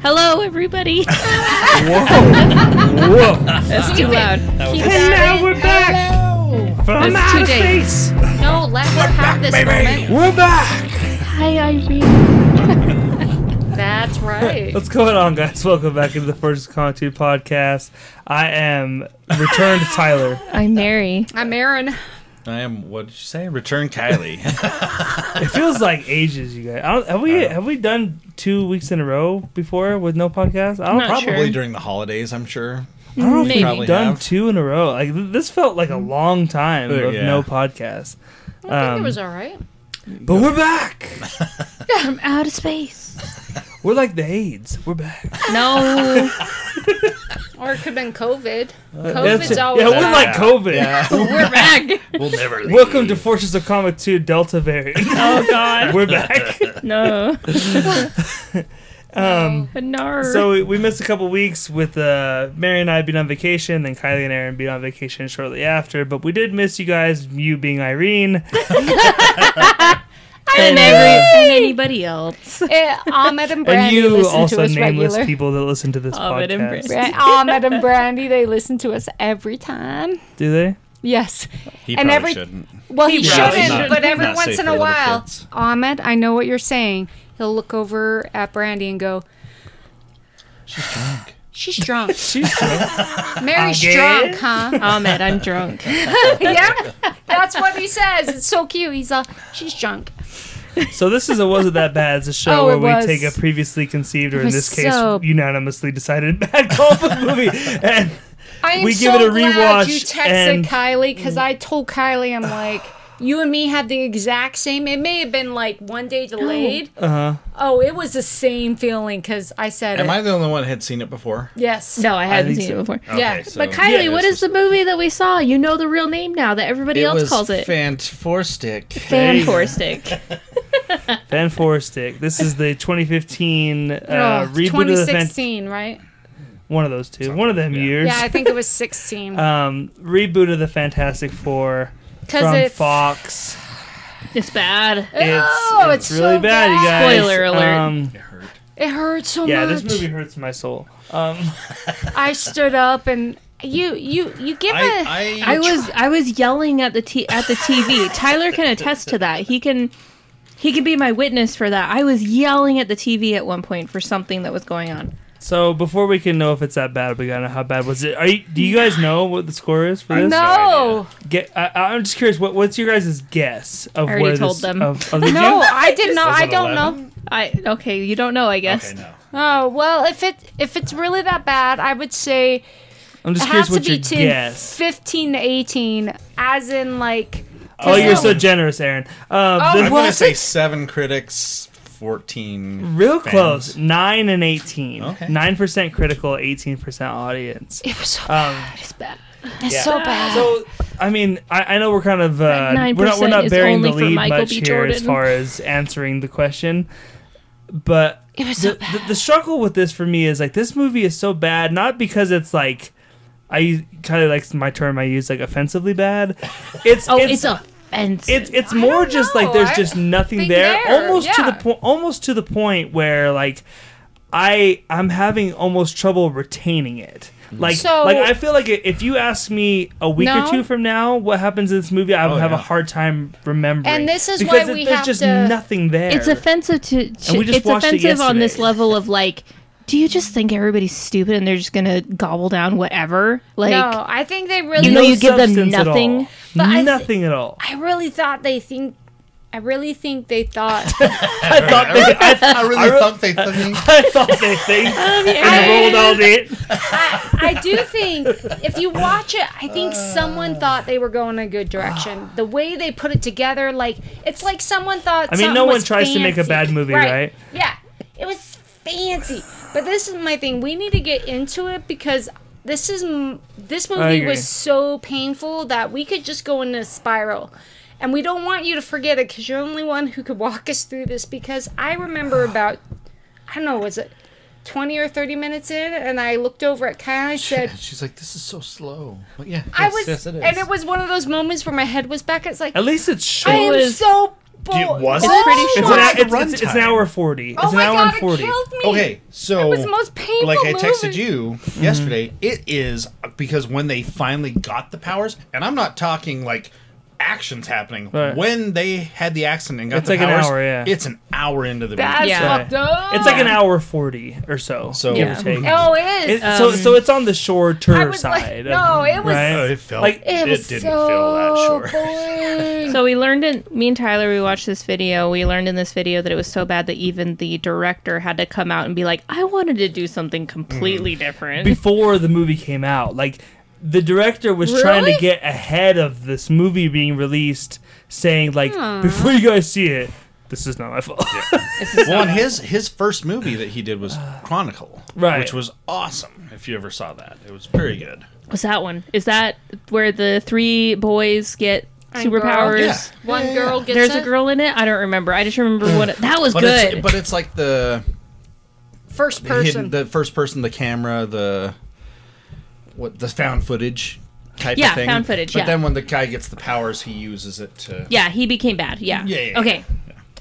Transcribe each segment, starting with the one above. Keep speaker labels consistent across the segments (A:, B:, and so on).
A: Hello, everybody.
B: Whoa!
A: That's too loud.
B: was-
C: And now we're back from
A: That's too
C: outer
A: deep.
C: space.
A: No, let her have this moment.
B: We're back!
A: Hi, Irene. That's right.
C: What's going on, guys? Welcome back to the Fortress Contu podcast. I am returned Tyler.
D: I'm Mary.
A: I'm Erin.
B: I am, what did you say? Return Kylie.
C: It feels like ages, you guys. I don't, have we have we done two weeks in a row before with no podcast? I don't,
D: Not
C: prob-
B: Probably
D: sure.
B: during the holidays, I'm sure.
C: I don't know if
A: Maybe.
C: we've
B: Probably
C: done
B: have.
C: two in a row. Like th- this felt like a long time
B: Uh,
C: of
B: yeah.
C: no podcast.
A: Mm-hmm. I think
C: Um,
A: it was all right.
C: But we're back.
D: From outer space.
C: We're like the AIDS. We're back.
D: No.
A: Or it could have been COVID.
C: That's
A: COVID's
C: it.
A: always
C: yeah, we're
A: on.
C: like COVID.
A: We're back.
B: We'll never leave.
C: Welcome to Fortress of Comic 2 Delta Variant.
D: oh God.
C: we're back.
D: No.
C: Um,
D: No.
C: so we, we missed a couple weeks with uh, Mary and I being on vacation, then Kylie and Aaron being on vacation shortly after. But we did miss you guys, you being Irene. uh,
D: and, every, and anybody else.
A: Eh, Ahmed and
C: and
A: Brandy
C: you
A: listen to
C: also
A: us
C: nameless
A: regular.
C: people that listen to this
D: Ahmed and
C: podcast.
D: Brandy.
A: Bra- Ahmed and Brandy, they listen to us every time.
C: Do they?
A: Yes.
B: He
A: And
B: probably
A: every-
B: shouldn't.
A: Well, he,
D: He probably
A: shouldn't,
D: shouldn't.
A: but every
B: Not
A: once
B: safe
A: in
B: for
A: a
B: little
A: while,
B: kids.
A: Ahmed, I know what you're saying. He'll look over at Brandy and go,
B: She's drunk.
A: She's drunk.
C: She's drunk.
A: Mary's
C: Again?
A: drunk, huh?
D: Ahmed, I'm drunk.
A: yeah. That's what he says. It's so cute. He's all, She's drunk.
C: so this is a wasn't that bad. It's a show
A: Oh,
C: where
A: it
C: we
A: was.
C: take a previously conceived, or in
A: was
C: this case,
A: so-
C: unanimously decided bad Culpa movie, and
A: I am
C: We
A: so
C: give it a
A: glad
C: rewatch
A: you texted
C: and- Mm.
A: Kylie because I told Kylie, I'm like, you and me had the exact same. It may have been like one day delayed.
C: uh,
A: Oh, it was the same feeling because I said
B: Am
A: it.
B: I the only one that had seen it before?
A: yes.
D: No, I hadn't
C: think
D: seen
C: so.
D: it before.
A: Yeah,
B: Okay, so-
D: But Kylie,
B: Yeah,
D: what
B: this
D: is the movie that we saw? You know the real name now that everybody
B: It
D: else
B: was
D: calls it.
B: Fantastic.
C: Hey.
D: Fantastic.
C: Van Forestick. This is the 2015 uh,
A: Oh,
C: reboot of the Fan-
A: 2016, right?
C: one of those two, one of them years.
A: Yeah, I think it was 16.
C: um, reboot of the Fantastic Four from
A: Because
C: Fox.
D: it's bad.
C: It's,
A: Oh,
C: it's,
A: it's
C: really
A: so
C: bad, you
A: bad.
C: guys.
D: Spoiler alert.
C: Um,
B: It hurt.
A: it hurt so
C: yeah,
A: much.
C: this movie hurts my soul. Um,
A: I stood up and you, you, you give a
B: I, I,
D: I was I was yelling at the t- at the TV. Tyler can attest to that. He can he can be my witness for that. I was yelling at the TV at one point for something that was going on.
C: so before we can know if it's that bad, we gotta know how bad was it. Are you, do you guys know what the score is for this?
A: no.
C: Get, I, I'm just curious. What, what's your guys' guess of
D: I already
C: where
D: told
C: this?
D: them.
C: Of, of the
A: No, I did not.
B: Was
A: I
B: it
A: don't
B: 11?
A: know.
D: I okay, you don't know, I guess.
B: Okay, no.
A: Oh well, if it if it's really that bad, I would say
C: I'm
A: it
C: just curious
A: has to
C: what your
A: be to
C: guess.
A: fifteen to eighteen, as in like.
C: Oh, you're so
A: no.
C: generous, Aaron. Uh,
A: Oh,
C: the-
B: I'm going to
A: Was
B: say
A: it?
B: seven critics, 14.
C: Real
B: fans.
C: close. Nine and eighteen.
B: Okay.
C: Nine percent critical, eighteen percent audience.
A: It was so
C: Um,
D: It's bad.
A: it's so bad.
C: so I mean, I, I know we're kind of uh,
D: That
C: we're not we're not
D: 9% is
C: burying the
D: only for
C: lead
D: Michael
C: much
D: B.
C: here as
D: Jordan.
C: far as answering the question, but
A: it was
C: the,
A: so bad.
C: the, the struggle with this for me is like this movie is so bad not because it's like I kind of like my term I use like offensively bad. It's
D: Oh,
C: it's,
D: it's, offensive.
C: it's it's more
A: don't
C: just
A: know.
C: like there's
A: I
C: just nothing
A: think
C: there.
A: there,
C: Almost to
A: yeah.
C: the point. Almost to the point where like I I'm having almost trouble retaining it.
B: Mm.
C: Like
A: So-
C: like I feel like i- if you ask me a week
A: No.
C: or two from now what happens in this movie, I would
B: Oh,
C: have a
B: yeah.
C: hard time remembering.
A: And this is
C: because
A: why
C: it-
A: we
C: there's
A: have
C: just
A: to-
C: nothing there.
D: it's offensive to, to
C: And we just
D: it's
C: watched it
D: offensive on this
C: yesterday.
D: level of like do you just think everybody's stupid and they're just gonna gobble down whatever? Like
A: no, I think they really.
D: You know,
C: No
D: you give them
C: substance at all.
D: nothing.
A: But I th-
C: nothing at all.
A: I really thought they think. I really think they thought.
C: I thought they, I,
B: I really thought they fucking.
C: I thought they think
D: I-
C: rolled out it.
A: I do think if you watch it, I think
C: Uh.
A: someone thought they were going in a good direction. The way they put it together, like it's like someone thought.
C: I mean, no
A: something
C: one
A: was
C: tries to make a
A: fancy.
C: bad movie, right?
A: Yeah, it was fancy. But this is my thing. We need to get into it because this is m- this movie
C: agree.
A: was so painful that we could just go in a spiral. And we don't want you to forget it because you're the only one who could walk us through this. Because I remember about, I don't know, was it 20 or 30 minutes in? And I looked over at Kyle and I said,
B: She's like, this is so slow. But yeah,
A: I
B: yes,
A: was,
B: yes, it is.
A: and it was one of those moments where my head was back. It's like
C: At least it's
A: I
C: short.
A: am
D: was-
A: so bull-
B: was
A: bull
B: it?
D: pretty
A: shit.
C: It's,
D: short.
C: an,
B: What's
C: hour-
B: the
C: it's, it's, it's an
B: runtime?
C: hour 40. It's
A: Oh
C: an
A: my
C: hour
A: god,
C: and
A: it
C: 40.
A: killed me.
B: Okay, so
A: It was the most painful
B: like I texted
A: movie.
B: you
C: Mm-hmm.
B: yesterday, it is because when they finally got the powers, and I'm not talking like actions happening.
C: Right.
B: When they had the accident and got
C: It's
B: the
C: like an
B: powers,
C: hour, yeah.
B: it's an hour into the movie.
A: That's
D: Yeah.
A: fucked up.
C: It's like an hour 40 or so.
B: So-
C: give or
D: Yeah.
C: take.
A: Oh, it is.
C: It- so, so it's on the
A: I
C: shorter
A: was like-
C: side. of-
A: no, it was-
C: right?
B: Oh, it felt
C: Like,
A: it was
B: didn't
A: so
B: feel that short.
A: boring.
D: So we learned in me and Tyler we watched this video. We learned in this video that it was so bad that even the director had to come out and be like, "I wanted to do something completely
B: Mm.
D: different."
C: before the movie came out. Like the director was trying to
A: Really?
C: get ahead of this movie being released, saying like,
A: Hmm.
C: before you guys see it, this is not my fault.
B: Well, and his his first movie that he did was Chronicle,
C: Right.
B: Which was awesome. If you ever saw that, it was very good.
D: What's that one? Is that where the three boys get
A: And
D: superpowers?
B: Yeah.
A: One
B: Yeah, yeah,
A: girl
B: yeah.
A: gets
D: There's a
A: it.
D: girl in it. I don't remember. I just remember what it, that was
B: Mm. But
D: good.
B: it's but it's like the
A: First
B: the hidden-
A: person.
B: the first person, the camera, the what the found footage type
D: Yeah,
B: of thing.
D: found footage,
B: But
D: yeah.
B: then when the guy gets the powers, he uses it to
D: yeah, he became bad. Yeah.
B: Yeah, yeah, yeah.
D: okay.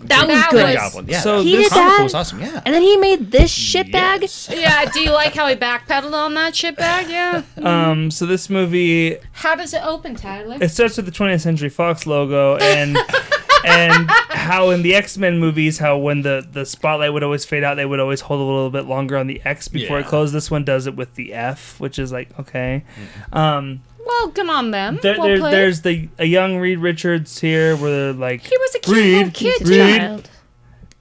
D: That was
A: That
D: good.
B: Green
A: was-
B: Goblin. Yeah,
C: So
B: so
D: He
C: this-
D: did
B: Chronicle
D: that,
B: was awesome. Yeah.
D: and then he made this shitbag.
B: Yes.
A: yeah, do you like how he backpedaled on that shit bag? Yeah.
C: um, so this movie
A: How does it open, Tyler?
C: it starts with the 20th Century Fox logo and. and how in the X Men movies, how when the, the spotlight would always fade out, they would always hold a little bit longer on the X before it
B: Yeah.
C: closed. This one does it with the F, which is like okay. Um,
A: Well, good on them.
C: there,
A: well
C: there,
A: played.
C: there's the a young Reed Richards here, where like
A: he was a cute
C: Reed,
A: little kid.
D: He's a
C: Reed.
A: child.
D: child.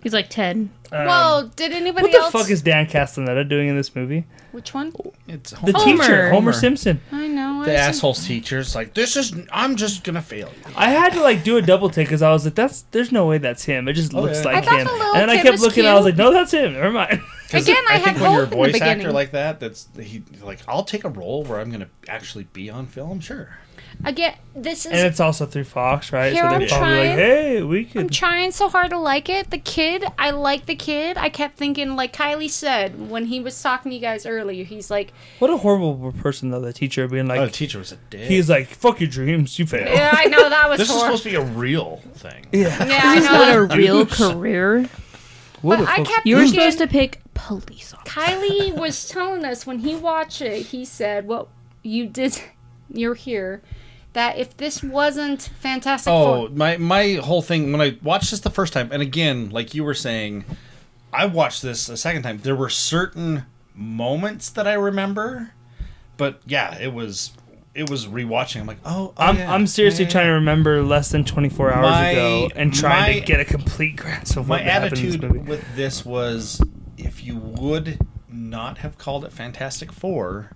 D: He's like ten.
B: Um,
A: Well, did anybody
C: What the
A: else?
C: fuck is Dan Castellaneta doing in this movie?
A: Which one?
B: It's
C: The
B: Homer.
C: teacher, Homer
B: Homer.
C: Simpson.
A: I know.
B: Oh, The
A: I said-
B: asshole teacher's like, this is. I'm just gonna fail you.
C: I had to like do a double take because I was like, "That's there's no way that's him. It just looks
B: Oh, yeah.
C: like
A: I thought
C: him."
A: the little
C: And then I
A: kid
C: kept
A: was
C: looking. I was like,
A: cute.
C: "No, that's him. Never mind."
B: 'Cause
A: Again, I had
B: think when you're a
A: hope in the
B: voice actor
A: beginning.
B: like that, that's he like, I'll take a role where I'm gonna actually be on film. Sure.
A: Again, this is.
C: and it's also through Fox, right?
A: Here
C: so
A: I'm
C: they're probably like,
A: trying.
C: "Hey, we
A: I'm
C: could."
A: trying so hard to like it. The kid, I like the kid. I kept thinking, like Kylie said when he was talking to you guys earlier, he's like,
C: what a horrible person though. The teacher being like,
B: Oh, the teacher was a dick.
C: "He's like, fuck your dreams, you fail."
A: "Yeah, I know that was
B: this is
A: horrible."
B: supposed to be a real thing.
A: Yeah,
D: This
A: I
D: is not
A: know.
D: a real career.
C: What
A: But
C: a
A: I
C: fuck-
A: kept
D: You were
A: thinking,
D: supposed to pick police officer.
A: Kylie was telling us when he watched it, he said, "What you did, you're here." That if this wasn't Fantastic
B: Oh,
A: Four,
B: my my whole thing when I watched this the first time, and again, like you were saying, I watched this a second time. There were certain moments that I remember, but yeah, it was it was rewatching. I'm like, oh, oh,
C: I'm,
B: yeah.
C: I'm seriously trying to remember less than 24 hours
B: My-
C: ago and trying to
B: my-
C: get a complete grasp of
B: My
C: what happened in this movie.
B: attitude with this was, if you would not have called it Fantastic Four,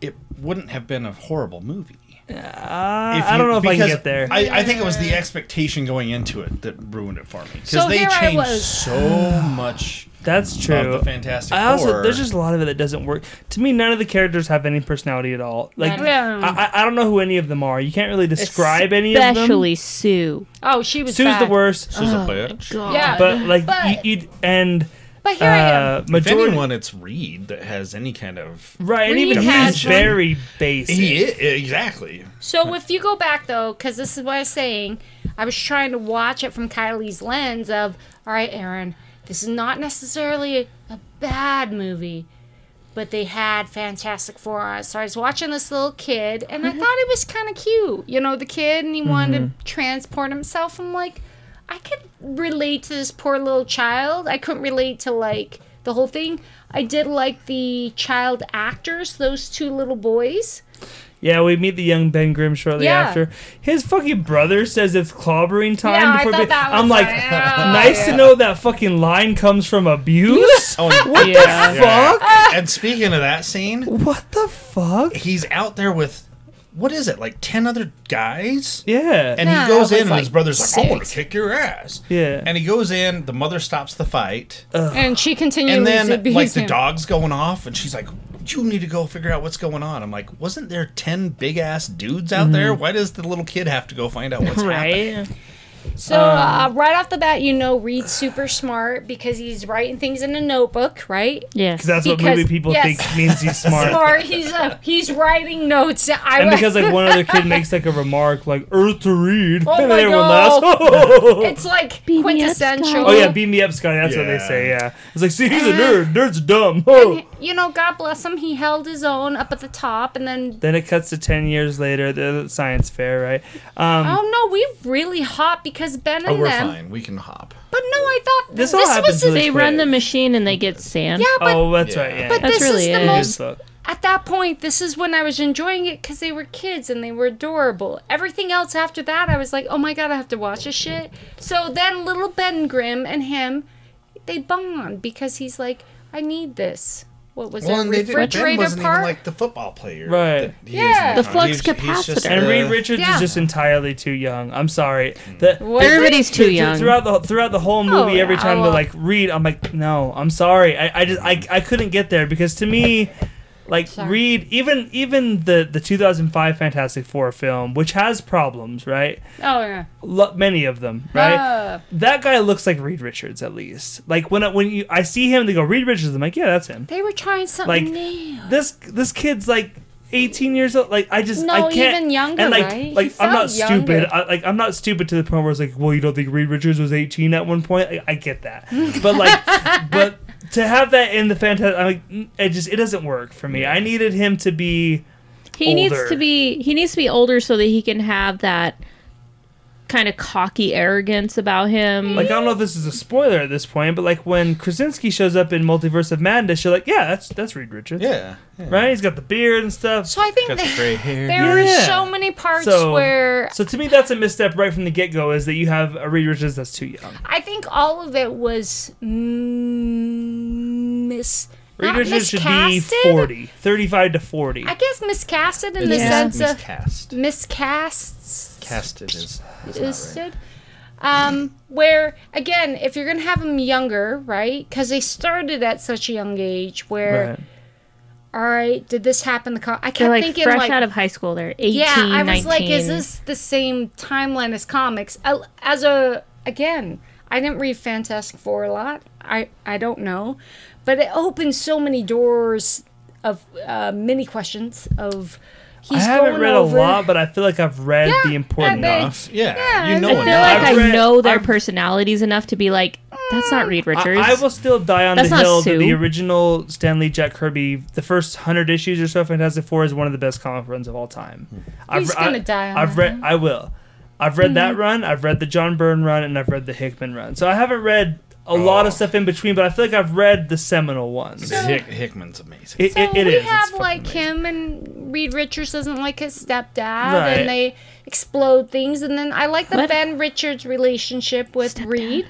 B: it wouldn't have been a horrible movie.
C: Uh,
B: If
C: I
B: you-
C: don't know if I can
B: because
C: get there.
B: I, I think it was the expectation going into it that ruined it for me because
A: So
B: they
A: here I
B: changed
A: was.
B: so much
C: That's true.
B: of the Fantastic
C: I also
B: Four.
C: there's just a lot of it that doesn't work. To me, none of the characters have any personality at all. Like
A: Yeah.
C: I, I- I don't know who any of them are. You can't really describe any of them.
D: Especially Sue.
A: oh, she was
C: Sue's
A: bad.
C: the worst.
B: she's a bitch.
D: God.
A: Oh, Yeah,
C: But like
A: But-
C: you, you and
A: but here I am.
C: uh,
B: If
C: majority
B: anyone, it's Reed that has any kind of
C: right, and
A: Reed
C: even
A: has
C: he's
A: one.
C: very basic.
B: he is, exactly.
A: So if you go back though, because this is what I was saying, I was trying to watch it from Kylie's lens of, all right, Aaron, this is not necessarily a bad movie, but they had Fantastic Four on. it. So I was watching this little kid, and I thought it was kind of cute, you know, the kid, and he wanted to transport himself. I'm like, I could relate to this poor little child. I couldn't relate to like the whole thing. I did like the child actors, those two little boys.
C: Yeah, we meet the young Ben Grimm shortly
A: Yeah.
C: after. His fucking brother says it's clobbering time.
A: Yeah, I
C: before
A: thought
C: bed.
A: that
C: I'm
A: was
C: like,
A: funny. Yeah.
C: nice to know that fucking line comes from abuse.
B: Oh, and,
C: what
D: Yeah.
C: the
B: Yeah.
C: fuck?
B: and speaking of that scene,
C: What the fuck?
B: he's out there with what is it like ten other guys.
C: Yeah.
B: And
A: Yeah,
B: he goes
A: I was
B: in, and his
A: like
B: brother's like, "I want to
A: six.
B: kick your ass."
C: Yeah.
B: And he goes in. The mother stops the fight,
A: And she continues
B: and
A: to
B: then
A: Oh, be
B: like the
A: him.
B: dog's going off, and she's like, "You need to go figure out what's going on." I'm like, "Wasn't
C: Mm-hmm.
B: there ten big ass dudes out there? Why does the little kid have to go find out what's happening?"
D: Right?
A: So
C: Um,
A: uh, right off the bat, you know Reed's super smart because he's writing things in a notebook, right?
D: Yes.
C: because that's what
A: Because-
C: movie people
A: yes.
C: think means he's smart.
A: Smart. He's uh, he's writing notes. I
C: And because like one other kid makes like a remark like "Earth to read,"
A: Oh
C: and
A: my
C: everyone
A: God.
C: laughs.
A: it's like
D: Beat me up,
A: quintessential.
D: Scott.
C: oh yeah, beam me up, Scotty. That's what they
B: Yeah.
C: say. Yeah, it's like, see, he's a
A: Uh-huh.
C: nerd. Nerds dumb.
A: And, you know, God bless him. He held his own up at the top, and then
C: Then it cuts to ten years later. They're at science fair, right? Um,
A: oh no, we really hot because Ben and
B: Oh, we're
A: them.
B: fine. We can hop.
A: But no, I thought
C: This
A: this,
C: all happens
A: was
C: to
A: the,
C: the-
D: They run the machine and they get sand.
A: yeah, but
C: oh, that's
B: Yeah.
C: right. Yeah,
A: but
D: That's
A: this
D: really
A: is the
D: it.
C: It
A: most
C: is uh, book.
A: at that point, this is when I was enjoying it because they were kids and they were adorable. Everything else after that, I was like, oh my god, I have to watch this shit. So then little Ben Grimm and him, they bond because he's like, I need this. What was
B: Well,
A: it?
B: and they didn't, ben
A: Refrigerator
B: wasn't
A: part?
B: even like the football player.
C: Right.
B: that he is
A: Yeah.
B: now.
D: The flux
B: He's- he's just
D: capacitor.
C: And
B: a-
C: Reed Richards
A: Yeah.
C: is just entirely too young. I'm sorry. The,
A: Was it?
D: Everybody's too
C: th-
D: young.
C: Throughout the throughout the whole
A: Oh,
C: movie, every
A: yeah,
C: time they're
A: well-
C: like Reed, I'm like, no, I'm sorry. I, I just I, I couldn't get there because to me, like
A: Sorry.
C: Reed, even even the the 2005 Fantastic Four film, which has problems, right?
A: oh yeah.
C: Lo- many of them, right?
A: Uh,
C: that guy looks like Reed Richards at least. Like when I, when you I see him, they go Reed Richards. I'm like, yeah, that's him.
A: they were trying something
C: Like
A: new.
C: this this kid's like 18 years old. Like I just
A: No,
C: I can't.
A: even younger,
C: and like
A: right?
C: like
A: He
C: I'm not
A: felt younger.
C: stupid. I, like I'm not stupid to the point where it's like, well, you don't think Reed Richards was 18 at one point? Like, I get that, but like, but to have that in the fantastic, I'm like, mm, it just it doesn't work for me. I needed him to be
D: He needs
C: older.
D: to be he needs to be older so that he can have that kind of cocky arrogance about him.
C: like I don't know if this is a spoiler at this point, but like when Krasinski shows up in Multiverse of Madness, you're like, yeah, that's that's Reed Richards,
B: Yeah. yeah.
C: right? He's got the beard and stuff.
A: So I think
B: Got the
A: that-
B: gray hair.
A: there were
C: Yeah.
A: so many parts
C: So-
A: where
C: So to me, that's a misstep right from the get go. Is that you have a Reed Richards that's too young.
A: I think all of it was mm, mis.
C: Reed
A: not
C: Richards should be
A: miscasted?
C: 40, 35 to 40.
A: I guess miscasted in the
D: Yeah.
A: sense of
B: miscast.
A: miscasts
B: Casted is. is not right.
A: listed. Um, where again, if you're gonna have them younger, right? Because they started at such a young age. Where,
C: Right.
A: all right, did this happen? The co- I kept
D: They're like
A: thinking
D: fresh
A: like,
D: out of high school. They're 18,
A: yeah, I was like,
D: 19.
A: is this the same timeline as comics? I- As a again, I didn't read Fantastic Four a lot. I I don't know, but it opened so many doors of uh, many questions of.
C: I
A: He's
C: haven't
A: going
C: read
A: over.
C: a lot, but I feel like I've read
A: Yeah,
C: the important
A: and they-
C: enough.
B: Yeah.
A: Yeah,
B: you know
A: I
D: I
B: enough.
D: feel like
C: Oh, I've
D: I
C: read-
D: know their
C: I've-
D: personalities enough to be like, that's not Reed Richards.
C: I, I will still die on
D: That's
C: the
D: not
C: hill that the
D: Sue.
C: original Stanley Jack Kirby, the first hundred issues or so, of Fantastic Four is one of the best comic runs of all time.
A: He's
C: I-
A: gonna die on
C: I've
A: that
C: read.
A: Mhm.
C: I will. I've read that run. I've read the John Byrne run, and I've read the Hickman run. So I haven't read a lot of stuff in between, but I feel like I've read the seminal ones.
A: So-
B: Hick, Hickman's amazing.
C: It,
A: So
C: it, it
A: we
C: is. It's
A: have
C: fucking
A: like
B: amazing.
A: him and Reed Richards doesn't like his stepdad,
C: Right.
A: and they explode things. And then I like the
D: What?
A: Ben Richards relationship with Reed.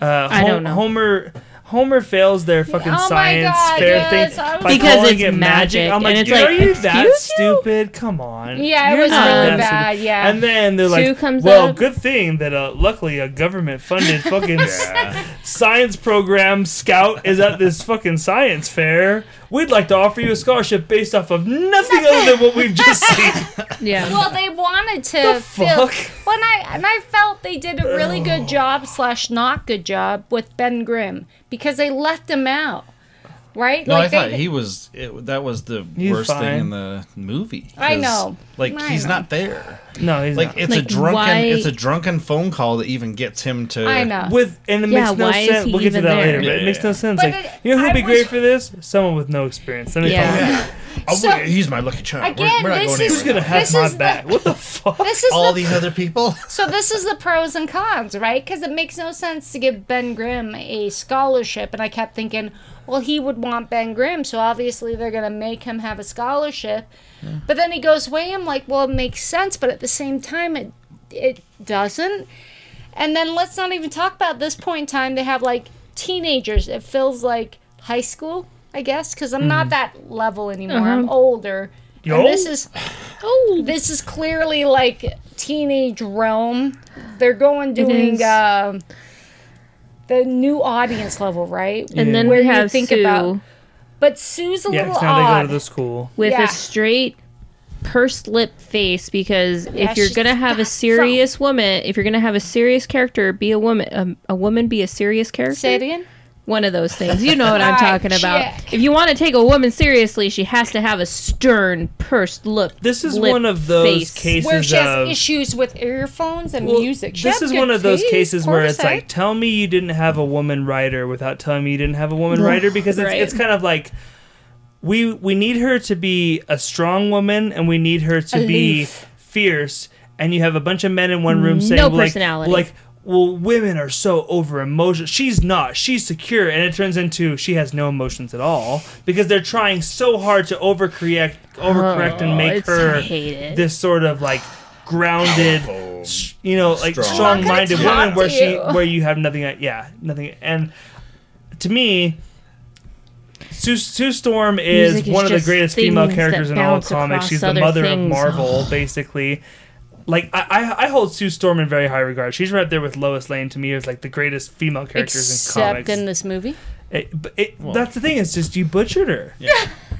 C: Uh,
D: I
C: Hom-
D: don't know.
C: Homer Homer fails their fucking
A: Oh my
C: science
A: God,
C: fair
A: yes,
C: thing
A: I was-
C: by
D: Because
C: calling
D: it's
C: it
D: magic,
C: I'm like,
D: and it's
C: dude,
D: like,
C: are you that
D: "Excuse you?"
C: stupid? Come on.
A: Yeah, it
C: You're
A: was
C: not
D: really
C: that
A: bad,
C: stupid."
A: yeah.
C: And then they're
D: Sue
C: like,
D: comes
C: well,
D: up.
C: good thing that uh, luckily a government funded fucking s- science program scout is at this fucking science fair. We'd like to offer you a scholarship based off of nothing other than what we've just seen.
D: yeah.
A: Well, they wanted to fill.
C: fuck?
A: When I and I felt they did a really good job slash not good job with Ben Grimm because they left him out, right?
B: No, I
A: they-
B: thought he was. It, that was the
C: He's
B: worst
C: fine.
B: thing in the movie.
A: I
B: 'cause,
A: know.
B: Like
A: I
B: he's
A: know.
B: not there.
C: No, he's
B: Like
C: not.
B: it's a
D: Like,
B: drunken.
D: why-
B: It's a drunken phone call that even gets him to.
A: I know.
C: with and it
D: Yeah,
C: makes no
D: why is
C: sense.
D: he
C: We'll get to
D: even
C: that
D: there?
C: later, but it
B: Yeah.
C: makes no sense.
A: But
C: like,
A: it-
C: you know who'd
A: I
C: be
A: was-
C: great for this? Someone with no experience. Let me
D: Yeah.
C: call him.
B: Oh,
A: So-
B: wait, he's my lucky charm.
A: Again, this is-
C: Who's gonna have
A: This
C: my
A: is the-
C: back? What the fuck?
A: This is
B: all
A: the,
B: these other people.
A: so. This is the pros and cons, right? Because it makes no sense to give Ben Grimm a scholarship, and I kept thinking, well, he would want Ben Grimm, so obviously they're gonna make him have a scholarship. But then he goes away. I'm like, well, it makes sense, but at the same time, it it doesn't. And then let's not even talk about this point in time. They have like teenagers. It feels like high school, I guess, because I'm not that level anymore. I'm
D: Uh-huh.
A: older.
C: You
A: And this
C: old?
A: is oh, this is clearly like teenage realm. They're going
D: is.
A: doing um the new audience level, right?
D: And then
A: Where
D: we
A: you
D: have
A: think
D: Sue
A: about- But Sue's a
C: yeah,
A: little
C: because now they go
A: odd.
C: to the school.
D: with
A: Yeah.
D: a straight pursed lip face because
A: Yeah,
D: if you're
A: she's
D: gonna have a
A: got
D: serious woman, if you're gonna have a serious character, be a woman. um, A, a woman be a serious character.
A: Say it again.
D: One of those things. You know what I'm
A: Alright,
D: talking about.
A: check.
D: If you want to take a woman seriously, she has to have a stern, pursed lip.
C: This is
D: lip
C: one of those
D: face.
C: cases
A: Where she has
C: of
A: issues with earphones and
C: Well,
A: music. She
C: This
A: has
C: is
A: good
C: one of those
A: taste,
C: cases where it's
A: Cordyceps.
C: like, tell me you didn't have a woman writer without telling me you didn't have a woman writer because it's,
D: Right.
C: it's kind of like we we need her to be a strong woman and we need her to be
A: Aloof.
C: fierce and you have a bunch of men in one room saying
D: No
C: well, like-
D: personality.
C: like well women are so over emotional she's not she's secure and it turns into she has no emotions at all because they're trying so hard to overcorrect overcorrect and
D: Oh,
C: make
D: it's-
C: her
D: I hate it.
C: this sort of like grounded
B: Powerful,
C: s- you know like
B: strong.
C: strong minded
A: I'm not gonna
C: woman where
A: talk
C: she
A: to you.
C: where you have nothing uh, yeah nothing and to me Sue, Sue Storm is
D: Music is
C: one of the
D: just
C: greatest female
D: things that
C: characters in all of
D: bounce across
C: comics. She's the
D: other
C: mother of
D: things.
C: Marvel, basically. Like I, I, I hold Sue Storm in very high regard. She's right there with Lois Lane to me as like the greatest female characters in
A: Except
C: comics.
A: in this movie.
C: It- but it- that's the thing. It's just you butchered her.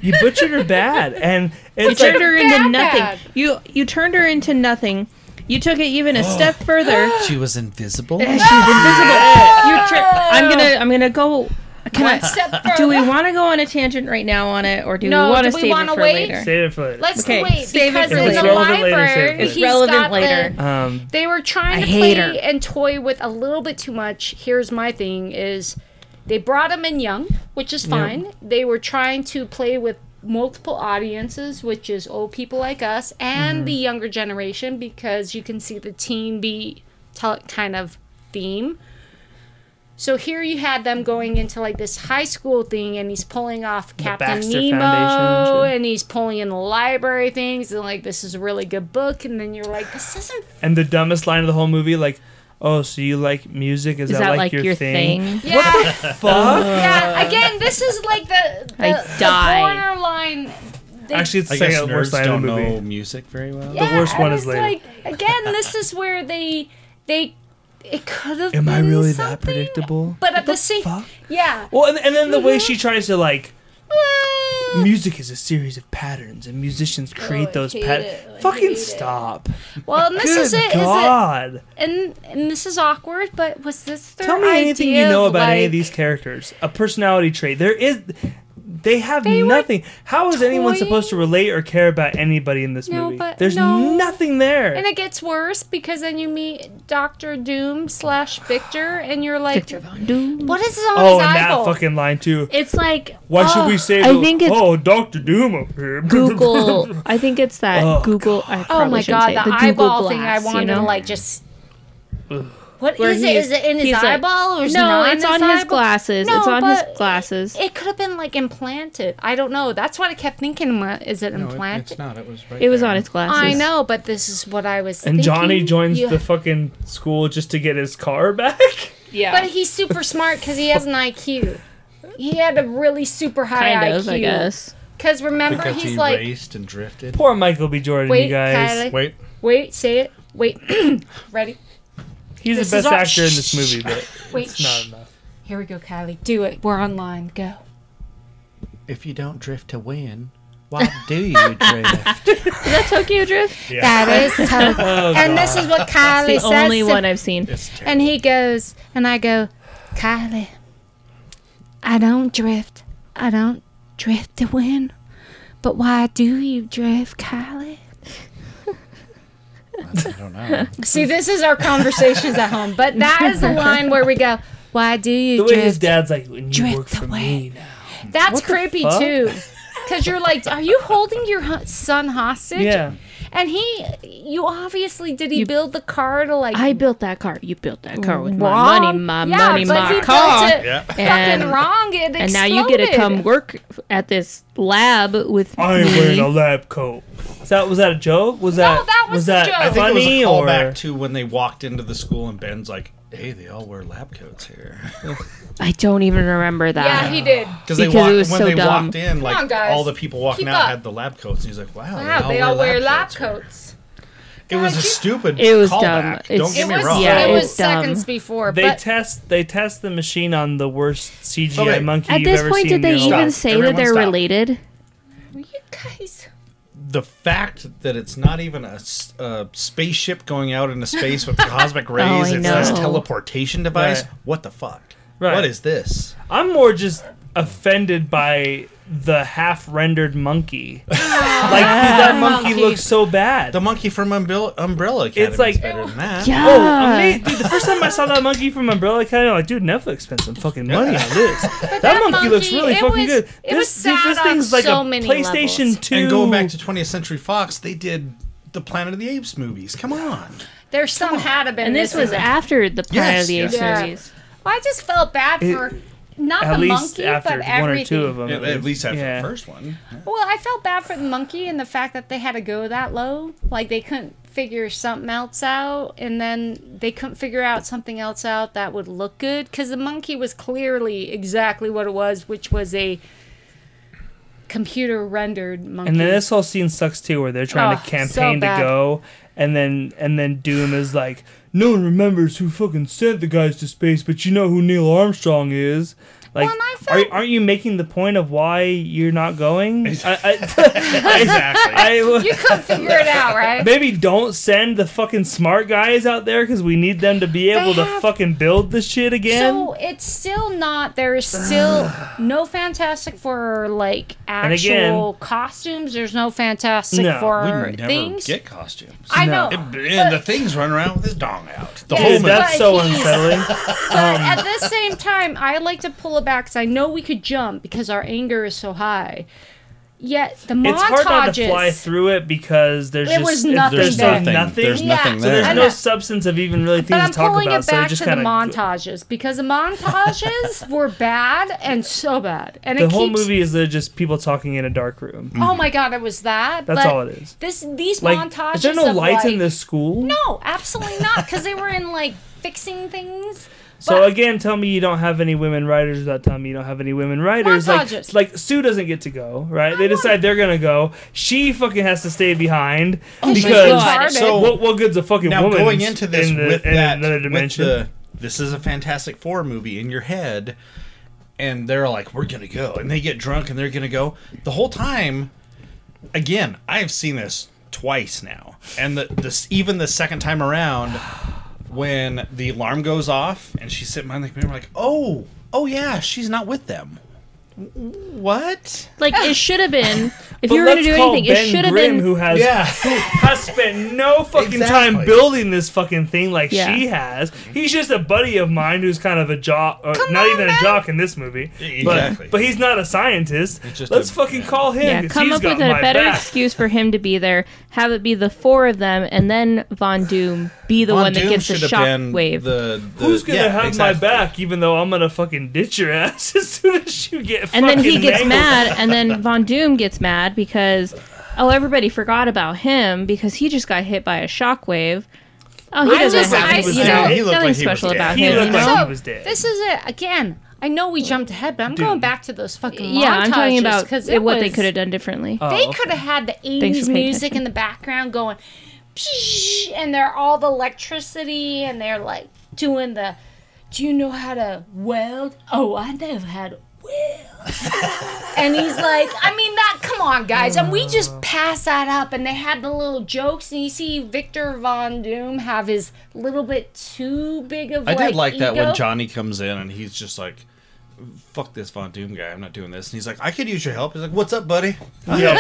C: You butchered her bad, and
D: You
C: it's like,
D: turned her into
A: bad,
D: nothing.
A: bad.
D: You you turned her into nothing. You took it even a step further.
E: She was invisible.
D: You tur- I'm gonna I'm gonna go. Can
A: One
D: I-
A: step further.
D: do we want to go on a tangent right now on it, or do
A: No,
D: we want
A: do
D: to
A: we
D: save it
A: wanna
D: for
A: wait?
D: later?
C: save it for later.
A: Let's
D: Okay,
A: wait
D: save it
A: because
D: for
A: in the
D: later. It's
C: relevant later, save it
A: library
C: for
A: he's
D: later. Relevant
A: got
D: later.
A: the-
C: Um,
A: they were
D: I
A: trying to play
D: hate her.
A: and toy with a little bit too much. Here's my thing: is they brought him in young, which is fine. They were trying to play with multiple audiences, which is old people like us and the younger generation, because you can see the teen be tel- kind of theme. So here you had them going into like this high school thing, and he's pulling off Captain
C: Baxter
A: Nemo,
C: Foundation, too.
A: and he's pulling in the library things, and like this is a really good book, and then you're like, this doesn't
C: and the dumbest line of the whole movie, like, "Oh, so you like music? Is,
D: Is
C: that, like, your, thing?"
A: Yeah.
C: Fuck.
A: yeah. Again, this is like the, the,
D: I
A: the
D: die.
A: borderline. They,
C: Actually, it's
B: I
C: the
B: guess
C: second
B: nerds
C: worst line of
B: don't
C: the movie.
B: know music very well.
A: Yeah,
C: worst
A: I
C: one is
A: was
C: later.
A: Like, again, this is where they they it could have.
C: Am I
A: been
C: really that
A: something,
C: predictable?
A: But at the, same,
C: fuck?
A: yeah.
C: Well, and, and then the way she tries to like,
A: Well,
C: music is a series of patterns, and musicians create
A: Oh, I
C: those
A: hate
C: patterns.
A: it. I
C: Fucking
A: hate it.
C: stop!
A: well, and this
C: Good
A: is it. Is it?
C: God!
A: And and this is awkward. But was this their
C: Tell me anything you
A: idea
C: know
A: of,
C: about any of
A: like-
C: these characters. A personality trait. There is. They have
A: They were
C: nothing. How is anyone supposed to
A: toying-
C: relate or care about anybody in this
A: No,
C: movie?
A: but
C: There's
A: no.
C: nothing there.
A: And it gets worse because then you meet Doctor Doom slash Victor, and you're like, what is on
C: oh,
A: his
C: and that
A: eyeball?
C: fucking line too.
D: It's like
C: Why should
D: oh,
C: we say?
D: I
C: the-
D: think it's
C: oh, Doctor Doom up here.
D: Google. I think it's that
C: Oh,
D: Google. I
A: Oh
D: probably
A: my
D: shouldn't
A: god,
D: say it,
A: the,
D: Google
A: eyeball thing I
D: Glass,
A: wanted
D: you know?
A: to like just. What
D: Where
A: is it?
D: he's-
A: Is it in his
D: he's like-
A: eyeball or is it
D: No,
A: not in
D: it's on
A: his
D: his
A: eyeball?
D: glasses.
A: No,
D: it's on
A: but
D: his glasses.
A: It could have been like implanted. I don't know. That's what I kept thinking. wa- Is it
E: No, it-
A: implanted?
E: it's not. It was right.
D: It was on
E: there.
D: his glasses.
A: I know, but this is what I was.
C: And Johnny
A: thinking.
C: joins
A: You-
C: the fucking school just to get his car back.
D: Yeah.
A: But he's super smart because he has an IQ. He had a really super high
D: kind
A: IQ.
D: of, I guess.
A: Because remember,
E: Because
A: he's
E: he
A: like,
E: raced and drifted.
C: Poor Michael B. Jordan,
A: wait,
C: you guys.
A: Kylie,
E: Wait,
A: wait, say it, wait, ready,
C: He's
A: this
C: the
A: is
C: best
A: all-
C: actor in this movie, but
A: wait.
C: it's not enough.
A: Here we go, Kylie. Do it. We're online. Go.
E: if you don't drift to win, why do you drift?
D: Is that Tokyo Drift?
A: That is tough.
C: Oh,
A: and this is what Kylie
D: the
A: says.
D: only
A: to-
D: one I've seen.
E: It's terrible.
A: and he goes, and I go, Kylie, I don't drift. I don't drift to win. But why do you drift, Kylie?
E: I don't know.
A: See,
C: Mm-hmm.
A: this is our conversations at home. But that is the line where we go, why do
C: The
A: you
C: way his
A: drift?
C: dad's like, when you
A: Drift
C: work for
A: away.
C: me now.
A: That's creepy,
C: fuck?
A: too. Because you're like, are you holding your hu- son hostage?
C: Yeah.
A: And he, you obviously, did he build the car to like.
D: I built that car. You built that car with my
A: Wrong.
D: money, my
A: Yeah,
D: money,
A: but he
D: my
A: built
D: car.
A: it
B: Yeah.
D: And-
A: fucking wrong. It exploded.
D: And now you get to come work f- at this lab with
C: I ain't
D: me.
C: wearing a lab coat. Was that was that a joke? Was that
A: that was a
C: that
A: joke. I
B: I think
C: funny
B: it was a callback
C: or
B: to when they walked into the school and Ben's like, "Hey, they all wear lab coats here."
D: I don't even remember that.
A: Yeah, he did.
B: Because they
D: Because
B: walked,
D: it was
B: when
D: so
B: they
D: dumb.
B: walked in, like
A: on, guys.
B: all the people walking
A: Keep
B: out
A: up.
B: had the lab coats, and he's like, "Wow,
A: Wow, they all wear lab
B: here."
A: coats.
B: It was a stupid.
D: It was
B: callback.
D: dumb.
B: Don't
D: It's-
B: get
A: It
B: me
A: was,
B: wrong.
D: Yeah,
A: it
D: it
A: was
D: was um, dumb.
A: seconds before,
C: they
A: but
C: test they test the machine on the worst CGI
B: Okay.
C: monkey
D: At
C: you've
D: this
C: ever
D: point,
C: seen.
D: did they
C: in your
D: even
C: life.
D: say
B: Everyone
D: that they're
B: stop.
D: related?
A: were you guys
B: the fact that it's not even a, s- a spaceship going out into space with cosmic rays,
D: Oh, I
B: it's this
D: know.
B: teleportation device.
C: Right.
B: What the fuck?
C: Right.
B: What is this?
C: I'm more just offended by the half rendered monkey. like, did
D: Ah.
C: that monkey,
A: Monkey.
C: look so bad?
B: The monkey from Umbrella, Umbrella Academy
C: It's like-
B: is better than that.
D: Yeah.
C: Oh,
A: Ah.
C: amazing. dude! The first time I saw that monkey from Umbrella Academy, I'm like, dude, Netflix spent some fucking money on this. that, monkey, looks
A: monkey,
C: really
A: it
C: fucking
A: was-
C: good.
A: it was sad on so many
C: PlayStation
A: levels.
C: Two.
B: And going back to 20th Century Fox, they did the Planet of the Apes movies. Come on.
A: There's some had have been.
D: And this was
A: isn't.
D: after the Planet
B: Yes,
D: of the Apes
A: yes. Yeah.
D: movies.
A: Well, I just felt bad
C: It-
A: for not
C: at
A: the
C: least
A: monkey,
C: after
A: but
C: one
A: everything.
C: or two of them,
B: At, at least after
C: Yeah.
B: the first one.
A: Well, I felt bad for the monkey and the fact that they had to go that low. Like they couldn't figure something else out, and then they couldn't figure out something else out that would look good because the monkey was clearly exactly what it was, which was a computer rendered monkey.
C: And then this whole scene sucks too, where they're trying
A: Oh,
C: to
A: so
C: campaign to
A: bad.
C: go, and then and then Doom is like, no one remembers who fucking sent the guys to space, but you know who Neil Armstrong is. Like,
A: Well, and I
C: are,
A: felt-
C: aren't you making the point of why you're not going? I,
B: Exactly.
C: I, I,
A: you couldn't figure it out, right?
C: Maybe don't send the fucking smart guys out there because we need them to be able to
A: have-
C: fucking build this shit again.
A: So it's still not. There is still no Fantastic for like
C: And again-
A: actual costumes. There's no Fantastic
C: No,
B: we
A: for
B: never
A: things.
B: get costumes.
A: I
C: No.
A: know.
B: and
A: but-
B: the thing's running around with his dong out. The
A: Yes,
B: whole
C: Dude,
B: movie.
C: that's so
A: But he's-
C: unsettling. Um,
A: But at the same time, I like to pull it back because I know we could jump because our anger is so high. Yet the montages.
C: it's hard not to fly through it because there's
A: There
C: just
A: was
C: it-
A: nothing
C: there's
A: there.
C: nothing. nothing.
B: There's
A: Yeah.
B: nothing
A: So
B: there.
C: There's
A: And
C: no
A: that-
C: substance of even really
A: but
C: things
A: I'm
C: to talk
A: pulling
C: about,
A: it
C: so it
A: back
C: just
A: to the
C: kind of
A: montages because the montages were bad and so bad, and
C: the
A: it
C: whole
A: keeps.
C: movie is uh, just people talking in a dark room.
A: oh my god, it was that.
C: That's
A: but
C: all it is.
A: This these
C: Like,
A: montages.
C: is there no
A: of,
C: lights
A: like,
C: in this school?
A: No, absolutely not. Because they were in like fixing things.
C: So
A: but-
C: again, tell me you don't have any women writers without telling me you don't have any women writers. Like,
A: Montages.
C: like Sue doesn't get to go, right? They
A: know.
C: decide they're gonna go. She fucking has to stay behind
A: she's
C: because
A: retarded.
C: so what, what good's a fucking
B: now
C: woman
B: going into this
C: in the-
B: with
C: in
B: that
C: another
B: with
C: dimension?
B: the, this is a fantastic four movie in your head and they're like we're gonna go and they get drunk and they're gonna go the whole time again i've seen this twice now and the this even the second time around when the alarm goes off and she's sitting behind the computer like oh oh yeah she's not with them W- what
D: Like it should have been. If
C: But
D: you were going to
C: let's
D: do
C: call
D: anything,
C: ben
D: it should have
C: Grimm,
D: been.
C: who has has spent no fucking time
B: Exactly.
C: building this fucking thing like
D: Yeah.
C: she has. He's just a buddy of mine who's kind of a jock, or not even a jock in this movie. But,
B: E-, Exactly.
C: but he's not a scientist.
B: just
C: Let's
B: a-
C: fucking call him.
D: yeah,
C: 'cause
D: come
C: he's
D: up with
C: got
D: a
C: my
D: better
C: back.
D: excuse for him to be there. Have it be the four of them, and then Von Doom be the
B: Von
D: one that
B: Doom
D: gets the
B: should have
D: shock
B: been
D: wave.
B: the, the-
C: Who's gonna
B: yeah,
C: have
B: exactly.
C: my back? Even though I'm gonna fucking ditch your ass as soon as you get.
D: and then he
C: fucking
D: gets
C: mangled.
D: mad, and then Von Doom gets mad because oh, everybody forgot about him because he just got hit by a shock wave. Oh, he
A: I
D: doesn't
A: just-
D: have
A: I
D: you
A: still-
D: know,
A: He
D: nothing
B: looked like he was
D: special
B: dead.
D: about
C: He
D: him.
C: looked
D: you know?
C: like-
A: So
C: he was dead.
A: this is it again. I know we jumped ahead, but I'm going back to those fucking
D: yeah, I'm talking
A: montages,
D: about
A: 'cause
D: what they
A: was-
D: could have done differently.
A: They
C: Oh,
A: could have had the
D: Thanks for
A: 80s
D: paying
A: music
D: attention.
A: in the background going, "Psh," and they're all the electricity, and they're like doing the, do you know how to weld? Oh, I know how to weld. and he's like, I mean, that, come on, guys. And we just pass that up, and they had the little jokes, and you see Victor Von Doom have his little bit too big of
B: I did like that
A: ego.
B: when Johnny comes in and he's just like, "Fuck this Von Doom guy, I'm not doing this." And he's like, "I could use your help." He's like, "What's up, buddy?"
C: Yeah.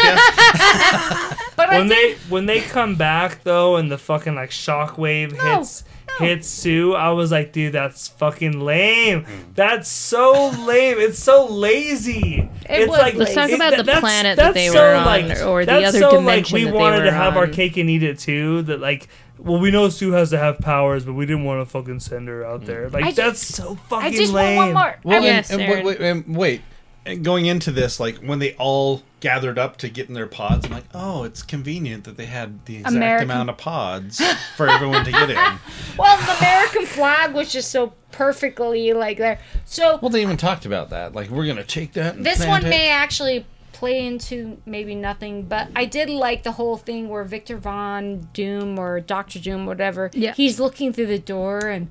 A: But I
C: when
A: think
C: they when they come back though and the fucking like shockwave
A: No,
C: hits
A: no.
C: hits Sue, I was like, dude, that's fucking lame. That's so lame. It's so lazy.
A: It
C: it's
A: was
C: like
A: Let's talk
C: it-
D: about
C: that-
D: the
C: that's-
D: planet that
C: that's
D: they
C: so,
D: were on,
C: like-
D: or the
C: that's
D: other
C: so,
D: dimension
C: Like we
D: that they
C: wanted to
D: were
C: have our
D: on.
C: cake and eat it too. That like. Well, we know Sue has to have powers, but we didn't want to fucking send her out
D: Hmm.
C: there. Like
A: I just-
C: that's so fucking
A: I just
C: lame.
A: want one more.
B: Well,
A: I mean,
D: Yes,
B: and,
D: Aaron.
B: and wait, wait, and wait. And going into this, like when they all gathered up to get in their pods, I'm like, "Oh, it's convenient that they had the exact
A: American-
B: amount of pods for everyone to get in."
A: Well, the American flag was just so perfectly like there. So
B: Well, they even talked about that. Like, we're gonna take that. And
A: this
B: plant
A: one
B: it.
A: may actually play into maybe nothing, but I did like the whole thing where Victor Von Doom or Doctor Doom, whatever,
D: Yeah.
A: he's looking through the door and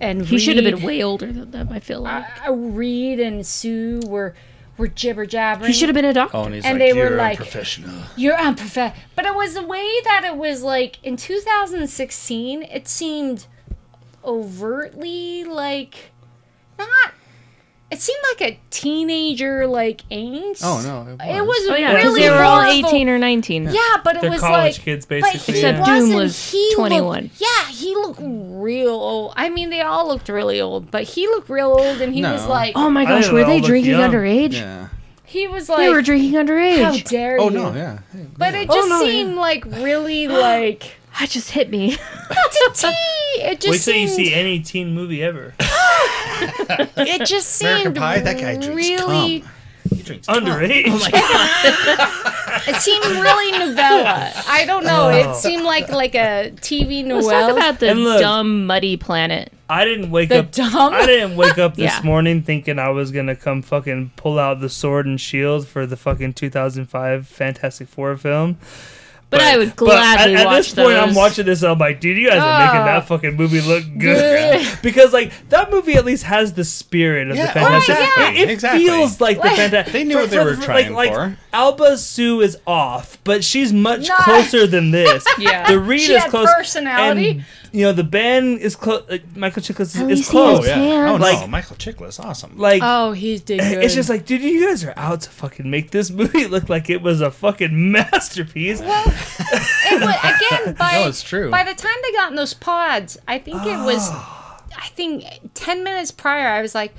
A: and uh,
D: He should have
A: Reed-
D: been way older than them. I feel like.
A: uh, Reed and Sue were were jibber jabbering.
D: He should have been a doctor.
B: Oh, and he's
A: And
B: like,
A: they were
B: you're
A: like-
B: professional.
A: You're unprofessional. But it was the way that it was like in 2016, it seemed overtly like not. It seemed like a teenager like angst.
B: Oh, no, it
A: It
B: was.
A: was
D: Oh, yeah, because
A: really
D: they were all
A: horrible.
D: 18 or 19.
A: Yeah, but it
C: They're
A: was
C: college
A: like
C: kids,
A: But
C: basically,
A: he
C: yeah.
D: Except Doom
A: wasn't.
D: was
A: he
D: 21.
A: Looked, yeah, he looked real old. I mean, they all looked really old, but he looked real old, and he was
B: No.
A: like,
D: Oh my
C: I
D: gosh,
C: don't
D: were
C: know,
D: they
C: look
D: drinking
C: young.
D: underage?
B: Yeah.
A: he was
D: They were
A: like,
D: drinking
A: how
D: underage.
A: dare
B: Oh
A: you?
B: no, yeah. Hey,
A: But
B: yeah.
A: it just
D: no, yeah.
A: seemed like really like
D: That just hit me.
A: T-t-t.
C: Wait
A: It just
C: till you
A: seemed.
C: see any teen movie ever.
A: It just
B: American
A: seemed
B: Pie. That guy drinks
A: really.
B: cum. He drinks.
A: Oh
C: Underage.
A: It seemed really novella. I don't know.
C: Oh.
A: It seemed like like a TV novel.
D: Let's talk about the
C: And look-
D: dumb, muddy planet.
C: I didn't wake
A: the
C: up.
A: dumb.
C: I didn't wake up this
D: Yeah.
C: morning thinking I was gonna come fucking pull out the sword and shield for the fucking 2005 Fantastic Four film.
D: But I would gladly
C: at, at
D: watch
C: this point, I'm
D: those.
C: watching this. I'm like, dude, you guys are making
A: Ah.
C: that fucking movie look good
A: Good.
C: because like that movie at least has the spirit of
B: Yeah,
C: the
B: oh,
C: Fantastic.
B: exactly,
C: It- It
B: exactly.
C: feels like the
A: Like-
C: Fantastic.
B: They knew what they were trying for.
C: Alba Sue is off, but she's much
A: No.
C: closer than this.
D: Yeah.
C: the Reed
A: She
C: is
A: had
C: close.
A: personality.
C: And, you know, the Ben is close. Uh, Michael Chiklis
D: At
C: is,
D: least
C: is
D: he
C: close.
B: Oh yeah. Oh no,
C: Like-
B: Michael Chiklis, awesome.
C: Like,
A: Oh, he did good.
C: it's just like, dude, you guys are out to fucking make this movie look like it was a fucking masterpiece.
A: Well, it was, again by
E: No, it's true.
A: by the time they got in those pods, I think it was, I think ten minutes prior, I was like,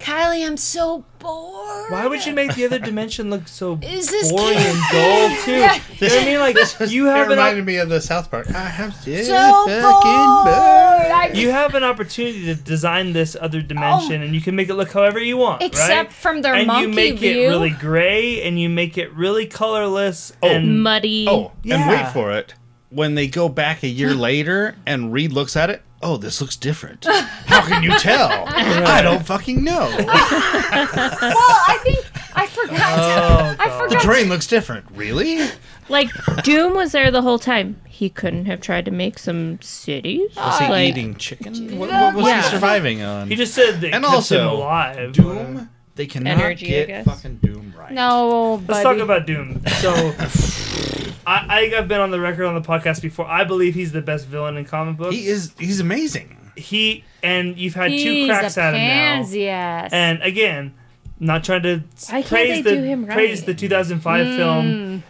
A: Kylie, I'm so bored.
C: Why would you make the other dimension look so
A: Is this
C: boring
A: kid-
C: and dull too?
A: Yeah.
C: You know what I mean? Like, you
B: It
C: have an op-
B: reminded me of the South Park. I have so
A: so bored? I-
C: you have an opportunity to design this other dimension, and you can make it look however you want,
A: Oh. except
C: right?
A: from their
C: and
A: monkey
C: you make
A: view.
C: it really gray, and you make it really colorless,
B: Oh.
C: and
D: Muddy.
B: Oh,
C: Yeah.
B: and wait for it. When they go back a year later and Reed looks at it, oh, this looks different. How can you tell? I don't fucking know.
A: well, I think I forgot.
C: Oh,
A: I
C: God.
B: The
A: forgot.
B: train looks different. Really?
D: Like, Doom was there the whole time. He couldn't have tried to make some cities.
B: Was he
D: like,
B: eating chicken? What, what was
D: Yeah.
B: he surviving on?
C: he just said that kept
B: And
C: him
B: also,
C: alive.
B: Doom? They cannot
D: Energy, I guess.
B: get fucking Doom right.
A: No,
C: Let's
A: buddy.
C: talk about Doom. So, I, I think I've been on the record on the podcast before. I believe he's the best villain in comic books.
B: He is, he's amazing.
C: He and you've had two
A: He's
C: cracks
A: a
C: at him now.
A: pansy ass.
C: And again, not trying to
D: Why can't
C: praise
D: they
C: the
D: do him right? Hmm.
C: praise the 2005 film.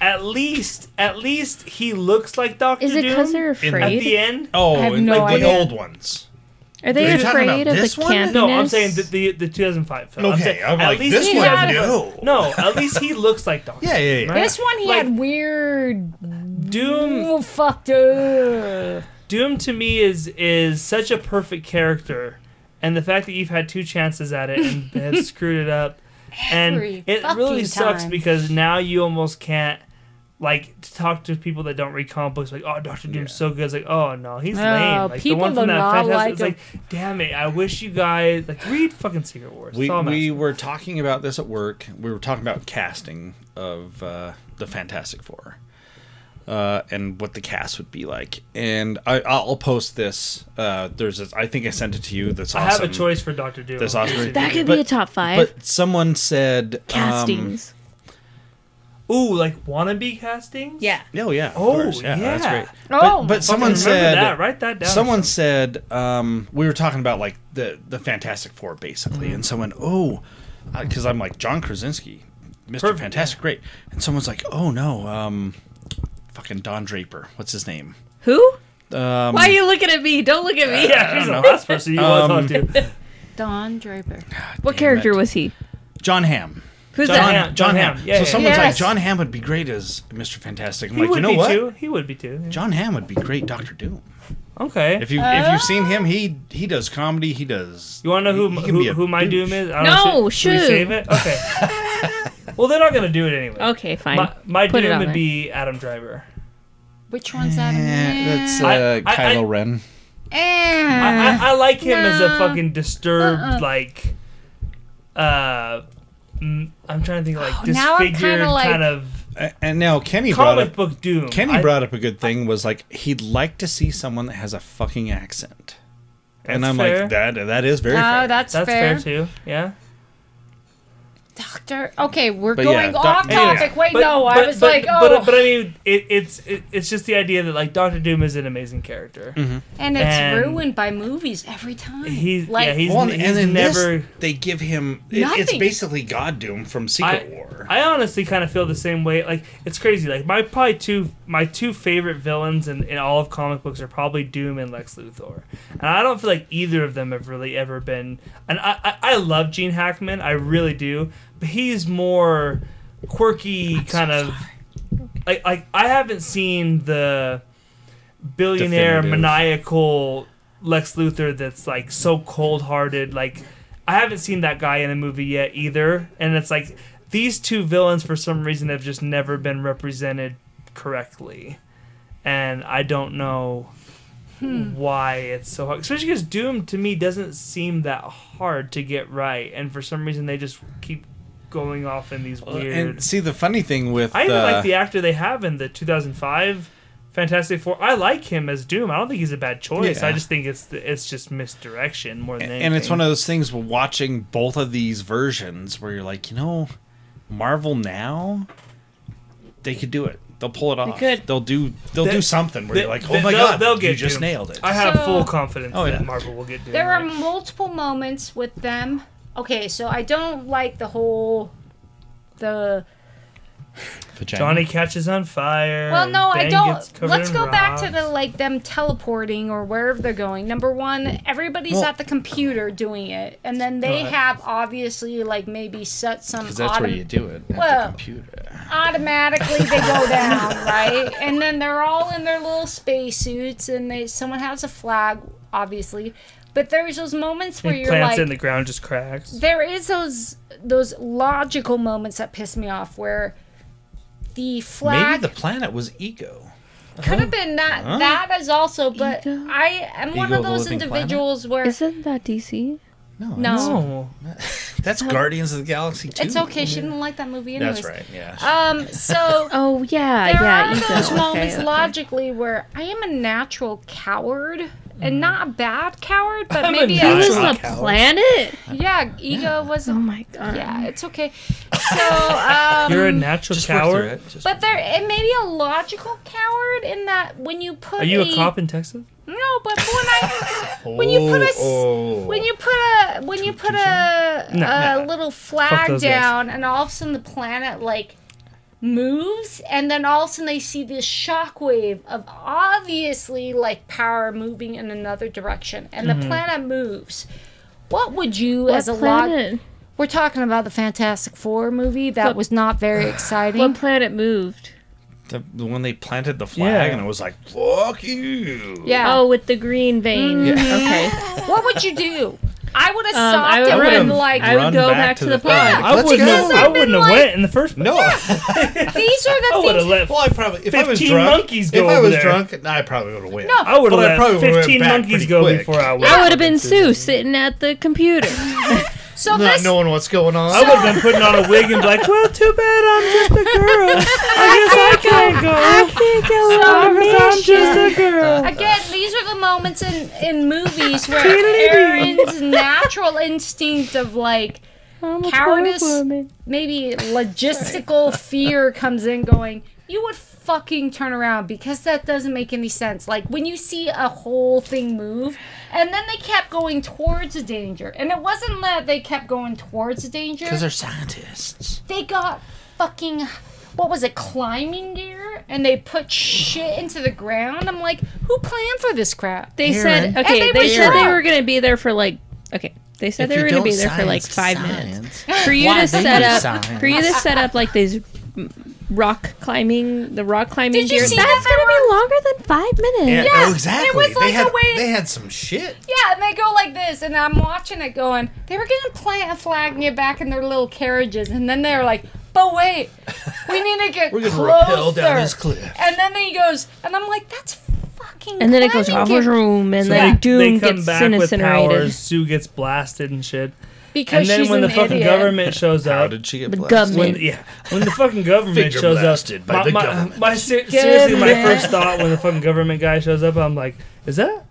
C: At least, at least he looks like Doctor
D: Is it
C: Doom
D: because they're
B: the
C: at
D: afraid?
C: the end.
B: Oh,
A: I have
B: and
A: no
B: like the
A: idea.
B: old ones.
D: Are they
B: Are you talking
D: afraid
B: about
D: of the
B: this one?
D: campiness?
C: No, I'm saying the, the the 2005 film. I'm
B: Okay,
C: saying,
B: I'm
C: at
B: like,
C: least
B: this
C: he
A: one,
C: had-
B: no.
C: no. At least he looks like Doctor.
B: Yeah, yeah, yeah.
C: Right?
A: this one, he
C: uh, Like- hmm.
A: had weird,
C: Doom
A: oh, fucked up.
C: Doom to me is is such a perfect character, and the fact that you've had two chances at it and have screwed it up, and
A: Every
C: it really
A: fucking
C: sucks
A: time.
C: because now you almost can't like talk to people that don't read comic books. Like, oh, Doctor Doom's so good. It's like, oh no, he's
A: Oh,
C: lame. Like
A: people
C: the one
A: do
C: from that
A: not
C: fantastic.
A: like
C: it's like, damn it, I wish you guys like read fucking Secret Wars.
B: We,
C: That's all I'm
B: we
C: asking.
B: were talking about this at work. We were talking about casting of uh, the Fantastic Four uh, and what the cast would be like. And I, I'll post this. Uh, there's this, I think I sent it to you. That's
C: I
B: awesome.
C: have a choice for Doctor Doom.
B: That's awesome.
D: That could
B: But-
D: be a top
C: um,
D: five.
B: But someone said Um,
D: Castings.
C: Ooh, like wannabe casting.
D: yeah.
B: oh yeah. Of
C: Oh,
B: course. Yeah, that's
C: yeah.
B: great.
A: Oh,
B: but, but someone
C: Remember
B: said
C: that. Write that down.
B: Someone said um, we were talking about like the the Fantastic Four basically,
C: Mm-hmm.
B: and someone oh, because I'm like John Krasinski, Mister
C: Perfect,
B: Fantastic, great, and someone's like oh no, um, fucking Don Draper, what's his name?
D: Who?
B: Um,
D: Why are you looking at me? Don't look at me.
C: Yeah, she's the last person you want to
B: Um,
C: talk to.
A: Don Draper.
D: what
B: damn
D: character
B: it.
D: was he?
B: John Hamm.
D: Who's
C: John
D: that?
C: Hamm. John
B: Hamm.
C: Hamm. Yeah,
B: so
C: yeah,
B: someone's
A: yeah.
B: like
A: Yes.
B: John Hamm would be great as Mister Fantastic. I'm
C: He
B: like you
C: would
B: know
C: be
B: what?
C: too. He would be too. yeah.
B: John Hamm would be great Doctor Doom.
C: Okay.
B: If you if you've seen him, he he does comedy. He does.
C: Oh. You want to know who
B: he can be
C: who,
B: a
C: who my
B: douche.
C: doom is? I
D: No,
C: should- should we
D: shoot.
C: save it. Okay. well, they're not gonna do it anyway.
A: Oh,
D: Okay, fine.
C: My, my
D: Put it
C: doom
D: on
C: would
D: there.
C: be Adam Driver.
A: Which one's that?
B: Eh, that's uh,
C: I- I- I-
B: Kylo Ren.
A: Eh.
C: I, I, I like him as a
A: Nah.
C: fucking disturbed
A: Uh, Uh-uh.
C: like. Uh, mm, I'm trying to think like
A: Oh, now I'm kinda
C: disfigured kind
A: like-
C: of
B: A- And now Kenny brought
C: comic
B: up
C: book doom.
B: Kenny
C: I-
B: brought up a good thing was like he'd like to see someone that has a fucking accent. and
C: That's
B: I'm
C: fair.
B: like that that is very
A: oh,
B: fair.
A: that's,
C: That's
A: fair.
C: fair. too. Yeah.
A: Oh, Doctor. Okay, we're
F: But
A: going
F: yeah,
A: off
F: doc-
A: topic. Wait,
C: But-
A: no, I
C: but-
A: was
C: but-
A: like, oh,
C: but, but I mean, it, it's it, it's just the idea that like Doctor Doom is an amazing
B: Mm-hmm.
C: character.
A: and it's
C: and-
A: ruined by movies every time.
C: He-
A: like,
C: yeah, he's-
B: Well, and, and then
C: never-
B: this, they give him. It, it's
A: Nothing.
B: basically God Doom from Secret War.
C: I honestly kind of feel the same way. Like it's crazy. Like my probably two my two favorite villains in, in all of comic books are probably Doom and Lex Luthor, and I don't feel like either of them have really ever been. And I I, I love Gene Hackman, I really do, but he's more quirky kind of. Like like I haven't seen the billionaire
F: Definitive.
C: maniacal Lex Luthor that's like so cold hearted. Like I haven't seen that guy in a movie yet either, and it's like these two villains for some reason have just never been represented correctly, and I don't know why it's so hard. Especially because Doom to me doesn't seem that hard to get right, and for some reason they just keep going off in these weird.
B: and see the funny thing with
C: I even
B: uh,
C: like the actor they have in the 2005 Fantastic Four. I like him as Doom. I don't think he's a bad choice.
B: Yeah.
C: I just think it's it's just misdirection more than anything.
B: and it's one of those things where watching both of these versions where you're like, you know, Marvel now, they could do it. They'll pull it off.
D: could.
B: They'll do. They'll
C: They-
B: do something where
C: they-
B: you're like, oh
C: they-
B: my
C: they'll-
B: god,
C: they'll
B: you
C: get
B: just
C: Doom.
B: nailed it.
C: I have
A: So-
C: full confidence
B: Oh,
C: that
B: yeah.
C: Marvel will get Doom.
A: There are
C: right.
A: multiple moments with them. Okay, so I don't like the whole the
E: Vagina.
C: Johnny catches on fire.
A: Well,
C: and
A: no, I
C: Bang gets
A: don't.
C: covered
A: Let's
C: in
A: go back to
C: rocks.
A: the like them teleporting or wherever they're going. Number one, everybody's
F: Well-
A: at the computer doing it, and then they
C: Right.
A: have obviously like maybe set some
F: Because that's where
A: autom-
F: you do it. At
A: Well-
F: the computer.
A: automatically they go down, right? And then they're all in their little spacesuits, and they someone has a flag, obviously. But there's those moments where
C: He
A: you're
C: plants
A: like,
C: it and the ground just cracks.
A: there is those those logical moments that piss me off where the flag
B: Maybe the planet was ego.
A: could have been that
B: Huh?
A: that is also but
D: Ego?
A: i am one
E: Ego
A: of
E: the
A: those
E: living
A: individuals where
D: Isn't that DC?
B: No,
A: No.
C: No.
B: that's Guardians of the Galaxy too.
A: it's okay
B: Mm-hmm.
A: she didn't like that movie anyways
B: That's right. Yeah.
A: um so
D: Oh yeah,
A: there
C: Uh,
D: yeah.
A: are
D: ego.
A: those
D: Okay,
A: moments
D: okay.
A: logically where i am a natural coward
C: Mm.
A: and not a bad coward but
C: I'm a
A: maybe
D: Who
A: I,
C: nat-
D: is
C: Johnny
D: the planet?
A: yeah ego was
D: Oh my god.
A: yeah it's okay so um
C: Oh, You're a natural
F: Just work through
C: coward.
F: it. Just
A: but there, it may be a logical coward in that when you put
C: Are you a cop in Texas?
A: No, but when I when you put a s-
F: Oh, oh.
A: when you put a when you put a,
C: No,
A: a
C: no.
A: little
C: Fuck
A: flag
C: those guys.
A: down, and all of a sudden the planet like moves, and then all of a sudden they see this shockwave of obviously like power moving in another direction, and
C: Mm-hmm.
A: the planet moves. What would you
D: What
A: as a log?
D: planet?
A: We're talking about the Fantastic Four movie that
D: What-
A: was not very exciting.
D: What planet moved?
B: the, the one they planted the flag
C: Yeah.
B: and it was like, fuck you.
A: yeah.
D: Oh, with the green vein.
C: Mm-hmm.
D: Okay.
A: What would you do? I would have
D: Um,
A: stopped
D: I would
A: it
D: run.
A: and like
D: I would
B: Run
D: go
B: back
D: back
B: to
D: to
B: the
D: the planet.
C: I
B: Let's
C: wouldn't
B: go.
C: have, I wouldn't have went in the first place.
B: No.
A: These
C: I
A: are the
C: would have
A: things.
C: left.
B: Well, I probably if I was
C: 15
B: drunk,
C: monkeys go
B: if I
C: over
B: was
C: there.
B: drunk, I probably would have went.
A: No.
C: I would
B: But I
C: have
B: probably
C: let
B: would've went
C: 15
B: back
C: monkeys
B: pretty
C: go
B: quick.
C: before I went.
D: I would have been Sue sitting at the computer.
A: So
B: not
A: this,
B: knowing what's going on.
C: I would have been putting on a wig and be like, well, too bad I'm just a girl. I guess I can't go. I can't go
A: on
C: I'm just a girl.
A: again, these are the moments in in movies where Aaron's natural instinct of like
D: I'm a
A: Cowardice.
D: poor woman.
A: maybe logistical fear comes in, going, "You would fucking turn around because that doesn't make any sense." Like when you see a whole thing move, and then they kept going towards the danger, and it wasn't that they kept going towards the danger
E: Because they're scientists.
A: they got fucking what was it climbing gear and they put shit into the ground i'm like who planned for this crap
D: They
E: Karen.
D: said okay.
A: And
D: They,
A: they were
D: said they
A: drunk.
D: were gonna be there for like okay. They said they were gonna be there for like five minutes for you
E: Why
D: to
E: do
D: set
E: you
D: up.
E: science?
D: For you to set up like these mm, rock climbing, the rock climbing
A: Did you
D: gear.
A: see
D: That's
A: that
D: gonna be longer than five minutes.
A: Yeah,
B: oh,
A: it
B: exactly.
A: was
B: they
A: like
B: had
A: a way-
B: they had some shit.
A: yeah and they go like this and i'm watching it going they were gonna plant a flag and get back in their little carriages and then they were like but wait we need to get
E: We're going to
A: closer
E: rappel down this cliff.
A: and then he goes and i'm like that's fucking
D: And then it goes off
A: climbing
D: his
A: gear.
D: room, and
C: So
D: then
C: they, they
D: Doom
C: come
D: gets
C: back with powers.
D: incinerated.
C: Sue gets blasted and shit.
A: because
C: And then
A: she's
C: when
A: an
C: the fucking
A: idiot.
C: government shows
B: How
C: up,
B: did she get
D: The
B: blessed?
D: government.
C: when yeah, when the fucking government
B: Finger
C: shows
B: blasted
C: up,
B: by
C: my,
B: the
C: my-
B: government.
C: my ser- seriously, my
D: Government.
C: first thought when the fucking government guy shows up, I'm like, is that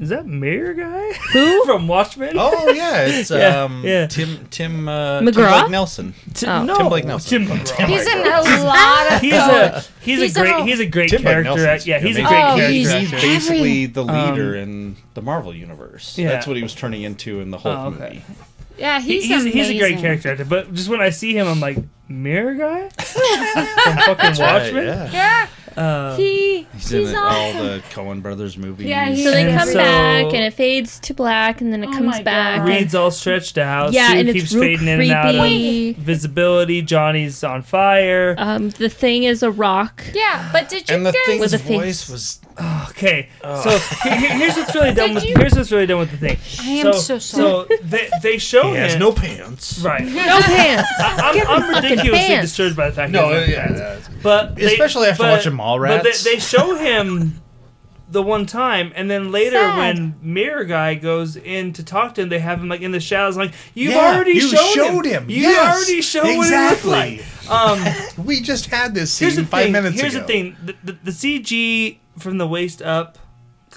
C: is that mayor guy who from Watchmen?
B: Oh yeah, it's
C: Yeah,
B: um
C: yeah.
B: Tim Tim uh, Tim
D: McGraw?
B: Blake Nelson.
C: Tim,
D: Oh.
C: no,
B: Tim Blake Nelson.
C: Tim McGraw.
A: He's in a lot of
C: He's a he's,
A: He's
C: a great
A: all-
C: he's a great
B: Tim Blake
C: character.
B: Nelson's
C: At, yeah, he's a
B: amazing.
C: great
A: Oh,
C: character.
A: he's-
C: actor. um,
B: He's basically the leader in the Marvel universe.
C: yeah.
B: That's what he was turning into in the Hulk
C: Oh, okay.
B: movie.
A: yeah.
C: He-
A: He's
C: he's, he's a great
A: amazing.
C: character actor, but just when I see him, I'm like mirror guy from fucking Watchmen.
B: Yeah, yeah.
A: Yeah,
C: Uh,
A: he he's,
B: He's, in the-
A: awesome.
B: all the Coen Brothers movies.
A: Yeah, he's-
D: So they
C: And
D: come
C: so-
D: back and it fades to black and then it
A: Oh
D: comes
A: my
D: back. and-
A: God.
C: Reed's all stretched out.
D: yeah,
C: Sue
D: and
C: keeps
D: it's real
C: fading in and out of
D: creepy.
C: visibility. Johnny's on fire.
D: Um, the thing is a rock.
A: yeah, but did you
B: and the
A: guys?
B: thing's
D: With a
B: voice
D: face.
B: was
C: Okay, so he- he- here's what's really done
A: Did
C: with
A: you-
C: here's what's really done with the thing.
A: I am so sorry.
C: So they they show
B: he has
C: him
B: no pants.
C: Oh, right.
D: No pants.
C: I'm, I'm
D: fucking
C: ridiculously
D: pants.
C: disturbed by the fact.
B: No,
C: he has
B: yeah,
C: pants.
B: yeah.
C: but they-
B: Especially after
C: but-
B: watching Mallrats.
C: But they, they show him the one time, and then later
A: Sad.
C: when Mirror Guy goes in to talk to him, they have him like in the shadows. Like you've
B: Yeah,
C: already
B: you
C: showed,
B: showed
C: him.
B: him,
C: You
B: yes,
C: already showed
B: exactly.
C: what it looked like. Um,
B: We just had this scene
C: here's the
B: five
C: thing.
B: minutes
C: here's the
B: ago.
C: thing. The, the, the CG from the waist up.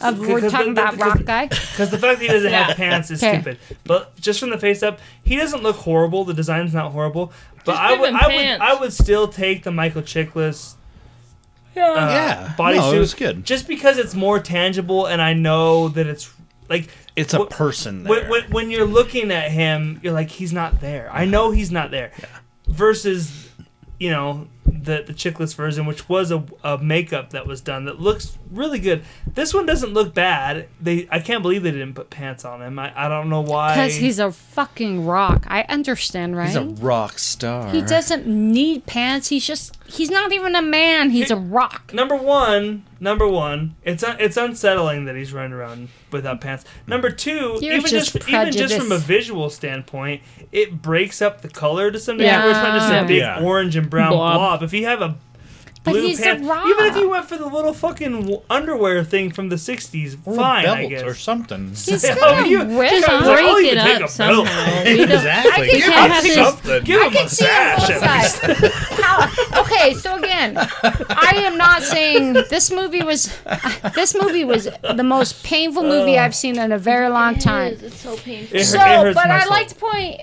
A: Of, we're
C: because-
A: talking about
C: because-
A: rock guy.
C: Because the fact that he doesn't
D: Yeah.
C: have pants is
A: Okay.
C: stupid. But just from the face up, he doesn't look horrible. The design's not horrible. But
D: Just
C: I
D: give
C: would,
D: him
C: I would,
D: pants.
C: I would still take the Michael Chiklis. uh,
B: Yeah.
C: body
B: No, it
C: suit
B: was good.
C: Just because it's more tangible, and I know that it's like
B: It's a
C: Wh-
B: person there.
C: when, when, when you're looking at him, you're like, he's not there. I know he's not there. Versus, you know, the the chickless version, which was a, a makeup that was done that looks really good. This one doesn't look bad. They I can't believe they didn't put pants on him. I, I don't know why.
A: Because he's a fucking rock. I understand, right?
B: He's a rock star.
A: he doesn't need pants. He's just, he's not even a man. He's a rock.
C: number one. Number one, it's un- it's unsettling that he's running around without pants. Number 2
A: You're
C: even
A: just
C: just, even just from a
A: prejudiced.
C: visual standpoint, it breaks up the color to some degree.
D: Yeah.
C: Where it's not just
A: Yeah.
C: a big
B: Yeah.
C: orange and brown
D: Blob.
C: blob. If you have a
A: But
C: blue
A: he's a
C: pants.
A: rock.
C: Even if you went for the little fucking w- underwear thing from the '60s,
B: Or
C: fine, I
B: belt
C: guess.
B: or something.
A: He's
C: Yeah,
A: got
C: Oh, you-
A: a rip
D: Just
A: on.
C: like, I'll
D: break
C: even
D: it
C: take a
D: up somehow. We don't-
B: exactly.
D: think
B: Give
D: it
B: him
D: has to-
B: something.
C: Give him a
A: see on
C: sash.
A: both
C: at least.
A: sides. How- okay, so again, I am not saying this movie was this movie was the most painful movie I've seen in a very long time.
D: It's so painful.
C: It,
A: So,
C: hurt- it hurts
A: but
C: Oh. my
A: I
C: soul.
A: like to point.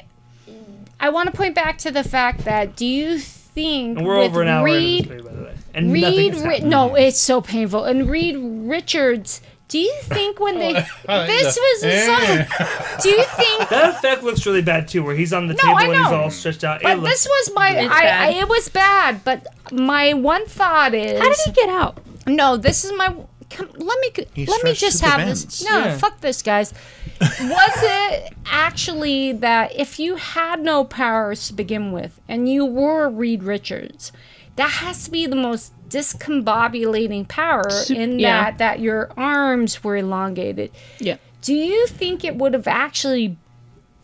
A: I want to point back to the fact that do you think
C: And we're
A: with
C: over an hour into
A: Reed,
C: this movie, by the way, and nothing
A: Reed,
C: has
A: Ri-
C: happened.
A: no, it's so painful. And Reed Richards, do you think when they this was a song? Do you think?
C: That effect looks really bad too, where he's on the
A: I
C: table and he's
A: know.
C: all stretched out. it
A: But
C: looks,
A: this was my. I, I,
D: bad.
A: it was bad, but my one thought is.
D: How did he get out?
A: No, this is my. Come, let me
B: He
A: let me
B: stretched
A: just
B: to the
A: have
B: bends.
A: this. No,
C: Yeah.
A: fuck this, guys. Was it actually that if you had no powers to begin with and you were Reed Richards, that has to be the most discombobulating power in
D: yeah.
A: that that your arms were elongated.
D: Yeah.
A: Do you think it would have actually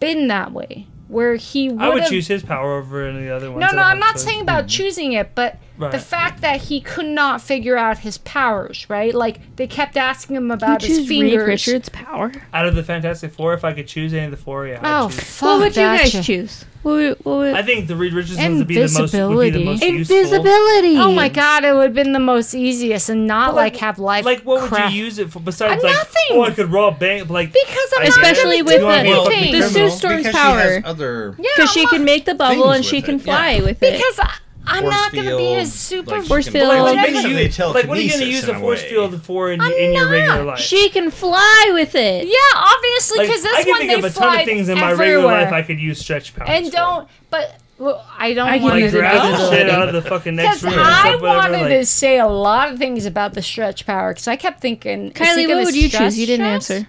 A: been that way, where he would
C: I would
A: have
C: choose his power over any other one.
A: no, no, I'm not saying about choosing it, but the
C: Hmm. Right.
A: fact that he could not figure out his powers, right? Like they kept asking him
D: You
A: about his
D: choose Reed
A: fingers.
D: Richards' power.
C: Out of the Fantastic Four, if I could choose any of the four, yeah. I'd
A: Oh,
C: choose.
A: fuck
D: What would you
A: that
D: guys
A: shit.
D: choose? What would, what would,
C: I think the Reed Richards ones would be the most would be the most useful.
D: Invisibility.
A: Oh my god, it would have been the most easiest and not
C: But,
A: like, have life.
C: Like, what
A: crap.
C: would you use it for besides
A: Uh,
C: like?
A: nothing.
C: Oh, I could rob bank. Like,
A: Because I'm
D: Especially
A: not
D: with
A: gonna
D: the-
A: do
D: well,
A: anything.
D: the
B: because-
D: Sue Storm's
B: because She
D: power.
B: has other
A: Yeah,
D: Because she
A: I'm
D: can
A: not-
D: make the bubble
B: Things
D: and she
B: with
D: can
B: it,
D: fly
B: yeah.
D: with it.
A: Because I, I'm
B: force
A: not gonna be a
B: field,
A: super.
B: like she
D: Force
B: can-
D: field.
C: like,
A: Well,
C: what, are you
A: basically
C: gonna use- like, what are you gonna
B: telekinesis
C: use
B: in
C: a force
B: way.
C: field for in,
A: I'm
C: in your
A: not.
C: regular life?
D: She can fly with it.
A: yeah, obviously,
C: like,
A: because
C: I
A: this
C: can
A: one
C: think
A: they
C: of a
A: fly
C: ton of things in my
A: everywhere.
C: regular life I could use stretch powers.
A: and
C: for.
A: don't, but well, I don't
D: I can
A: want
C: like
D: use
A: to
D: it
A: go
D: as
C: grab
D: a
C: the shit out of the fucking next
A: Because
C: room. and
A: I
C: stuff, whatever,
A: wanted
C: like,
A: to say a lot of things about the stretch power because I kept thinking. is he
D: Kylie,
A: gonna
D: what would you
A: stress
D: choose? You didn't
A: stress?
D: answer.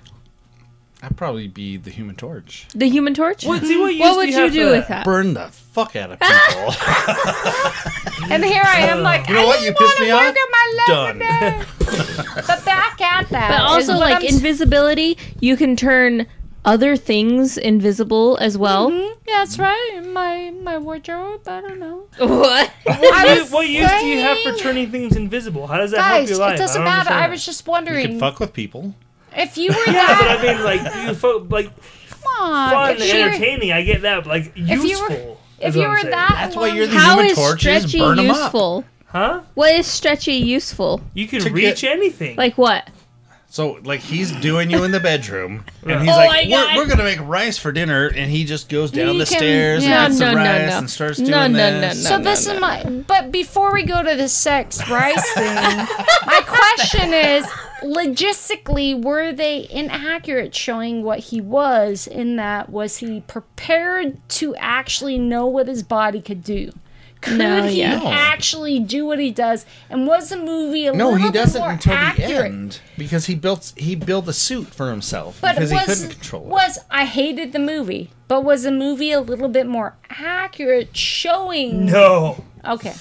B: I'd probably be the Human Torch.
D: The Human Torch.
C: What- see, what use
D: what
C: do
D: would
C: you
D: you
C: have
D: do
C: for
D: with
C: that?
D: that?
B: Burn the fuck out of people.
A: And here I
C: Uh,
A: am, like,
B: You know
A: I
B: what?
A: didn't
B: You pissed
A: wanna
B: me
A: work
B: off.
A: on my leg
B: Done.
A: today. but back at that.
D: But also,
A: is what
D: like
A: I'm-
D: invisibility, you can turn other things invisible as well.
A: Mhm, yeah, that's right. My my wardrobe. I don't know.
D: What?
A: I
C: What,
A: was
C: what use do you have for
A: saying-
C: turning things invisible? How does that help
A: Guys,
C: your life?
A: it doesn't
C: I don't
A: matter.
C: understand
A: I
C: that.
A: was just
B: You
A: wondering
B: could fuck with people.
A: if you were
C: Yeah, but I
A: that.
C: mean, like, you fo- like
A: Come on,
C: fun and
A: Uh, if you were-
C: entertaining. I get that, but like useful.
A: you were-
C: is
A: if you
C: what I'm
A: were
C: saying.
A: that,
B: That's why
A: one-
B: you're the
D: How
B: Human
D: is
B: Torch. You just
D: stretchy
B: burn them up.
D: useful?
C: huh?
D: What is stretchy useful?
C: You can
B: To
C: reach
B: get-
C: anything.
D: Like what?
B: So like he's doing you in the bedroom, and he's
A: Oh
B: like,
A: my
B: we're,
A: God.
B: "We're gonna make rice for dinner," and he just goes down
D: He
B: the
D: can-
B: stairs
D: yeah.
B: and gets
D: No,
B: some
D: no, no,
B: rice
D: no.
B: and starts
D: No,
B: doing
D: no, no,
B: this.
D: no.
A: So this is my. But before we go to the sex rice thing, my question is: logistically, were they inaccurate showing what he was? In that, was he prepared to actually know what his body could do? Could
D: No,
A: he
D: yeah.
B: No.
A: actually do what he does? And was the movie a
B: No,
A: little
B: he
A: bit
B: doesn't
A: more
B: until the
A: accurate?
B: end because he built he built a suit for himself
A: But
B: because
A: was,
B: he couldn't control it.
A: was I hated the movie? But was the movie a little bit more accurate showing?
C: No.
A: Okay,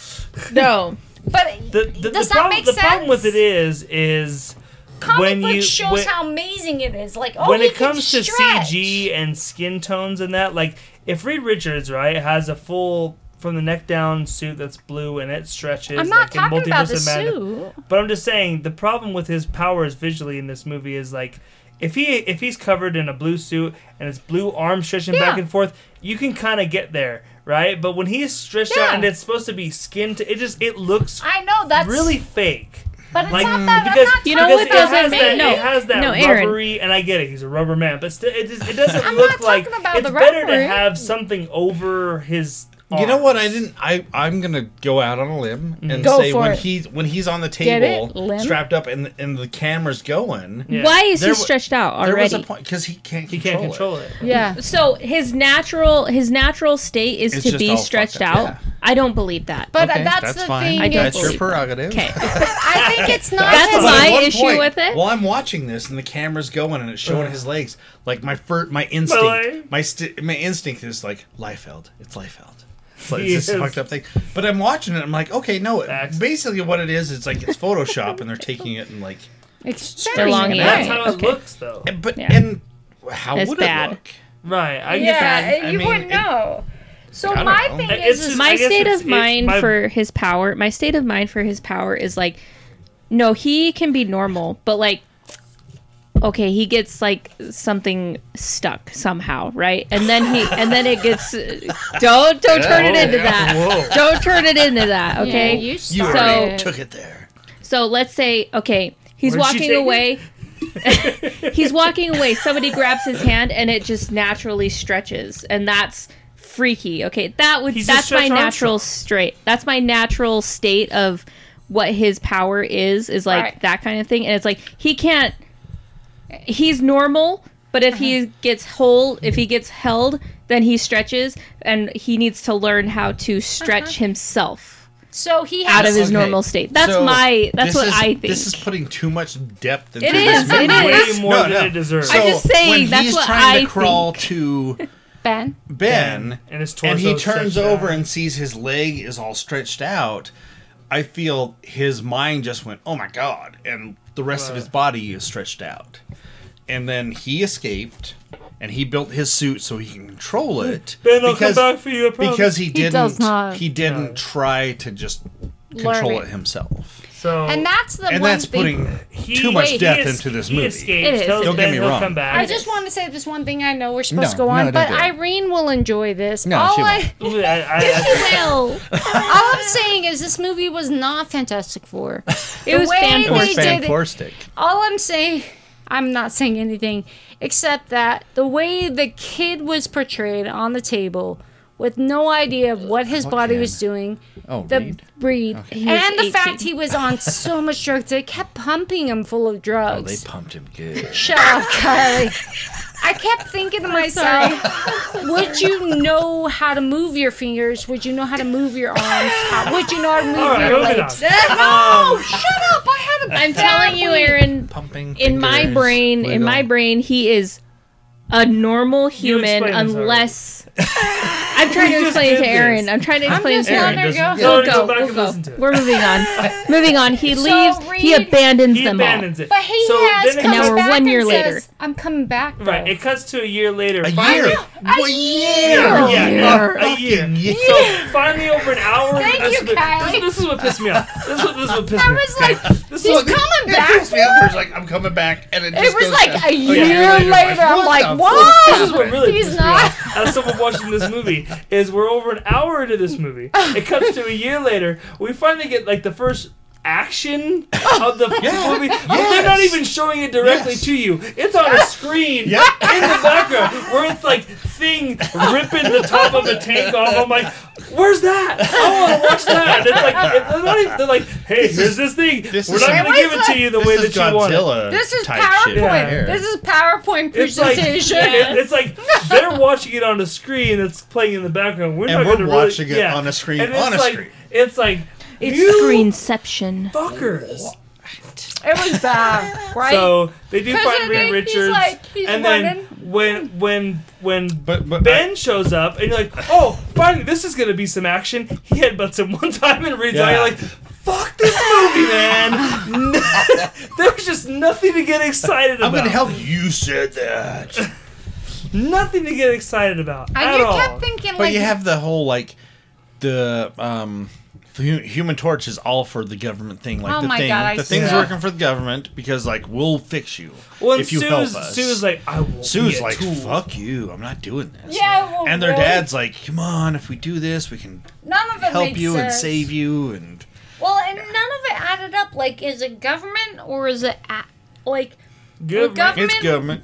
D: No.
A: but
C: The, the,
A: does
C: the
A: that
C: problem,
A: make
C: the
A: sense?
C: problem with it is, is
A: comic
C: when
A: book
C: you
A: shows
C: when,
A: how amazing it is. Like, oh,
C: when
A: he
C: it
A: can
C: comes to
A: stretch.
C: CG and skin tones and that, like if Reed Richards right has a full from the neck down suit that's blue and it stretches.
A: I'm
C: like,
A: not
C: in
A: talking about
C: Multiverse
A: the
C: of Madness-
A: suit.
C: But I'm just saying the problem with his powers visually in this movie is like if he if he's covered in a blue suit and his blue arm stretching back
A: Yeah.
C: and forth, you can kind of get there, right? But when he's stretched out
A: Yeah.
C: and it's supposed to be skin to it just it looks
A: I know that's
C: really fake.
A: but it's
C: Like
A: not that.
C: because
A: I'm not
D: You know
C: because
A: talking
D: what
C: it
A: about
D: doesn't
C: has
D: make-
C: that
D: no,
C: it has that
D: no, Aaron.
C: rubbery and I get it he's a rubber man but still it, just, it doesn't
A: I'm not
C: look like
A: talking about
C: it's
A: the
C: better to
A: rubbery.
C: have something over his.
B: You know what? I
C: arms.
B: didn't. I I'm gonna go out on a limb and
A: Go
B: say
A: for
B: when
A: it.
B: he when he's on the
A: Get it?
B: table
A: Limb?
B: strapped up and and the camera's going.
C: Yeah.
D: Why is
B: There
D: he
B: wa-
D: stretched out
B: There was
D: already?
B: a point because he can't
C: He
B: control
C: can't control it.
A: yeah.
D: so his natural his natural state is
B: It's
D: to
B: just
D: be
B: all fucked
D: stretched
B: up,
D: out.
B: yeah.
D: I don't believe that.
A: But
B: Okay,
A: that's,
B: that's
A: the
B: fine.
A: thing.
D: I don't
A: is,
B: That's your
D: believe that.
B: prerogative.
D: Okay.
A: I think it's not.
D: That's
A: that-
B: But at
D: my
B: one
D: issue with it.
B: While I'm watching this and the camera's going and it's showing
C: Ugh.
B: his legs, like my fir- my
C: leg.
B: instinct, my sti my instinct is like Liefeld. It's Liefeld. It's like
C: He
B: this
C: is.
B: fucked up thing. But I'm watching it. I'm like, okay, no. it-
C: Facts.
B: Basically, what it is, it's like it's Photoshop, and they're taking it and like,
A: It's
D: They're long
A: very
D: ears.
C: That's
A: nice.
C: how it
D: okay.
C: looks though.
B: but
D: Yeah.
B: and how
D: It's
B: would
D: bad.
B: it look?
C: Right. I get that.
A: Yeah,
B: I
A: you
B: mean,
A: wouldn't
B: it-
A: know. So
B: I don't
A: my
B: know.
A: thing
C: It-
A: is,
C: it's
A: is
C: just- I
D: my
C: guess
D: state
C: it's-
D: of
C: it-
D: mind
C: my-
D: for his power my state of mind for his power is like no he can be normal but like okay he gets like something stuck somehow right and then he and then it gets don't don't turn it
B: Oh,
D: into
B: yeah.
D: that
C: Whoa.
D: don't turn it into that okay
A: you
B: You
D: So-
B: already took it there.
D: so let's say okay he's
C: Where'd she
D: walking
C: take
D: away he's walking away somebody grabs his hand and it just naturally stretches and that's freaky okay that would
C: He's a
D: that's my
C: stretch
D: natural
C: Armstrong.
D: straight that's my natural state of what his power is is like
A: Right.
D: that kind of thing and it's like he can't he's normal but if he gets hold if he gets held then he stretches and he needs to learn how to stretch himself
A: so he
D: out of
A: has
D: his normal state that's my that's
B: this
D: what
B: is-
D: I think
B: This is putting too much depth into
D: It
B: this
D: is,
B: movie.
D: it is.
C: Way more than it deserves.
D: I'm just saying,
B: when
D: that's
B: he's
D: what
B: trying
D: I
B: to crawl to
A: Ben.
B: Ben,
C: And his torso
B: and he
C: is
B: turns
C: stretched out.
B: over and sees his leg is all stretched out. I feel his mind just went, "Oh my god!" and the rest of his body is stretched out. And then he escaped, and he built his suit so he can control it
C: Ben, I'll come back for you. I promise.
B: because he didn't
A: does not.
B: he didn't try to just control
A: it.
B: it himself.
C: so
A: And that's the
B: and
A: one
B: that's
A: thing.
B: putting
C: he-
B: too much
C: he
B: depth
C: es-
B: into this
C: he
B: movie.
C: escapes,
D: It is.
C: tells
B: Don't get
C: Ben
B: me
C: he'll
B: wrong.
C: come back.
A: I just want to say this one thing. I know we're supposed to
B: No,
A: go
B: no,
A: on,
B: don't
A: but
B: do it.
A: Irene will enjoy this.
B: No,
A: all
B: she
A: I,
B: won't.
C: Ooh, I- I- I-
D: will.
A: all I'm saying is this movie was not Fantastic Four.
D: It was
A: way
D: fan
A: they
D: porn.
A: It was did it.
B: fantastic.
A: all I'm saying, I'm not saying anything except that the way the kid was portrayed on the table with no idea of what his body
B: kid?
A: was doing,
B: Oh,
A: the
B: Reed?
A: breed,
D: He was
A: and the
D: 18.
A: fact he was on so much drugs, they kept pumping him full of
B: Oh, they
A: drugs.
B: pumped him good.
A: Shut up, Kylie. I kept thinking to myself, would you know how to move your fingers? Would you know how to move your arms? How, would you know how to move
C: All right, Um,
A: your
C: moving
A: legs?
C: on.
A: no, shut up. I had a
D: I'm
A: bad
D: telling you,
A: week.
D: Aaron.
B: Pumping
D: In my
B: fingers,
D: brain, in
B: wiggle.
D: my brain, he is a normal human
C: explained this already.
D: unless I'm trying
C: You
D: to
C: just
D: explain it
C: did
D: to
C: this.
D: Aaron. I'm trying to explain it
A: just
D: to Aaron.
A: wondering-
C: doesn't-
A: Go,
D: We'll
C: Go
D: go.
C: back
D: We'll
C: and
D: go.
C: listen to it.
D: We're moving on. Uh, moving on. He leaves. he
A: Reed-
D: abandons
C: he
D: them
C: abandons
D: all.
C: it.
A: But he
C: so
A: has
C: then it
A: come
D: And now
C: comes
D: we're
A: back
D: one year
A: and
D: later.
A: says, I'm coming back. though."
C: Right, it cuts to a year later.
B: A
C: finally,
B: year. A year.
C: Yeah,
B: Yeah.
C: yeah, a year.
B: Fucking year.
C: So finally, over an hour.
A: Thank
C: this,
A: you,
C: this-
A: Kylie.
C: This, is what pissed me off. This is what, this is what pissed
A: I
C: me
A: was
C: off.
A: like,
C: This
A: he's
C: is what,
A: coming
B: It
A: back.
B: pissed me off. It was like, I'm coming back, and it,
A: It
B: just
A: was
B: goes
A: like
C: Oh,
B: down.
A: a
B: yeah,
A: year
B: you're like,
A: later. I'm
B: what
A: like,
B: the fuck?
C: this is
A: what?
C: what really
A: He's
C: pissed
A: not.
C: me off. As someone watching this movie, is we're over an hour into this movie. It comes to a year later. We finally get like the first action of the movie. But They're not even showing it directly
B: Yes.
C: to you. It's on a screen
B: Yep.
C: in the background where it's like thing ripping the top of a tank off. I'm like, where's that? I want to watch that. It's like it's not even, they're like, hey, here's
B: is-
C: this thing.
B: this
C: We're
B: is
C: not
B: some-
C: going to give it to you the way that
B: is
C: you want it.
B: Godzilla
A: This is
B: type
A: PowerPoint.
B: shit right here.
A: This is PowerPoint
C: It's like,
A: presentation.
C: it- it's like they're watching it on a screen that's playing in the background. We're
B: And
C: not
B: we're
C: gonna
B: watching
C: really,
B: it
C: yeah.
B: on a screen
C: And it's
B: on a
C: like,
B: screen.
C: It's like
D: It's
C: you
D: screenception.
C: fuckers.
A: It was bad, right?
C: So they do
A: 'Cause
C: find
A: I
C: Reed
A: think he's
C: Richards,
A: like, he's
C: and then
A: running.
C: when when when
B: But- but
C: Ben
B: I-
C: shows up, and you're like, oh, finally this is gonna be some action. He headbutts him one time, and Reed's
B: Yeah.
C: out. You're like, fuck this movie, man. There's just nothing to get excited
B: I'm
C: about.
B: gonna help you said that.
C: Nothing to get excited about
A: and
C: at
A: you
C: all.
A: kept thinking,
B: But
A: like,
B: you have the whole like the um the hu- Human Torch is all for the government thing, like
A: Oh
B: the
A: my
B: thing,
A: God, I
B: the thing's
A: see.
B: working for the government because like we'll fix you
C: well,
B: if you
C: Sue's,
B: help us.
C: Sue's like, I won't be
B: Sue's
C: a
B: like,
C: tool.
B: fuck you, I'm not doing this.
A: yeah, well,
B: And their
A: really,
B: dad's like, come on, if we do this, we can
A: none of it
B: help
A: made
B: you and
A: sense.
B: save you. And
A: Well, and none of it added up. Like, is it government or is it a- like?
C: Good
A: Well,
C: man.
A: gov-
B: it's
A: Government-
B: government.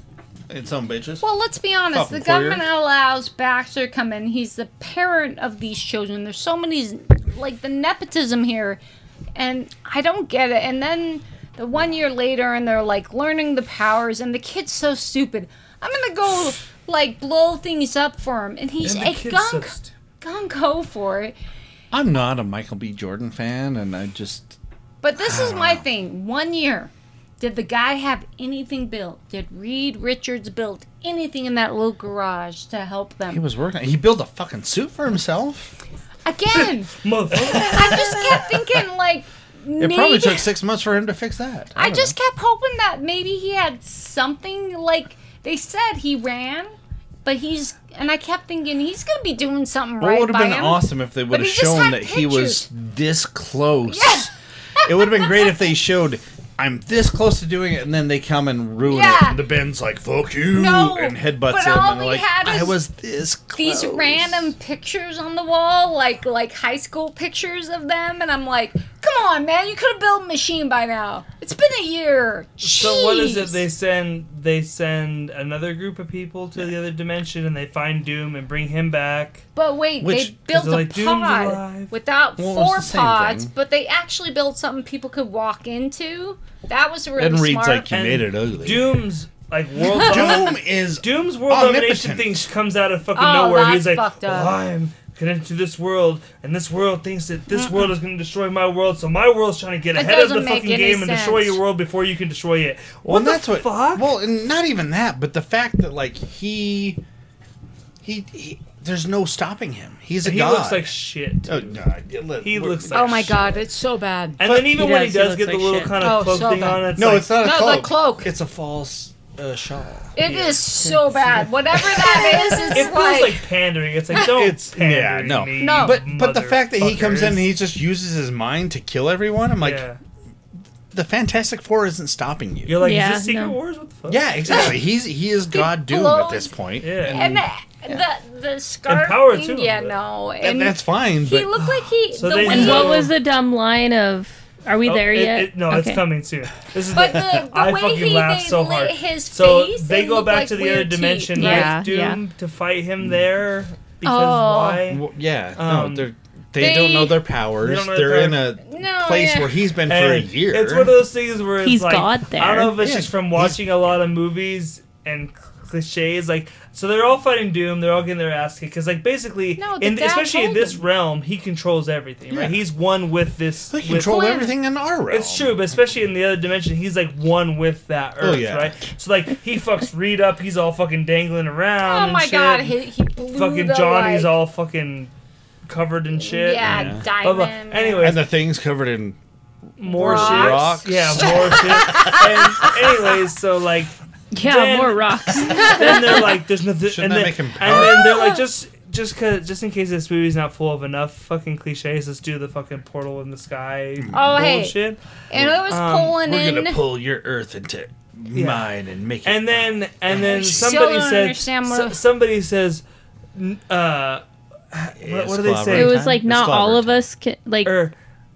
B: It's some bitches.
A: Well, let's be honest.
B: Fucking
A: the government
B: queer.
A: allows Baxter to come in. He's the parent of these children. There's so many, like the nepotism here, and I don't get it. And then the one year later, and they're like learning the powers, and the kid's so stupid. I'm gonna go like blow things up for him, and he's
C: And the
A: a
C: kid's so
A: gung
C: stupid.
A: gung ho for it.
B: I'm not a Michael B. Jordan fan, and I just
A: But this is my
B: Ah.
A: thing. One year, did the guy have anything built? Did Reed Richards build anything in that little garage to help
B: he
A: them?
B: was working. He built a fucking suit for himself.
A: Again,
C: Motherfucker.
A: I just kept thinking like
B: It
A: maybe.
B: probably took six months for him to fix that.
A: I
B: don't
A: just kept hoping that maybe he had something like they said he ran, but he's and I kept thinking he's gonna be doing something
B: Well,
A: right.
B: it would have
A: by
B: been
A: him.
B: awesome if they would have
A: he just had
B: shown that he was
A: pictures.
B: this close.
A: Yeah.
B: it would have been great if they showed I'm this close to doing it, and then they come and ruin it.
A: Yeah.
B: And the Ben's like, "Fuck you,"
A: No,
B: and headbutts
A: but
B: him,
A: all
B: and they're
A: we
B: like,
A: had
B: "I
A: is
B: was this close."
A: these random pictures on the wall, like like high school pictures of them, and I'm like, come on, man, you could have built a machine by now. It's been a year.
C: So what is it?
A: Jeez.
C: They send they send another group of people to the other dimension, and they find Doom and bring him back.
A: But wait,
B: Which-
A: they built a
C: they're like, "Doom's
A: pod
C: alive."
A: without
B: Well, it was
A: four
B: the same
A: pods,
B: thing.
A: but they actually built something people could walk into. That was really
B: And Reed's
A: smart.
B: like, "You
C: And
B: made it ugly."
C: Doom's like world
B: Doom is
C: Doom's world domination
B: Omnipotent.
C: thing comes out of fucking
A: Oh,
C: nowhere. He's
A: that's
C: like,
A: fucked up.
C: well, I'm connected to this world, and this world thinks that this world is going to destroy my world, so my world's trying to get
A: It
C: ahead of the
A: doesn't make
C: fucking
A: any
C: game and destroy
A: sense.
C: your world before you can destroy it.
B: Well,
C: what
B: and
C: the
B: that's what.
C: fuck?
B: Well, and not even that, but the fact that like he, he, he there's no stopping him. He's a
C: he
B: god.
C: looks like shit.
B: Oh, God.
C: He looks like
A: oh my
C: shit.
A: god, it's so bad.
C: And then even
D: He
C: when
D: does,
C: he
D: he
C: does
D: looks
C: get the
D: like
C: little
D: shit.
C: kind of
A: Oh,
C: cloak
A: so
C: thing
A: bad.
C: on, it's
B: no,
C: like,
B: it's not a
A: No, the
B: cloak.
A: cloak.
B: It's a false uh, shawl.
A: It is so bad. Whatever that is, it's
C: It feels like, pandering. It's like don't
B: It's-
C: pander
B: yeah,
C: to
B: no.
C: me,
A: No.
B: But but the fact that he comes in and
C: Oh, motherfuckers.
B: he just uses his mind to kill everyone, I'm like,
C: yeah.
B: the Fantastic Four isn't stopping you.
C: you're like,
D: Yeah,
C: is this Secret
D: no.
C: Wars? What the fuck?
B: Yeah, exactly. He's he is God Doom at
A: blows-
B: this point.
C: Yeah.
A: and the, the the scarf
C: power
A: thing,
C: too,
A: yeah,
C: but-
A: no, and
B: and that's fine.
A: he
B: But
A: looked like he
C: So
A: the
C: they-
A: way
D: And
A: he-
D: what was the dumb line of "Are we
C: Oh,
D: there
C: it-
D: yet?"
C: it- no,
D: Okay.
C: it's coming soon. This is
A: But
C: the,
A: the, the
C: I
A: way
C: fucking
A: he
C: laughed
A: they
C: so
A: lit
C: hard.
A: his
C: so
A: face,
C: they
A: it
C: go
A: looked
C: back
A: like
C: to the
A: weird
C: other
A: teeth.
C: dimension, right?
D: Yeah,
C: Doom to fight him there because
A: Oh.
C: why?
B: well, yeah,
C: Um,
B: no, they're, they, don't
A: they-
B: know their powers.
C: They
B: They
C: don't know
B: are
C: their
B: in a
A: No,
B: place
A: yeah.
B: where he's been for a
C: And
B: year.
C: It's one of those things where it's
D: He's
C: like
D: God
C: I don't know if it's
B: Yeah,
C: just from
B: he's-
C: watching a lot of movies and cliches. Like, so they're all fighting Doom. They're all getting their ass kicked because, like, basically,
A: No, the
C: in,
A: dad
C: especially in
A: told
C: this
A: him.
C: realm, he controls everything. Right?
B: Yeah.
C: He's one with this.
B: they
C: with-
B: control
A: Planet.
B: everything in our realm.
C: It's true, but especially in the other dimension, he's like one with that
B: Oh,
C: Earth,
B: yeah.
C: right? So like he fucks Reed up, he's all fucking dangling around.
A: Oh
C: and
A: my
C: shit.
A: god, he, he blew
C: fucking
A: the,
C: Johnny's
A: like,
C: all fucking covered in shit.
A: Yeah,
B: Yeah.
C: Blah,
A: diamond.
C: blah. Anyway,
B: And the thing's covered in
C: more
A: Rocks.
C: shit.
B: Rocks.
C: Yeah, more shit. And anyways, so like
D: Yeah,
C: Then-
D: more rocks.
C: then they're like, there's nothing. and
B: Shouldn't that
C: then,
B: make him
C: And then they're like, just just cause, just in case this movie's not full of enough fucking cliches, let's do the fucking portal in the sky.
B: Mm.
A: Oh, hey.
C: bullshit.
A: and it was
C: Um,
A: pulling
B: We're
A: in.
B: gonna pull your Earth into mine and make it.
C: and then and then
A: still
C: somebody
A: don't
C: said
A: understand what-
C: so- somebody says n- uh what,
B: It's
C: what do they
B: clobbered.
C: say
D: it
B: Every
D: was
B: time?
D: like
B: It's
D: not all
B: clobbered.
C: Er,
D: of us can like
C: or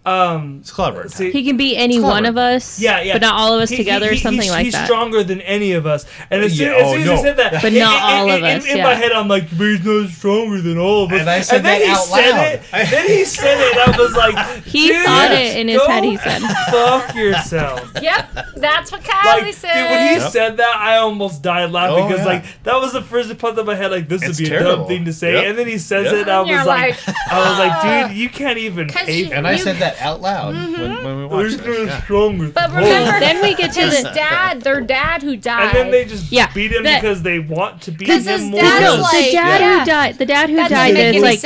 C: Um,
B: It's clever.
C: See-
D: He can be any
B: Clever.
D: one of us.
C: yeah, yeah.
D: But not all of us
C: He- he-
D: together,
C: he-
D: something
C: he's,
D: like
C: he's
D: that.
C: stronger than any of us. And as
B: Yeah,
C: soon, as,
B: oh,
C: soon as
B: no.
C: he said that,
D: But
C: in-
D: not
C: in-
D: all
C: in-
D: of us,
C: In, in
D: yeah.
C: my head, I'm like, "But he's not stronger than all of us.
B: And I said
C: then
B: that
C: he
B: out
C: said
B: loud.
C: it. then he said it. and I was like,
D: He
C: "Dude,
D: thought it in his
C: go
D: head, he said.
C: fuck yourself."
A: Yep, that's what Kylie
C: Like, dude,
A: said.
C: when he
B: Yep.
C: said that, I almost died laughing
B: Oh,
C: because,
B: yeah.
C: like, that was the first part of my head. Like, this would
B: It's
C: be a dumb
B: terrible.
C: thing to say.
B: Yep.
C: And then he says
B: Yep.
C: it, and I
A: And you're
C: was like,
A: like,
C: I was like, dude, you can't even
A: 'Cause
C: pay
A: you- Mm-hmm.
C: for
B: And I said that out loud when, when we watched
C: Who's
B: it.
C: doing
B: Yeah.
C: stronger?
A: but
C: than all of
A: remember,
C: us?"
D: Then we get to
A: his
D: the-
A: dad, their dad who died.
C: and then they just
D: Yeah,
C: beat him
D: that-
C: because they want to beat
A: 'Cause
C: him
A: his
C: more.
A: dad
D: No,
A: was like-
D: the dad
A: Yeah.
D: who died. The dad who
A: that
D: died.
A: doesn't make
D: It's
A: any
D: like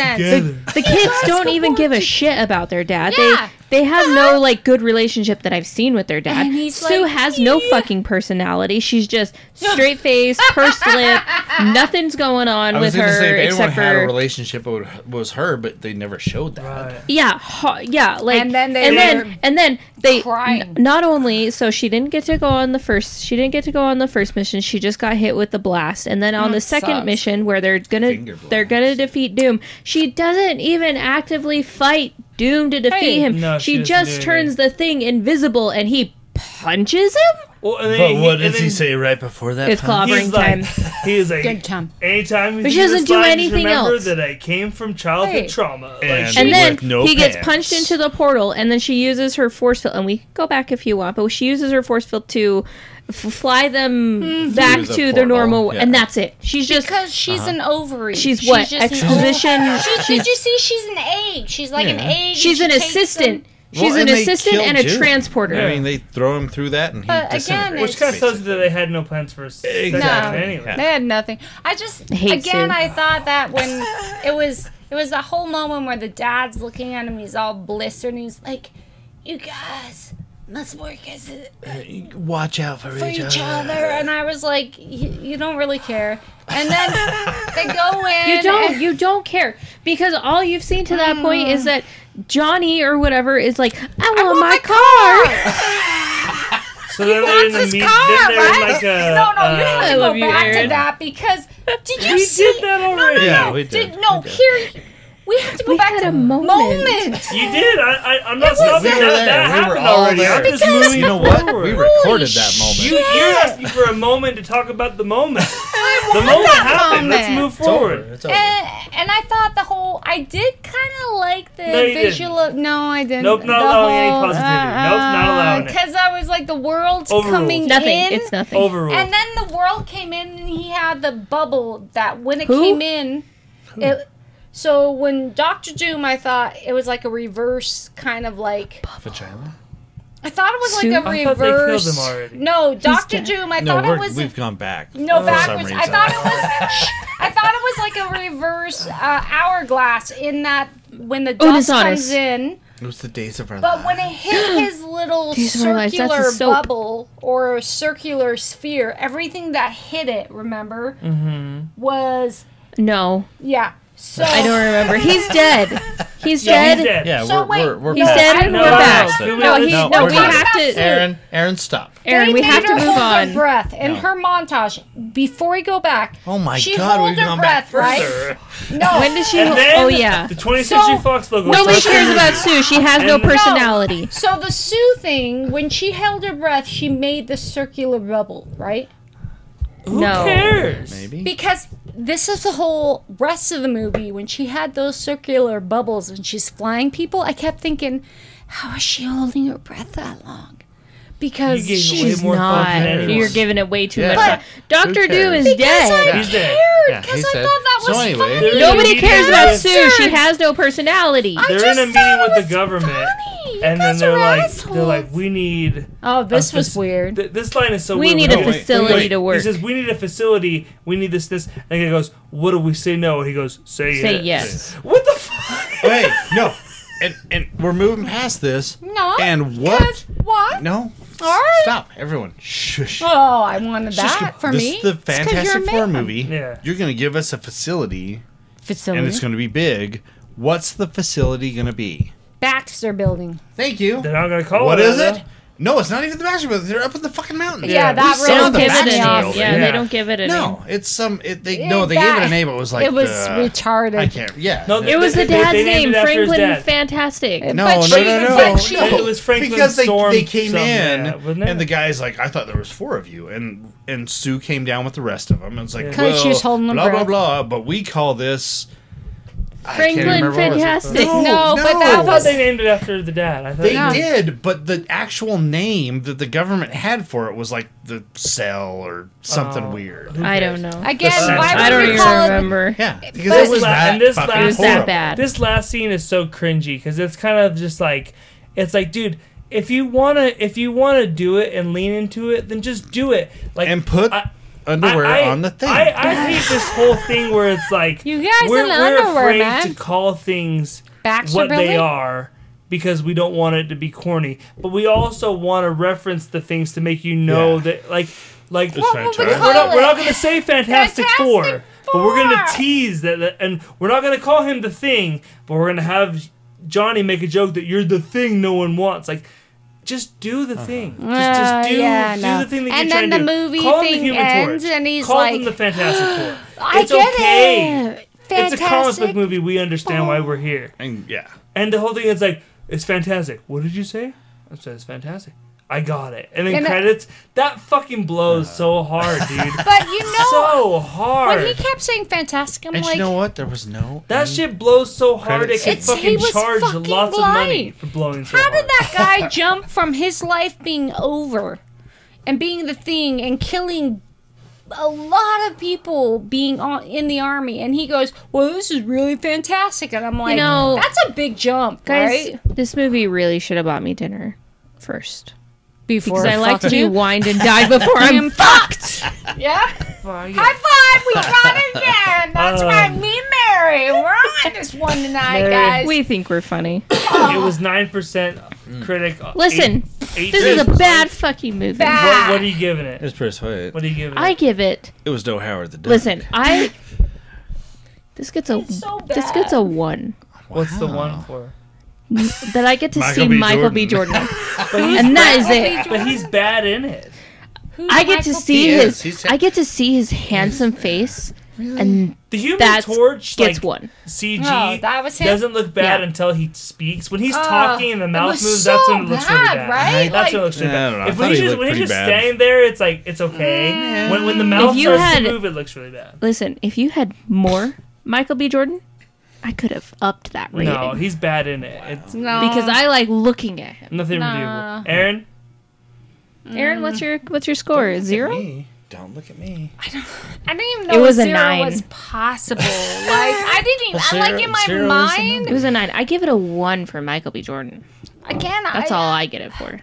A: sense.
D: the kids don't
A: so
D: even give a
A: boring.
D: shit about their dad.
A: Yeah. Uh-huh.
D: They they have no like good relationship that I've seen with their dad.
A: And he's
D: Sue
A: like,
D: has no
A: "Yeah."
D: fucking personality. She's just straight face, pursed lip. Nothing's going on
B: I
D: with
B: was going to
D: her
B: say, if anyone
D: except
B: had a
D: for
B: relationship, it would- was her, but they never showed that.
C: Right.
D: yeah, ho- yeah. Like
A: And then they
D: and
A: were
D: then and then they
A: crying.
D: n- not only so she didn't get to go on the first she didn't get to go on the first mission. She just got hit with the blast, and then on the second
A: Mm, sucks.
D: mission where they're gonna
B: Finger blast.
D: they're gonna defeat Doom, she doesn't even actively fight Doom to defeat
A: Hey.
D: him.
C: No,
D: she,
C: she doesn't do
D: just
C: anything.
D: turns the thing invisible, and he punches him.
C: Well, and then
E: But what
C: and
E: does he
C: then
E: say right before that?
D: It's
E: punch?
D: called-
C: He's
D: Clobbering
C: like,
D: time.
C: he is like,
A: Good time.
C: anytime we
D: But she
C: do this
D: doesn't do
C: line, just
D: anything
C: remember
D: else.
C: that I came from childhood
A: Right.
C: trauma. Like,
E: And-
C: she-
D: And then
E: With no
D: he gets
E: pants.
D: punched into the portal, and then she uses her force field. And we go back if you want, but she uses her force field to f- fly them back
B: Through the
D: to their
B: portal,
D: normal,
B: yeah.
D: and that's it. She's just
A: because she's
B: Uh-huh.
A: an ovary.
D: she's what
A: just an
D: exposition.
A: ovary. She's, did you see? She's an egg. She's like an
B: Yeah.
A: egg. and
D: She's
A: she
D: an
A: takes
D: assistant.
A: them-
D: She's
B: Well,
D: an
B: and they
D: assistant
B: killed
D: and a
B: Jude.
D: transporter.
B: I mean, they throw him through that and he
A: But again,
B: disintegrates.
A: it's-
C: which kind of tells you that they had no plans for a second
A: Exactly.
C: anyway.
B: Yeah.
A: They had nothing. I just
D: hate
A: again
D: Sue.
A: I thought that when it was it was the whole moment where the dad's looking at him, he's all blistered and he's like, You guys must work as a,
E: Watch out for,
A: for
E: each,
A: each
E: other.
A: other and I was like, "You you don't really care. And then they go in
D: You don't.
A: and-
D: You don't care because all you've seen to that point is that Johnny or whatever is like, I want,
A: want
D: my,
A: my
D: car.
C: So then they're in
A: Wants
C: the
A: his
C: meet.
A: car,
C: Then they're in
A: right?
C: like a.
A: no, no, you
C: uh,
A: have to
D: I
A: go
D: love you,
A: back to
D: Aaron.
A: that because did you
C: we
A: see?
C: did that already.
B: Yeah, we
A: Did,
B: did.
A: no,
B: We did.
A: here we have to go
D: We
A: back
D: had
A: to
D: a moment.
A: moment.
C: You did. I, I, I'm not
A: was
C: stopping that.
A: We were
B: there.
C: That
B: We
C: happened
B: were all
C: already.
B: there.
C: I'm just
A: Because-
C: moving
B: You know what?
C: forward.
B: We recorded
A: Holy
B: that moment.
C: You, you're asking for a moment to talk about the moment. the moment
A: that
C: happened. Let's
A: moment.
C: move
B: It's over.
C: forward.
B: It's over.
A: And, and I thought the whole I did kind of like the
C: No, you didn't.
A: visual. Of, no, I didn't.
C: Nope, not
A: The
C: allowing any
A: whole-
C: positivity. Nope, not allowing it.
A: Because I was like, the world's
C: Overruled.
A: coming
D: Nothing.
A: in.
D: It's nothing.
C: Overruled.
A: And then the world came in, and he had the bubble that when it
D: Who?
A: came in, it. So when Doctor Doom, I thought it was like a reverse kind of like
B: Vagina?
A: I thought it was
D: Sue?
A: like a
C: I thought
A: reverse.
C: they killed him already.
A: No, Doctor
D: dead.
A: Doom. I
B: No,
A: thought it
B: we're,
A: was
B: we've gone back.
A: no,
B: for
A: backwards.
B: some
A: I
B: reason.
A: thought it was. Shh. I thought it was like a reverse uh, hourglass in that when the
D: Oh,
A: dust comes
D: dishonest.
A: in,
E: It was the days of our
A: but
E: lives.
A: when it hit his little
D: These are my lives. That's a
A: circular
D: soap.
A: bubble or circular sphere, everything that hit it, remember,
E: Mm-hmm.
A: was
D: No,
A: yeah. So
D: I don't remember. He's dead. He's
C: Yeah,
D: dead.
C: he's dead.
B: Yeah,
A: So
B: we're,
A: wait,
B: we're, we're
D: He's
A: No,
B: past
D: dead.
A: I
D: and
A: know
D: we're
A: that.
D: back.
C: No,
D: No, he,
B: no,
D: no,
B: we're
D: we
B: not.
D: have
B: it.
D: to.
E: Aaron, Aaron, stop.
D: Aaron,
A: They
D: we
A: made
D: have to
A: her
D: move
A: hold
D: on.
A: Her breath in her montage. Before we go back,
E: Oh my
A: she
E: God,
A: held
E: we've
A: her
E: gone back
A: breath, right? No,
D: When does she?
C: And then
D: oh yeah.
C: the 20th Century
A: So,
C: Fox logo.
D: Nobody
C: starts to
D: cares
C: move.
D: about Sue. She has no
C: And- No.
D: personality.
A: So the Sue thing, when she held her breath, she made the circular bubble, right?
C: Who
D: No.
C: cares?
E: Maybe.
A: Because this is the whole rest of the movie when she had those circular bubbles and she's flying people. I kept thinking, how is she holding her breath that long? Because
C: You gave
A: she's
C: away more thought than
D: Not.
C: anyone.
D: You're giving it way too
E: Yeah.
D: much.
E: But-
D: time. Doctor
E: Who
D: Doom
E: cares?
D: is
A: because I
D: dead.
C: He's dead.
A: cared
E: Yeah,
A: because
E: he's
A: I
E: dead.
A: thought that
E: So
A: was
E: anyway.
A: funny.
D: Nobody cares about
A: Yes,
D: Sue. She
A: sir.
D: has no personality.
A: I
C: They're
A: just
C: in a meeting
A: thought it
C: with the
A: was
C: government,
A: funny. You
C: And then
A: guys
C: they're
A: are
C: like, they're
A: assholes.
C: like, we need.
A: oh, this
C: a
A: was
C: fac-
A: weird.
C: Th- this line is so
D: We
C: weird.
D: need a
C: go,
D: facility
C: wait, wait.
D: to work.
C: He says, "We need a facility. We need this, this." And he goes, "What do we say no?" He goes, "Say yes."
D: Say yes.
C: What the fuck?
B: Hey, no. And, and we're moving past this.
A: no.
B: And what?
A: 'cause What?
B: No.
A: All right.
B: Stop, everyone. Shush.
A: Oh, I wanted that for
B: this
A: me.
B: is the
A: It's 'cause you're a
B: Fantastic Four
A: man.
B: movie.
C: Yeah.
B: You're going to give us a facility,
A: Facility.
B: and it's going to be big. What's the facility going to be?
A: Baxter Building.
B: Thank you.
C: They're not gonna call
B: What
C: it.
B: is
C: that.
B: it?
F: No, it's not even the Backstreet Brothers. They're up in the fucking mountain.
C: Yeah,
A: Yeah, that
F: we
A: really
D: They
F: saw
D: don't
F: the
D: give it
F: Backstreet
D: a name.
F: Brothers.
D: Yeah,
C: Yeah.
D: they don't give it a name.
B: No,
F: It's some. It, they no, they
A: That-
F: gave it a name. But it was like
A: it was
F: uh,
A: retarded.
F: I can't. Yeah.
C: No,
D: It was the
C: They- they-
D: dad's
C: they named
D: name,
C: it after his
D: Franklin
C: dad.
D: Fantastic.
F: No,
A: But
F: no,
A: she-
F: no, no,
A: but she-
F: no.
C: It was Franklin
F: because they,
C: Storm
F: they came
C: something,
F: in,
C: yeah, wasn't it?
F: and the guy's like, "I thought there was four of you," and and Sue came down with the rest of them. And it's like,
C: Yeah.
A: 'Cause
F: well,
A: she was holding her
F: blah blah
A: breath.
F: blah. But we call this I can't
D: Franklin
F: remember what it was.
D: Fantastic.
F: No,
A: No, but that
C: I thought
A: was-
C: they named it after the dad. I thought
F: They
A: Yeah.
F: did, but the actual name that the government had for it was like the cell or something
C: Oh.
F: weird.
D: I don't know. I,
A: Again,
F: The
A: why would
F: sense-
D: don't
A: you
D: even
A: call it
D: remember.
F: Yeah, because
A: But-
F: it was
C: This la-
F: that
C: and this
F: fucking
C: last-
D: It was that
F: horrible.
D: bad.
C: This last scene is so cringy because it's kind of just like, it's like, dude, if you wanna, if you wanna do it and lean into it, then just do it. Like
F: And put
C: I-
F: underwear
C: I- I-
F: on the thing.
C: I, I hate this whole thing where it's like
A: You guys
C: we're,
A: in the
C: we're
A: underwear,
C: afraid
A: man.
C: to call things
A: Backstreet
C: what they
A: Billy?
C: are because we don't want it to be corny, but we also want to reference the things to make you know
F: Yeah.
C: that like like
F: What would we
C: we're
F: call
C: not, we're
A: it?
C: not going to say Fantastic,
A: Fantastic
C: Four, but we're going to
A: Four.
C: tease that, that and we're not going to call him the Thing, but we're going to have Johnny make a joke that you're the thing no one wants, like. Just do the thing. Just,
A: Uh,
C: just do,
A: yeah,
C: do
A: no.
C: the thing that you're
A: And
C: trying
A: then
C: to
A: the
C: do.
A: movie
C: Call him
A: thing
C: the Human
A: ends
C: Torch.
A: and he's
C: Call
A: like,
C: him the Fantastic Four.
A: I
C: it's
A: get
C: okay.
A: it.
C: It's a comic book
A: Fantastic.
C: movie. We understand why we're here.
F: And yeah,
C: And the whole thing is like, it's fantastic. What did you say? I said it's fantastic. I got it. And then
A: And, uh,
C: credits. That fucking blows so hard, dude.
A: But you know,
C: so
A: when
C: hard.
A: he kept saying fantastic, I'm
F: and
A: like,
F: you know what? There was no.
C: that shit blows so hard it
F: Credits.
C: can
A: It's- he
C: fucking
A: was
C: charge
A: fucking
C: lots of money
A: blind.
C: for blowing so
A: how
C: hard.
A: did that guy jump from his life being over and being the thing and killing a lot of people being on, in the army and he goes well this is really fantastic and i'm like
D: know-
A: that's a big jump
D: Guys,
A: right
D: this movie really should have bought me dinner first.
A: before
D: Because I like to be wined and died before I'm fucked.
A: yeah
C: Fuck, yeah.
A: High five! We got it again. That's
C: Um,
A: right, me and Mary. We're on this one tonight,
C: Mary,
A: guys.
D: We think we're funny.
C: It was nine percent critic. uh,
D: Listen,
C: eight-
D: this is a
C: 8%.
D: bad fucking movie.
A: Bad.
C: What, what are you giving it?
F: was pretty sweet.
C: What are you giving it?
D: I give it.
F: It was no Howard the Duck.
D: Listen, I. This gets a.
A: It's so
D: This
A: bad.
D: gets a one.
C: What's the one for?
D: That I get to
F: Michael
D: see
F: B.
D: Michael B. Jordan, and that is it.
C: But he's bad in it.
D: I get to see
F: B.
D: his.
F: He's-
D: I get to see his handsome face, and
C: The Human
D: that's
C: Torch
D: gets
C: like,
D: one.
C: CG
A: No, that was him?
C: doesn't look bad
D: Yeah.
C: until he speaks. When he's
A: Uh,
C: talking and the
A: it
C: mouth
A: was
C: moves, that's
A: so
C: when it looks really
A: bad,
C: bad. That's when
A: right?
C: it
A: Like-
C: looks really
F: Yeah, I
C: bad.
F: don't know. I
C: if
F: thought
C: when
F: he
C: he's just,
F: looked
C: when he's
F: pretty
C: just
F: bad.
C: standing there, it's like it's okay.
A: Mm.
C: When when the mouth
D: you
C: starts
D: had-
C: to move, it looks really bad.
D: Listen, if you had more Michael B. Jordan, I could have upped that rating
C: No, he's bad in it. It's
A: no,
D: because I like looking at him.
C: nothing
A: Nah.
C: redeemable. Aaron,
D: Aaron, what's your what's your score? Zero.
F: Me. Don't look at me.
A: I didn't even
D: It
A: know
D: was a
A: zero
D: nine.
A: was possible. like I didn't. even I like in my
F: Zero- zero is a
D: It
A: mind
D: was a nine. I give it a one for Michael B. Jordan.
A: again.
D: That's
A: I,
D: all I get it for.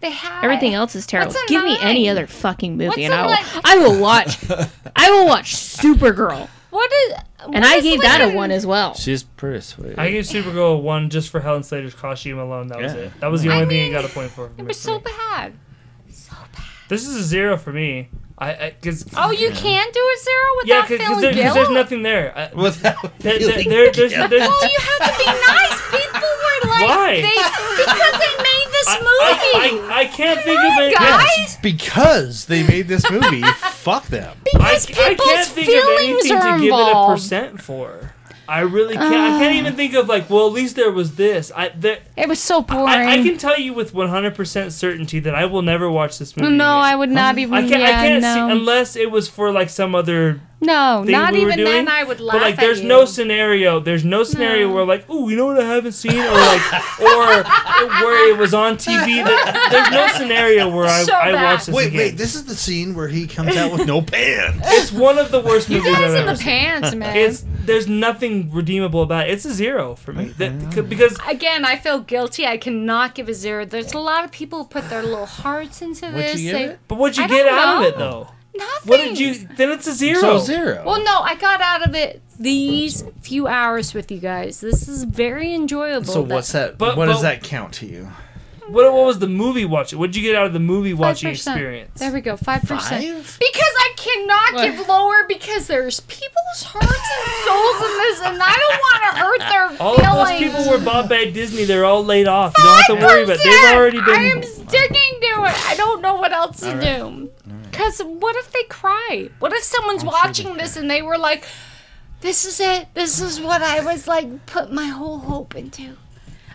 A: They have
D: Everything else is terrible.
A: What's a
D: Give me any
A: nine?
D: other fucking movie,
A: What's
D: and
A: a
D: I will.
A: like-
D: I will watch. I will watch Supergirl,
A: What is?
D: and I gave that a one as well.
F: She's pretty sweet.
C: I gave Supergirl a one just for Helen Slater's costume alone. That was
F: Yeah.
C: it. That was the
A: I
C: only thing I
A: mean,
C: got a point for. for
A: It
C: me-
A: was so
C: for me.
A: bad.
C: This is a zero for me. I, I cause,
A: Oh, you can do a zero
C: yeah,
A: without
C: because
A: feeling
C: there, 'cause
A: guilt.
C: there's nothing there. I,
F: Without
C: there, there,
F: feeling
C: there, there's,
F: guilt.
C: there's,
A: well, Oh, you have to be nice. People were like,
C: Why?
A: They, because they made this
C: I,
A: movie.
C: I, I, I can't think of it.
A: guys.
F: because they made this movie. Fuck them.
C: I,
A: because
C: I can't
A: people's
C: think of
A: feelings
C: anything
A: are
C: to give it a
A: involved.
C: percent for. I really can't. I can't even think of like. Well, at least there was this. I there,
A: It was so boring.
C: I, I can tell you with one hundred percent certainty that I will never watch this movie.
A: no, I
C: again.
A: would not even.
C: I can't.
A: yeah,
C: I can't
A: no.
C: see unless it was for like some other.
A: No,
C: thing
A: not
C: we were
A: even
C: doing,
A: then. I would laugh.
C: But like,
A: at
C: there's
A: you.
C: no scenario. There's no scenario where like, oh, you know what I haven't seen, or like, or where it was on TV. That, there's no scenario where I,
A: So
C: I
A: bad.
C: watch this
F: Wait,
C: again.
F: wait. This is the scene where he comes out with no pants.
C: It's one of the worst movies I've
A: Guys in
C: ever
A: the
C: seen.
A: pants, man.
C: It's there's nothing redeemable about it. It's a zero for me. That- c- because
A: Again, I feel guilty. I cannot give a zero. There's a lot of people who put their little hearts into
F: you
A: this.
F: give
A: They,
F: it?
C: but what'd you
A: I
C: get
A: don't
C: out
A: know.
C: of it though?
A: nothing.
C: What did you? Then it's a zero.
F: So zero.
A: Well, no, I got out of it these few hours with you guys. This is very enjoyable.
F: so what's that?
C: But-
F: what does
C: but-
F: that count to you?
C: What, what was the movie watching? What'd you get out of the movie watching
A: 5%.
C: experience?
A: There we go, five percent.
F: Five?
A: Because I cannot give lower because there's people's hearts and souls in this, and I don't want to hurt their
C: all of
A: feelings.
C: those people were bought by Disney. They're all laid off. You don't have to worry about. it. They've already
A: I am
C: been.
A: sticking to do it. I don't know what else to do. Because what if they cry? What if someone's watching this and they were like, this is it. This is what I was like, put my whole hope into.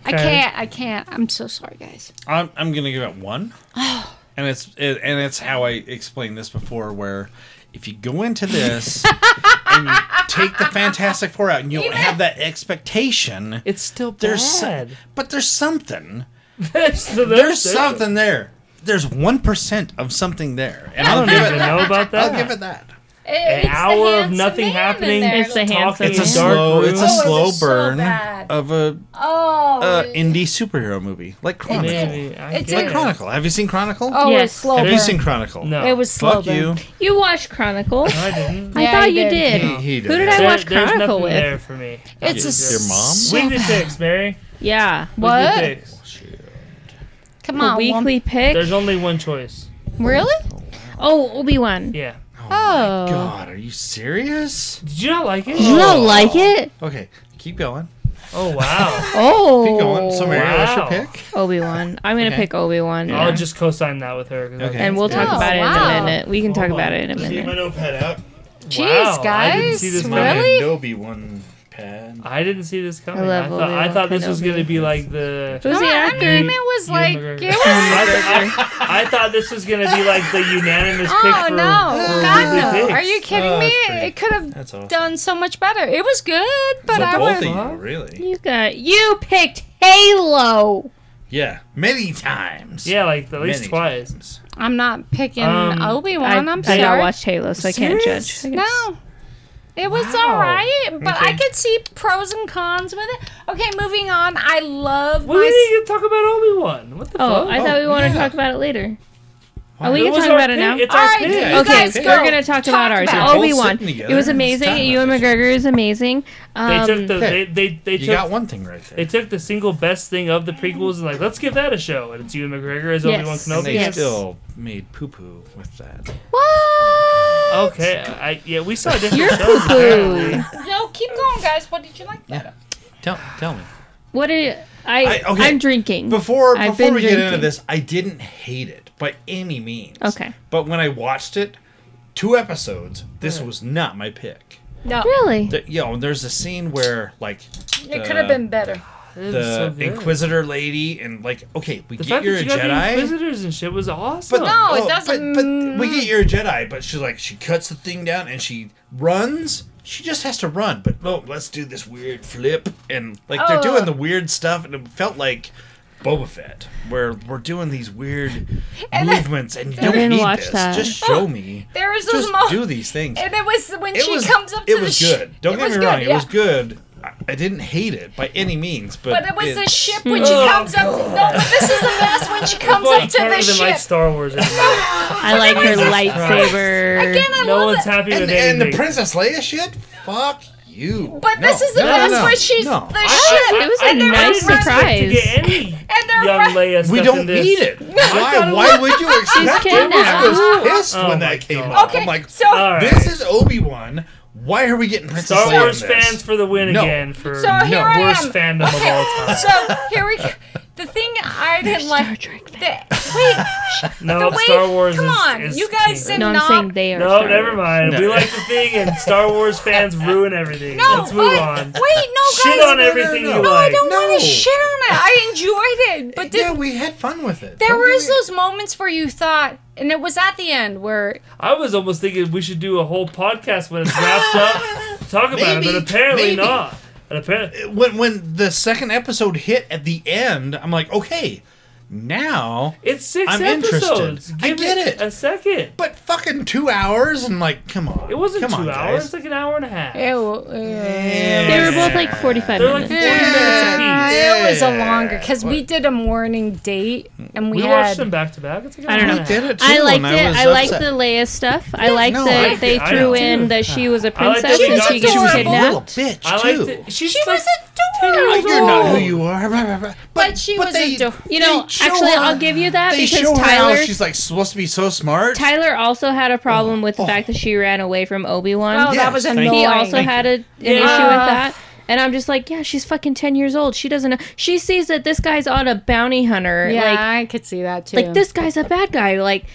A: I
C: Okay.
A: can't. I can't. I'm so sorry, guys.
B: I'm, I'm gonna give it one. and it's it, and it's how I explained this before, where if you go into this and you take the Fantastic Four out and you don't have that expectation,
C: It's still
B: there's so-
C: bad.
B: but there's something.
C: So
B: There's
C: it.
B: something there. There's one percent of something there, and
C: I
B: I'll
C: don't
B: give
C: even
B: it.
C: know about that.
B: I'll give it that.
C: An hour of nothing happening.
D: It's the
C: talk
D: handsome
C: in
D: It's a
C: the
D: man.
C: dark
B: slow.
C: room.
B: It's a
A: Oh, it
B: slow
A: was so
B: burn
A: bad.
B: of a
A: Oh.
B: uh, indie superhero movie like Chronicle.
C: Maybe. I
A: It's
C: get
A: a-
C: it.
B: Chronicle. Have you seen Chronicle?
A: oh, it was
D: Yes.
A: slow
B: Have you
A: burn.
B: seen Chronicle?
C: No.
A: It was slow
B: Fuck
A: burn.
B: you.
D: You watched Chronicle.
C: I didn't.
D: I
A: Yeah,
D: thought
A: you
D: you did.
A: did.
B: He, he
D: Who did I
C: There-
D: watch
C: there's
D: Chronicle
C: nothing
D: with?
C: there for me.
A: It's
B: Your-
A: a
B: your mom?
A: so
C: Weekly
A: bad-
C: picks, Mary.
D: Yeah.
A: What?
C: Weekly picks.
A: Come
D: A
A: on, Wom-
D: weekly pick.
C: There's only one choice.
A: Really?
D: Oh, Obi Wan.
C: Yeah.
A: Oh.
B: God, are you serious?
C: Did you not like
D: You
C: it?
D: don't like it?
B: Okay, keep going.
C: Oh wow.
B: Keep going. So
D: Oh,
B: Mary, what's your
C: Wow.
B: pick?
D: Obi Wan. I'm gonna pick Obi Wan.
C: I'll just co-sign that with her. 'cause I-
B: Okay.
D: and we'll talk
A: Oh,
D: about it
A: wow.
D: in a minute. We can talk
C: Hold
D: about
C: on.
D: it in a
F: Just need my
D: minute.
F: notepad out.
A: Jeez,
C: I didn't see
A: guys.
C: this
F: My
C: coming.
A: Really?
F: Adobe one pad.
C: I didn't see this coming. I,
D: I love
C: thought, I
D: Obi-Wan
C: thought this was
D: Kenobi.
C: gonna be like the.
D: Who's the
A: I
D: actor?
A: mean, it was like,
C: McGregor.
A: it was
C: I, I- I thought this was gonna be like the unanimous pick
A: Oh
C: for,
A: no!
C: for
A: God
C: weekly
A: no!
C: picks.
A: Are you kidding
F: Oh,
A: me?
F: that's pretty-
A: It could have
F: That's awesome.
A: done so much better. It was good, but
F: So
A: I
F: both of
A: would.
F: you, really?
D: You got you picked Halo.
F: Yeah, many times.
C: Yeah, like at least
F: Many
C: twice.
F: times.
A: I'm not picking
C: Um,
A: Obi
D: I,
A: Wan. I'm
D: I
A: sorry.
D: not watched Halo, so I can't
C: Serious?
D: judge. I guess.
A: No, it was
C: Wow.
A: all right, but I
C: Okay.
A: could see pros and cons with it. Okay, moving on. I love
C: What are
A: my.
C: you gonna talk about Obi Wan? What the
D: Oh,
C: fuck?
D: I thought we wanted to talk about it later. Oh, we
C: It
D: can
C: was
D: talk
C: our
D: about it
C: pick.
D: now.
C: It's
A: All
C: our
A: right,
C: pick.
A: you
D: Okay,
A: guys go.
D: we're gonna talk, about ours.
A: about it.
D: Obi
B: Both
D: Wan.
B: sitting together.
D: It was
B: It's
D: amazing.
B: time.
D: Ewan McGregor is amazing.
C: They
D: Um,
C: took the they
B: Okay.
C: they they
B: You
C: took
B: got one thing right there.
C: they took the single best thing of the prequels and like let's give that a show. And it's Ewan McGregor as
D: Yes.
C: Obi
D: And
C: Wan
B: And
C: Kenobi.
B: they
D: Yes.
B: still made poo poo with that.
D: what?
C: Okay, I, yeah, we saw different
D: You're
C: shows.
D: poo poo.
A: No, keep going, guys. What did you like?
E: Yeah. Tell, tell me.
D: What are I?
B: I- okay.
D: I'm drinking.
B: Before
D: I've
B: before
D: been
B: we get into
D: drinking.
B: this, I didn't hate it by any means.
D: Okay.
B: But when I watched it, two episodes, this was not my pick.
A: No,
D: Really?
B: The, you know, there's a scene where like
A: it could
B: Uh,
A: have been better.
C: It was so
B: the
C: good.
B: Inquisitor lady and like okay, we
C: The
B: get
C: fact
B: you're
C: that
B: a
C: you got the
B: Jedi.
C: Inquisitors and shit was awesome.
A: no, it
B: Oh,
A: doesn't.
B: But, but we get you're a Jedi, but she's like she cuts the thing down and she runs. She just has to run. But no, let's do this weird flip and like they're
A: Oh.
B: doing the weird stuff, and it felt like Boba Fett, where we're doing these weird
A: And then-
B: movements, and you
A: I
B: don't
D: didn't
B: need
D: watch
B: this.
D: that.
B: Just show me.
A: There is this
B: just
A: moment.
B: do these things.
A: And it was when
B: It
A: she
B: was
A: comes up to
B: it
A: the
B: was
A: ship.
B: good. Don't
A: It
B: get
A: was
B: me wrong.
A: good,
B: It was
A: yeah.
B: good. I, I didn't hate it by any means, but
A: But it was the
B: it's-
A: ship when she comes up. No, but this is the best when she comes
C: Well,
A: up to the
C: harder than like
A: ship.
C: Star Wars. anymore.
D: I like her lightsaber.
A: Again, I
C: no
A: love
C: one's
A: it.
C: happy
B: And,
C: with
B: and the
C: anything.
B: Princess Leia shit. Fuck you.
A: But this
B: No.
A: is the
B: No, no,
A: best
B: no.
A: where she's
B: No.
A: the ship.
D: It was a
A: and they're
D: nice
A: running-
D: surprise.
C: To get any
A: And they're
C: young
A: running-
C: Leia stuff
B: We
C: in
B: don't
C: this.
B: need it.
C: thought
B: Why?
C: it
B: Why would you expect it? I
D: kidnapped.
B: was pissed
C: Oh
B: when
C: my
B: that came
C: God.
B: up.
A: Okay,
B: I'm like,
A: so
C: All right.
B: this is Obi Wan. Why are we getting Princess
C: Star
B: Leia
C: Wars
B: in this?
C: fans for the win
B: No.
C: again for
A: So here I
C: worst
A: am.
C: fandom of all time.
A: So here we go. The thing I didn't like. The, wait,
C: No,
A: the way.
C: Star Wars
A: come
C: is,
A: on,
C: is
A: you guys
C: king.
A: did
D: No, I'm
A: not.
D: saying they are.
C: No,
D: Star
C: never
D: Wars.
C: mind. We like the thing, and Star Wars fans ruin everything.
A: no,
C: Let's move
A: wait,
C: on.
A: Wait, no, guys.
C: Shit on everything
B: no,
C: you
B: no.
A: No, I
C: like.
A: don't want to
B: No.
A: shit on it. I enjoyed it, but did
B: Yeah, we had fun with it.
A: There
B: Don't
A: was
B: get me-
A: those moments where you thought, and it was at the end where
C: I was almost thinking we should do a whole podcast when it's wrapped up, talk about it,
B: Maybe,
C: but apparently
B: maybe.
C: not. And apparently,
B: when when the second episode hit at the end. I'm like, okay, now.
C: it's 6
B: I'm interested.
C: episodes.
B: I
C: Give
B: get it.
C: a second.
B: But fucking two hours and like, come on.
C: It wasn't
B: come
C: two hours.
B: on, guys.
C: It's like an hour and a half.
D: They were
B: Yeah.
D: both like 45
C: They're like
D: minutes.
C: forty minutes apiece.
A: it was a longer because we did a morning date and we,
C: We watched
A: had.
C: them back to back. It's like an
D: I don't
C: hour
D: know.
C: and a
B: Did
C: half.
B: it too,
D: I liked
B: and
D: it.
B: was
D: I liked
B: upset.
D: the Leia stuff. I liked
B: no, I
D: that
B: liked
D: they
C: it. I
D: threw
C: liked
D: in
C: it.
D: that she was a
C: I liked
D: princess
C: that
D: and she
C: she
A: got- she
D: gets
A: was a
B: little
D: kidnapped.
B: bitch
C: I
B: too.
C: liked it. She's
A: She was
B: Oh,
A: adorable.
B: You're not who you are. Blah, blah, blah. But,
A: she was
B: they-
A: ador-
D: You know,
B: they show
D: actually,
B: her-
D: I'll give you that
B: They
D: because
B: show her
D: Tyler-
B: how she's like supposed to be so smart.
D: Tyler also had a
C: Oh.
D: problem with the fact that she ran away from ObiWan.
A: Oh, that was
B: Yes, thank
A: annoying. Uh.
D: He also had a, an issue with that. And I'm just like, yeah, she's fucking 10 years old. She doesn't know. She sees that this guy's on a bounty hunter.
A: Yeah,
D: like,
A: I could see that too.
D: like this guy's a bad guy. Like,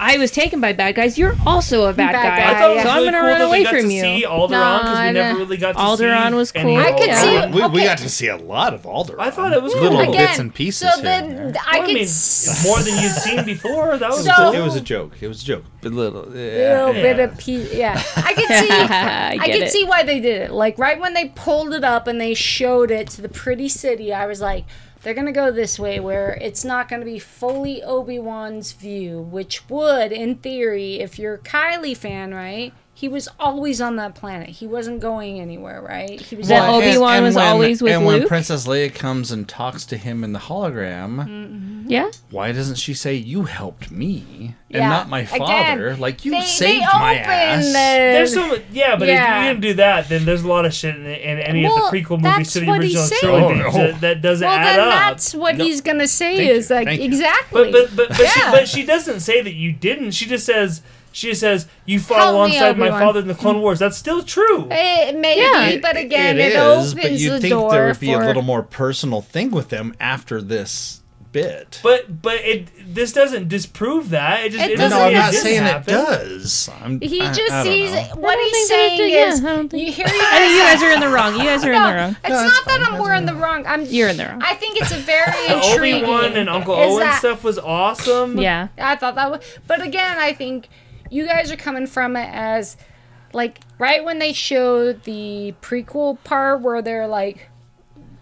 D: I was taken by bad guys. You're also a bad,
A: Bad
D: guy.
A: guy,
C: I thought it was
D: So I'm
C: really
D: gonna
C: cool
D: run
C: that we
D: away
C: got
D: from
C: to
D: you.
C: see Alderon because we
A: No, no.
C: never really got to see
D: Alderaan was
C: any
D: cool.
A: I could
C: Alderaan.
A: see.
B: Uh, We, we
A: okay.
B: got to see a lot of Alderaan.
C: I thought it was
A: Yeah,
C: cool.
G: Little
A: again.
G: bits and pieces
A: So
G: here and
A: then
G: there.
A: I
C: Well, I
A: could.
C: mean,
A: s-
C: more than you've seen before. That was
A: So-
C: cool.
A: It was a
B: joke. It was a joke. But little.
A: little
C: Yeah.
A: bit of pe- yeah i could see i,
D: I get
A: could
D: it.
A: see why they did it like right when they pulled it up and they showed it to the pretty city i was like they're gonna go this way where it's not gonna be fully obi-wan's view which would in theory if you're a kylie fan right he was always on that planet he wasn't going anywhere right he was
D: That
A: always-
D: Obi- Obi-Wan was always with
G: and when
D: Luke?
G: Princess Leia comes and talks to him in the hologram,
A: Mm.
D: Yeah.
G: why doesn't she say you helped me and
A: Yeah.
G: not my
A: Again,
G: father? like you
A: they,
G: saved
A: they
G: my
A: opened
G: ass.
A: the-
C: There's some, yeah, but if
A: Yeah.
C: you didn't do that, then there's a lot of shit in, in any
A: Well,
C: of the prequel movies
A: that's
C: to the
A: what he
C: original
A: said.
C: trilogy
B: Oh, no.
C: that, that doesn't
A: well
C: add
A: then
C: up.
A: that's what he's gonna say is like
B: Thank you.
A: exactly
C: but but but but,
A: Yeah.
C: she, but she doesn't say that you didn't. She just says she just says you fought
A: Help me,
C: alongside my
A: Obi-Wan."
C: father in the Clone Wars. That's still true.
A: It maybe,
D: Yeah.
A: be, but again, it, opens
B: is, but
A: the
B: you'd think
A: door
B: there would be
A: for.
B: a little more personal thing with them after this bit.
C: But but it this doesn't disprove that. It just
A: It
C: it
A: doesn't-
C: doesn't.
B: no, I'm
C: it
B: not
C: didn't
B: saying
C: happen.
B: it does. I'm,
A: he
B: I-
A: just
B: I don't
A: sees
B: know.
A: what
D: I don't
A: he's
D: think that
A: saying
D: it- yeah,
A: is
D: I don't think-
A: you hear you
D: I think you
A: guys-
D: guys are in the wrong. You guys are in the
A: No,
D: wrong.
A: it's not that I'm we're in the wrong. I'm
D: You're in the wrong.
A: I think it's a very intriguing.
C: Obi Wan and Uncle
A: Is
C: Owen
A: that-
C: stuff was awesome.
D: Yeah.
A: I thought that was, but again, I think you guys are coming from it as like right when they showed the prequel part where they're like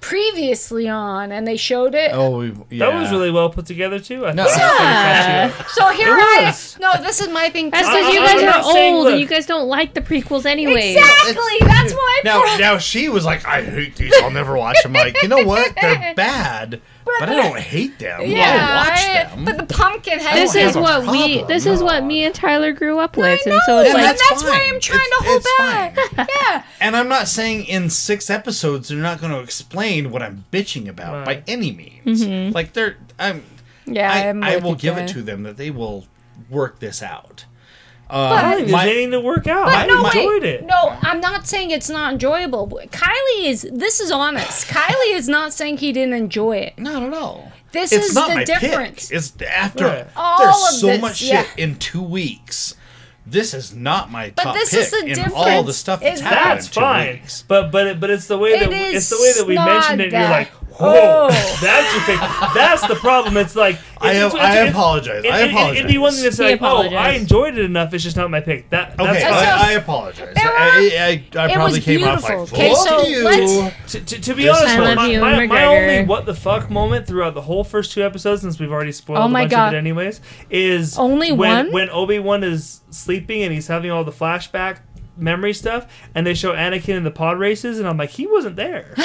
A: previously on and they showed it
G: Oh, we- yeah.
C: That was really well put together too. I
G: No,
C: thought.
A: Uh, so here
C: It
A: i
C: was.
A: no this is my thing
D: That's
A: too.
D: because you
C: I'm
D: guys
C: not
D: are
C: saying,
D: old
C: look-
D: and you guys don't like the prequels anyway.
A: exactly that's why
B: Now, now she was like, "I hate these. I'll never watch them." Like, you know what? They're bad, but I don't hate them. I'll watch
A: I-
B: them.
A: But the pumpkin head.
D: This
B: I don't
D: is
B: have a
D: what we.
B: problem.
D: This is what me and Tyler grew up with,
A: I
D: and so it's
A: know,
D: like
A: and that's why I'm trying to hold back.
B: fine.
A: yeah.
B: And I'm not saying in six episodes they're not going to explain what I'm bitching about by
C: Right.
B: any means. Like they're, I'm,
A: Mm-hmm. Yeah.
B: I, I will give it to them that they will work this out.
C: I don't think
B: My-
C: there's anything to work out. I
A: No, wait.
C: enjoyed it.
A: No, I'm not saying it's not enjoyable. Kylie is. This is honest. Kylie is not saying he didn't enjoy it.
B: Not at all.
A: This
B: It's
A: is
B: not
A: the
B: my
A: difference.
B: pick. It's after
C: Right.
A: All
B: there's
A: of
B: so
A: this,
B: much
A: yeah.
B: shit in two weeks. This is not my
A: But
B: top
A: this
B: pick
A: is the
B: in all the
A: difference
B: stuff that's
A: is
B: happened.
C: That's
B: in two
C: fine,
B: weeks.
C: but but it- but it's the way
A: It
C: that
A: is
C: it's the way that we
A: not
C: mentioned it. and
A: that.
C: You're like, whoa,
A: Oh.
C: that's your pick. That's the problem. It's like it's,
B: I,
C: it's-
B: I
C: it's-
B: apologize.
C: It,
B: I
C: it- it,
B: apologize.
C: it'd be one thing to
D: He
C: say, oh, I
D: apologized.
C: enjoyed it enough. It's just not my pick. That that's
B: Okay,
C: fine.
A: so-
B: I, I apologize.
A: There
B: I, I, I
A: it
B: probably
A: was
B: came off
A: beautiful.
B: like,
A: 'Kay,
B: fuck
A: so
B: you.
A: let's-
C: To, to, to be
B: This
C: honest,
B: I
C: my,
B: love
C: my,
D: you,
C: my, my
D: McGregor.
C: only what the fuck moment throughout the whole first two episodes, since we've already spoiled
A: Oh
C: a
A: my
C: bunch
A: God.
C: of it anyways, is
A: Only
C: when,
A: one?
C: when Obi Wan is sleeping and he's having all the flashback memory stuff, and they show Anakin in the pod races, and I'm like, he wasn't there.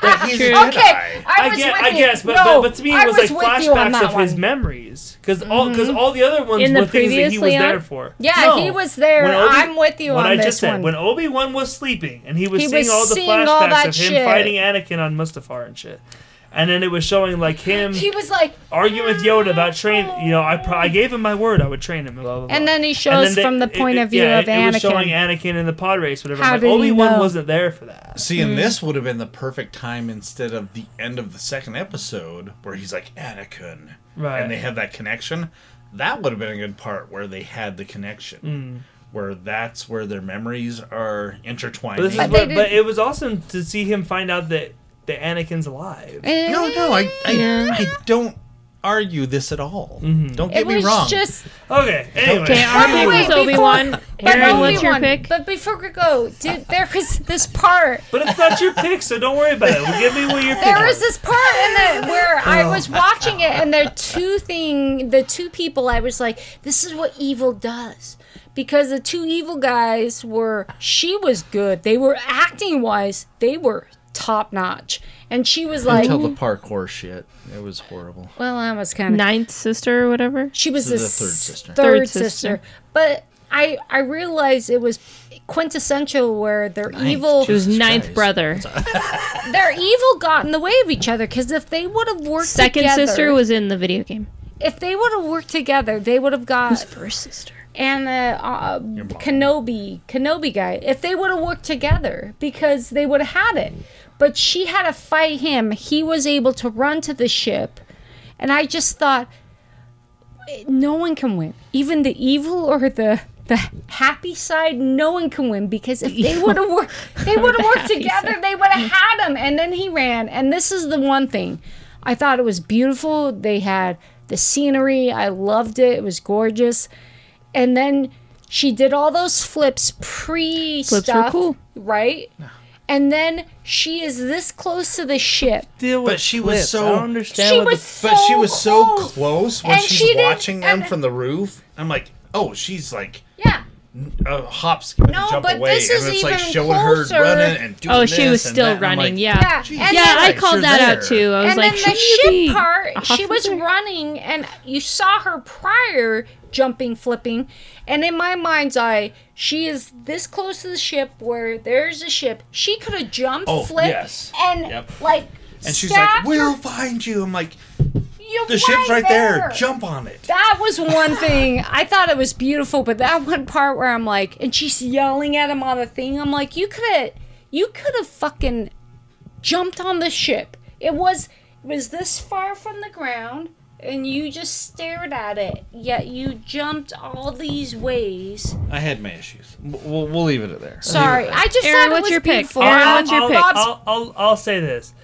B: But he's a
D: True.
A: Okay,
B: Jedi.
A: I,
C: I,
A: was
C: guess,
A: with
C: I
A: you.
C: guess, but,
A: no,
C: but, but to me,
A: I
C: it was, like
A: with you on
C: flashbacks
A: that
C: of his
A: one. Mm-hmm.
C: memories, because all because all the other ones
D: In the
C: were things that he was
D: previously
C: there
D: on?
C: for.
A: Yeah,
C: No.
A: he was there.
C: When Obi-
A: I'm with you
C: what
A: on
C: I
A: this
C: just said,
A: one.
C: When Obi Wan was sleeping and he was
A: He
C: seeing
A: was
C: all the
A: seeing
C: flashbacks
A: all that
C: of him
A: shit.
C: fighting Anakin on Mustafar and shit, and then it was showing like him
A: He was like,
B: Oh.
C: arguing with Yoda about train. You know, I pro- I gave him my word I would train him. Blah, blah, blah.
A: and then he
C: And
A: shows
C: then they-
A: from the
C: it-
A: point
C: it-
A: of view
C: yeah,
A: of
C: it, It was showing
A: Anakin.
C: Anakin in the pod race, whatever.
A: How
C: Like,
A: did he
C: Obi Wan
A: know?
C: wasn't there for that.
B: See, and this would have been the perfect time instead of the end of the second episode where he's like, Anakin.
C: Right.
B: And they have that connection. That would have been a good part where they had the
C: Hmm.
B: connection. Where that's where their memories are intertwined.
C: But this is
A: But
C: what,
A: they
C: but
A: didn't-
C: it was awesome to see him find out that that Anakin's alive.
A: Eh,
B: No, no, I, I,
D: Yeah.
B: I don't argue this at all.
C: Mm-hmm.
B: Don't get
A: It
B: me
A: was
B: wrong.
A: just
C: Okay. Anyway.
D: Okay, our
A: Wait,
D: pick
A: wait,
D: was
A: before-
D: Obi Wan.
A: but
D: Aaron, what's your
A: Obi-Wan-
D: pick?
A: But before we go, dude, there was this part
C: But it's not your pick, so don't worry about it. Well, give me what your pick
A: There was
C: was.
A: this part in it where
G: Oh.
A: I was watching it, and the two thing, the two people, I was like, "This is what evil does," because the two evil guys were. She was good. They were acting wise. They were top notch, and she was like,
G: Until the parkour shit, it was horrible.
A: "Well, I was kind of."
D: Ninth sister or whatever.
A: She was
G: This is the
A: the,
G: third
A: s-
G: sister.
A: Third,
D: Third
A: sister.
D: sister.
A: but I I realized it was quintessential where their evil
D: She was ninth
G: Christ.
D: brother.
A: their evil got in the way of each other because if they would have worked
D: Second
A: together,
D: sister was in the video game.
A: if they would have worked together, they would have got
D: First sister.
A: and uh, uh, Kenobi, Kenobi guy, if they would have worked together because they would have had it. But she had to fight him. He was able to run to the ship, and I just thought, no one can win. Even the evil or the the happy side, no one can win because if they would have worked, they would have worked
D: happy
A: together. They would have had him, and then he ran. And this is the one thing I thought it was beautiful. They had the scenery. I loved it. It was gorgeous. And then she did all those flips pre
D: Flips were
A: stuff,
D: cool.
A: right? And then she is this close to the ship.
C: Deal with
F: But she was
C: flips. I
F: so-
C: don't understand
A: She
C: what
A: was
C: the
A: so
F: But she was so
A: close.
F: close when
A: Oh, And
F: she's
A: she didn't-
F: watching them
A: and-
F: from the roof. I'm like, oh, she's like
A: Yeah.
F: a hop, skip, and
A: No,
F: jump
A: but
F: away,
A: this is
F: and it's like
A: even
F: showing
A: closer.
F: her running and doing
D: Oh, she
F: this
D: was
F: and
D: still
F: that, and I'm
D: running.
F: like,
D: yeah.
A: Yeah.
D: Yeah,
A: And then-
D: I
F: Christ,
D: called
F: you're
D: that out
F: there.
D: too. I was
A: and
D: like,
A: then the
D: shouldn't you be
A: ship part,
D: a
A: she was
D: officer?
A: running, and you saw her prior jumping, flipping, and in my mind's eye, she is this close to the ship where there's a ship. She could have jumped,
F: Oh,
A: flipped,
F: yes.
A: and
F: Yep.
A: like
F: And she's
A: stabbed
F: like, we'll
A: her-
F: find you. I'm like,
A: you're
F: the ship's right there. Jump on it.
A: That was one thing. I thought it was beautiful, but that one part where I'm like, and she's yelling at him on the thing. I'm like, you could have, you could have fucking jumped on the ship. It was, it was this far from the ground, and you just stared at it. Yet you jumped all these ways.
B: I had my issues. We'll, we'll leave it at there.
A: Sorry, I just
D: Aaron,
A: thought it
D: what's
A: was
D: your pick?
A: beautiful.
D: Aaron,
A: Bob-
D: what's your
C: I'll,
D: pick?
A: Bob's-
C: I'll, I'll, I'll say this.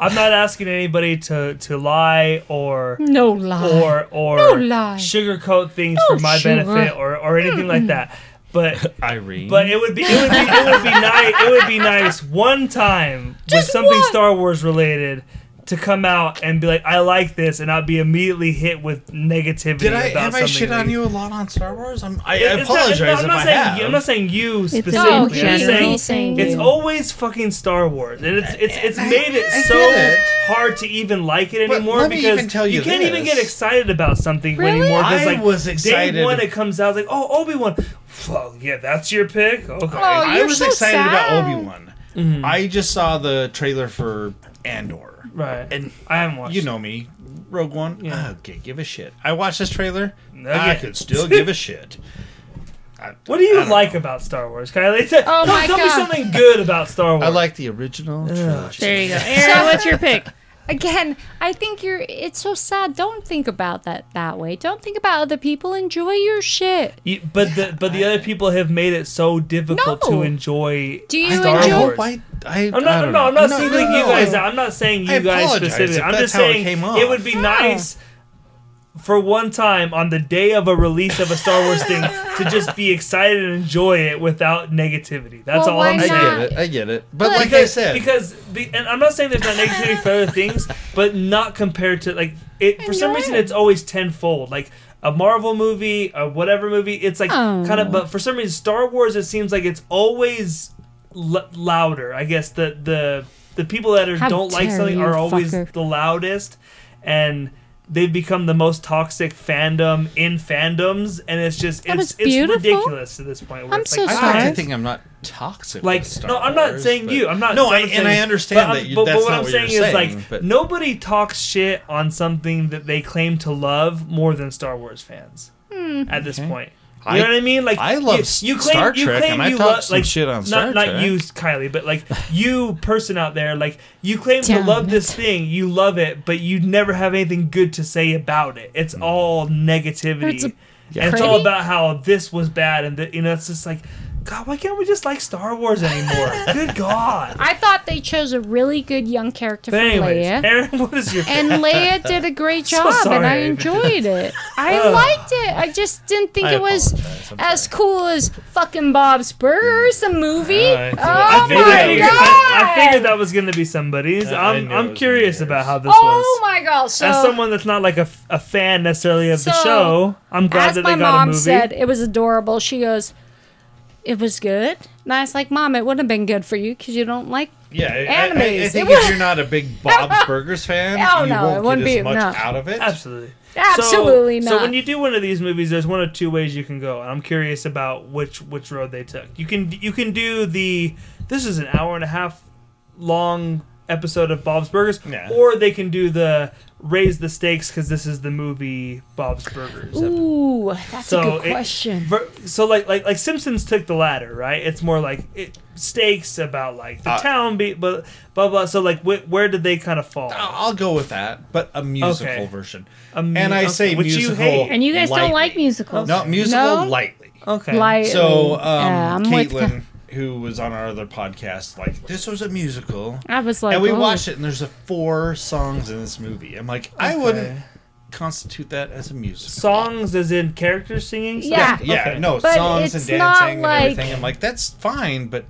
C: I'm not asking anybody to, to lie or
A: no lie.
C: or or
A: No lie.
C: sugarcoat things
A: No
C: for my
A: sugar.
C: benefit or, or anything like that. But
B: Irene.
C: but it would be it would be it would be nice it would be nice one time
A: Just
C: with something
A: one.
C: Star Wars related to come out and be like I like this and I'd be immediately hit with negativity
F: Did I
C: about
F: have I
C: something.
F: shit
C: like-
F: on you a lot on Star Wars? I'm, I, I
C: It's not- it's not-
F: apologize
C: I'm
F: if
C: not
F: I
C: saying
F: have.
C: you, I'm not saying you
D: It's
C: specifically.
D: a
A: No,
C: I'm
A: he general
D: general
C: saying
A: thing.
D: thing.
C: it's always fucking Star Wars, and it's it's it's made it
F: I
C: so
F: get it.
C: hard to even like it
F: But
C: anymore
F: let me
C: because
F: even tell you
C: can't even
F: this.
C: get excited about something anymore. Because
F: I
C: like
F: was
C: day
F: excited.
C: one, it comes out like, oh Obi Wan, fuck yeah, that's your pick. Okay,
A: Oh,
F: I
A: You're
F: was
A: so
F: excited
A: sad.
F: about Obi Wan. I just saw the trailer for Andor.
C: Mm-hmm. right.
F: And
C: I haven't watched.
F: you know me, Rogue One.
C: Yeah.
F: Okay, give a shit. I watched this trailer.
C: No,
F: I
C: you-
F: could still give a shit. I,
C: What do you
F: I don't
C: like about Star Wars, Kylie? Tell,
A: Oh
C: tell-
A: my
C: tell me
A: God.
C: something good about Star Wars.
E: I like the original trilogy.
D: There you go. Aaron, what's your pick?
A: Again, I think you're. It's so sad. Don't think about that that way. Don't think about other people. Enjoy your shit.
C: You- but the but the other people have made it so difficult
A: No.
C: to enjoy.
A: Do you
C: Star
A: enjoy-
C: Wars.
F: I, I,
C: I'm not.
F: I don't
C: no,
F: know.
C: I'm not
F: No,
C: singling
F: no,
C: you
F: no.
C: guys out. I'm not saying you
F: I
C: guys
F: apologize
C: specifically.
F: if
C: I'm
F: that's
C: just
F: how it
C: saying it,
F: came off.
C: would be nice for one time on the day of a release of a Star Wars thing to just be excited and enjoy it without negativity. That's
A: Well,
C: all
A: why
C: I'm
A: not?
C: saying.
A: Yeah.
F: I get it. I get it. But
A: But-
F: like I
C: Because,
F: said,
C: because be- and I'm not saying there's not negativity for other things, but not compared to like it. For some
A: Enjoy
C: reason,
A: it.
C: it's always tenfold. Like a Marvel movie, a whatever movie, it's like
A: Oh.
C: kind of. But for some reason, Star Wars, it seems like it's always l- louder. I guess the the the people that are,
A: How
C: don't like
A: dare
C: something
A: you,
C: are always
A: fucker.
C: the loudest, and. They've become the most toxic fandom in fandoms, and it's just
A: That
C: it's
A: was
C: it's
A: beautiful.
C: ridiculous to this point. Where
A: I'm
C: it's
A: so
C: like,
A: sorry.
C: I can't
A: Stars?
E: I think I'm not toxic. with
C: like
E: Star
C: no i'm not
E: Wars,
C: saying
E: but-
C: you i'm not
F: No,
C: I'm
F: I-
C: not
F: and
C: saying-
F: I understand
C: but I'm-
F: that you-
C: but, but
F: that's
C: what
F: not
C: i'm
F: what
C: saying
F: you're
C: is
F: saying,
C: like
F: but-
C: nobody talks shit on something that they claim to love more than star wars fans
A: Hmm.
C: at this point you
F: I-
C: know what I mean? Like
F: I love
C: you, you claim,
F: Star
C: you
F: Trek,
C: claim
F: and I
C: you
F: talk
C: love
F: some
C: like
F: shit on
C: not
F: Star
C: not
F: Trek.
C: you, Kylie, but like you person out there, like you claim
A: Damn
C: to love
A: it.
C: this thing, you love it, but you never have anything good to say about it. It's
F: Hmm.
C: all negativity.
A: It's a-
C: And it's
A: Pretty?
C: all about how this was bad, and that you know, it's just like, God, why can't we just like Star Wars anymore? Good God!
A: I thought they chose a really good young character for
C: But anyways,
A: Leia.
C: Aaron, what is your?
A: And Leia did a great
C: So
A: job, and
C: sorry,
A: I
C: Amy.
A: enjoyed it. I liked it. I just didn't think
F: I
A: it was
F: apologize. I'm
A: as cool as fucking Bob's Burgers, the movie.
F: I
A: oh
F: feel-
C: I
F: I
A: my
C: figured, that was-
A: god!
C: I, I figured that was going to be somebody's.
F: I- I
C: I'm,
F: knew it
C: I'm
F: was
C: curious
F: gonna be
C: about
F: yours.
C: how this was.
A: oh my god! So
C: as someone that's not like a, f- a fan necessarily of the
A: So,
C: show, I'm glad
A: as
C: that
A: my
C: they got a
A: mom
C: movie.
A: said, it was adorable. She goes, "It was good." And I was like, "Mom, it would have been good for you because you don't like."
F: yeah, I- I- I,
A: Animes.
F: I think
A: It was-
F: if you're not a big Bob's Burgers fan,
A: Oh,
F: you
A: no,
F: won't
A: it wouldn't
F: get
A: be-
F: as much
A: no.
F: out of it.
C: Absolutely. So-
A: Absolutely not.
C: So when you do one of these movies, there's one of two ways you can go, and I'm curious about which which road they took. You can you can do the this is an hour and a half long episode of Bob's Burgers,
B: Yeah.
C: or they can do the raise the stakes because this is the movie Bob's Burgers.
A: Ooh, that's a
C: So
A: good
C: it-
A: question.
C: Ver- so like like like Simpsons took the latter, right? It's more like it stakes about like the
B: Uh,
C: town be but blah blah. So like wh- where did they kind of fall?
B: I'll go with that, but a musical
C: Okay.
B: version.
C: A mu-
B: and I say
C: okay, which you
B: musical,
C: hate.
D: And you guys don't like
B: lightly.
D: musicals.
B: No, musical
A: No?
B: lightly.
C: Okay.
A: Lightly.
B: So, um,
A: Yeah, I'm with
B: Caitlin, who was on our other podcast, like this was a musical,
A: I was like,
B: and we
A: oh.
B: watched it, and there's a four songs in this movie. I'm like, I wouldn't constitute that as a musical.
C: songs as in characters singing. songs?
A: Yeah.
B: yeah,
C: Okay.
B: no
A: But
B: songs and
A: it's not
B: dancing
A: like-
B: and everything. I'm like, that's fine, but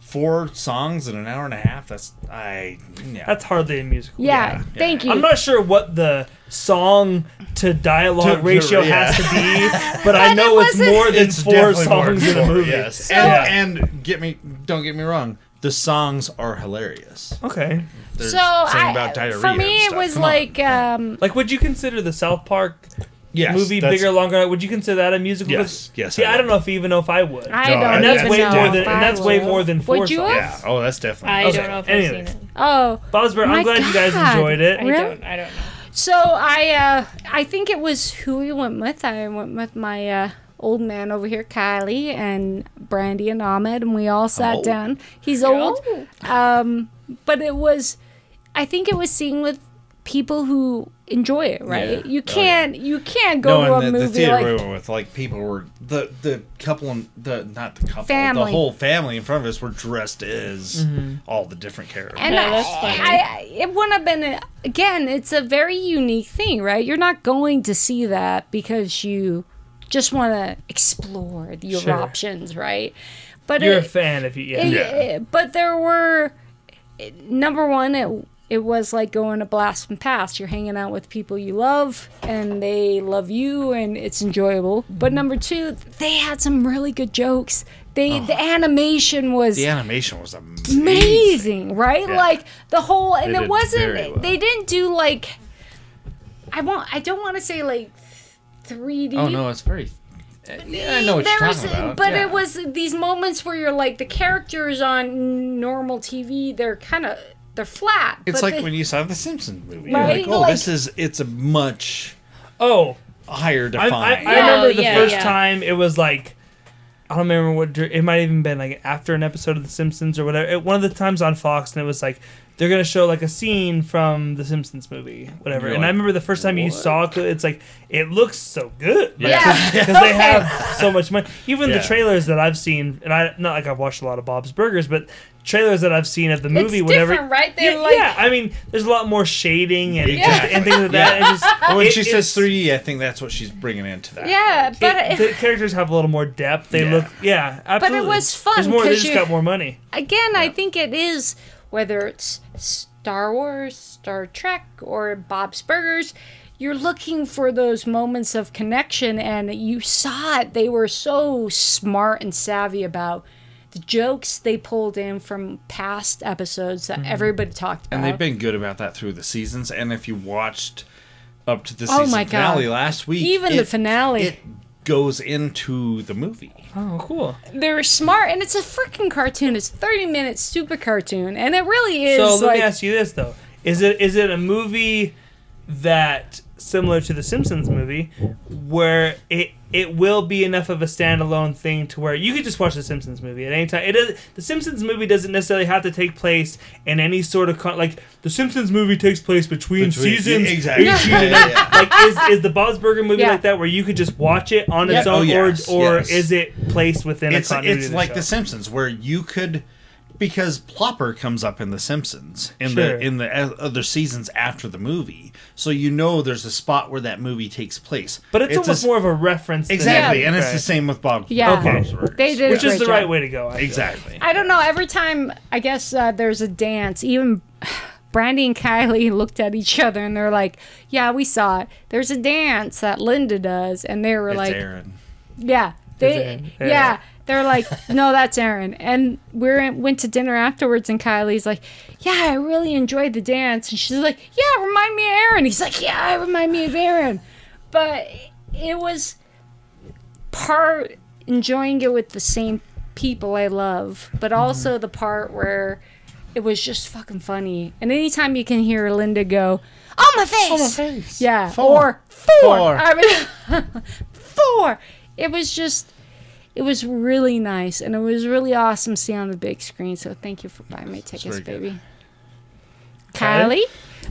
B: four songs in an hour and a half. That's I. Yeah.
C: That's hardly a musical.
A: Yeah, thank you.
C: I'm not sure what the song to dialogue
B: To-
C: ratio
B: yeah.
C: has to be, but, I
A: But
C: know
A: it
C: it's
A: wasn't-
C: more than
B: It's
C: four
B: definitely
C: songs
B: more than
C: in a
B: four,
C: movie.
B: yes.
A: Yeah.
B: and, and get me don't get me wrong, the songs are hilarious.
C: Okay.
B: They're
A: so
B: singing
A: I,
B: about diarrhea
A: for
B: and
A: me, it
B: stuff.
A: was
B: Come on.
A: like, um,
C: Like, would you consider the South Park
B: Yes,
C: movie
B: that's-
C: bigger, longer? Would you consider that a musical?
B: Yes, yes,
C: See,
B: I
C: I, don't
B: would.
C: know if even know if I would.
A: I
B: No,
A: don't.
B: and
A: even
B: that's
C: way
A: know
C: more
A: if
C: than- and
A: I
C: that's way
A: would.
C: more than four
A: Would you?
C: songs.
A: have?
B: Yeah. Oh, that's definitely.
D: I
C: Okay,
D: don't know if I've
C: anyways.
D: seen it.
A: Oh,
C: Bob's Burgers. I'm
A: My
C: glad you guys
A: God.
C: enjoyed it.
D: I
A: Really?
D: don't. I don't know.
A: So I, uh, I think it was who we went with. I went with my uh, old man over here, Kylie, and Brandy and Ahmed, and we all sat
B: old.
A: down. He's old,
B: Oh.
A: um, but it was. I think it was seeing with people who enjoy it, right?
B: Yeah.
A: You
B: Oh, yeah.
A: can't, you can't go
B: no,
A: to a
B: and the, the
A: movie
B: theater
A: like
B: we went with, like people were the the couple and the not the couple, the
A: Family. Mm-hmm.
B: whole family in front of us were dressed as all the different characters.
A: And
D: Yeah,
A: I,
D: that's funny.
A: I, it wouldn't have been a, again. It's a very unique thing, right? You're not going to see that because you just want to explore your
C: Sure.
A: options, right? But
C: You're a
A: it,
C: fan if you. Yeah.
A: it-
B: Yeah.
A: it- but there were it- number one. It it was like going a blast from past. You're hanging out with people you love, and they love you, and it's enjoyable. But number two, they had some really good jokes. They the animation was
B: the animation was amazing.
A: amazing, right?
B: Yeah.
A: Like the whole, and
B: They
A: it
B: did
A: wasn't.
B: very well.
A: They didn't do like. I won't. I don't want to say like 3D.
E: Oh no, it's very.
B: uh,
E: Yeah, I know what
A: There
E: you're
A: was,
E: talking about.
A: but
E: yeah.
A: it was these moments where you're like the characters on normal TV. They're kind of they're flat.
B: It's
A: but
B: like
A: they-
B: when you saw the Simpsons movie.
A: Right?
B: You're like, oh,
A: Like-
B: this is it's a much
C: oh,
B: higher
C: I,
B: defined.
C: I, I
D: Yeah,
C: remember the
D: yeah,
C: first
D: yeah.
C: time it was like I don't remember what dir- it might have even been like after an episode of The Simpsons or whatever. It, one of the times on Fox, and it was like they're gonna show like a scene from the Simpsons movie, whatever.
B: You're
C: and I
B: like,
C: remember the first time you saw it, it's like it looks so good,
A: yeah,
C: because they have so much money. Even
B: Yeah.
C: the trailers that I've seen, and I not like I've watched a lot of Bob's Burgers, but trailers that I've seen of the movie, whatever.
A: different, right? They're
C: Yeah,
A: like
C: yeah, I mean, there's a lot more shading and,
B: Exactly.
C: and things like that.
B: Yeah.
C: And just,
B: when
C: it-
B: she
C: it's-
B: says 3D, I think that's what she's bringing into that.
A: yeah, but
C: it-
A: it-
C: the characters have a little more depth. They
B: Yeah.
C: look, yeah, absolutely.
A: was fun
C: There's more. They
A: 'cause
C: just
A: you-
C: got more money.
A: again, I think it is whether it's Star Wars, Star Trek, or Bob's Burgers. You're looking for those moments of connection, and you saw it. They were so smart and savvy about the jokes they pulled in from past episodes that everybody talked about.
B: And they've been good about that through the seasons. And if you watched up to the
A: Oh
B: season
A: my God.
B: finale last week,
A: Even the finale.
B: it goes into the movie.
C: Oh, cool.
A: They're smart, and it's a freaking cartoon. It's 30 minute stupid cartoon, and it really is.
C: So let
A: like,
C: me ask you this though: Is it is it a movie that similar to the Simpsons movie, where it it will be enough of a standalone thing to where you could just watch the Simpsons movie at any time? It does. The Simpsons movie doesn't necessarily have to take place in any sort of con- like the Simpsons movie takes place between, seasons.
B: exactly.
C: each
B: Yeah, yeah, yeah.
C: like is, is the Bob's Burger movie
A: Yeah.
C: like that where you could just watch it on
A: Yep.
C: its own,
B: Oh, yes,
C: or or
B: yes.
C: is it placed within
B: it's
C: a continuity?
B: it's
C: of the
B: like
C: show?
B: The Simpsons, where you could because Plopper comes up in The Simpsons in
C: Sure.
B: the in the o- other seasons after the movie, so you know there's a spot where that movie takes place.
C: But it's,
B: a
C: almost
B: s-
C: more of a reference. than-
B: exactly, and it's
C: Right.
B: the same with Bob.
A: Yeah.
B: Bob's Burgers.
A: They did a
C: which is
A: great
C: the
A: job.
C: right way to go. I feel.
B: exactly.
A: I don't know. Every time, I guess uh, there's a dance. Even Brandy and Kylie looked at each other and they're like, "Yeah, we saw it." There's a dance that Linda does, and they were
B: It's
A: like,
B: Aaron.
A: "Yeah, they,
C: Aaron.
A: yeah."
C: Yeah.
A: They're like, "No, that's Aaron." And we are went to dinner afterwards, and Kylie's like, "Yeah, I really enjoyed the dance," and she's like, "Yeah, it remind me of Aaron." He's like, "Yeah, it remind me of Aaron," but it was part
B: Mm-hmm.
A: enjoying it with the same people I love, but also the part where it was just fucking funny. And anytime you can hear Linda go, "On my face," on my
B: face.
A: yeah,
B: Four.
A: or four,
B: Four.
A: I mean, four. It was just, it was really nice, and it was really awesome to see on the big screen. So thank you for buying my tickets,
B: very good.
A: baby. Kylie,
B: right.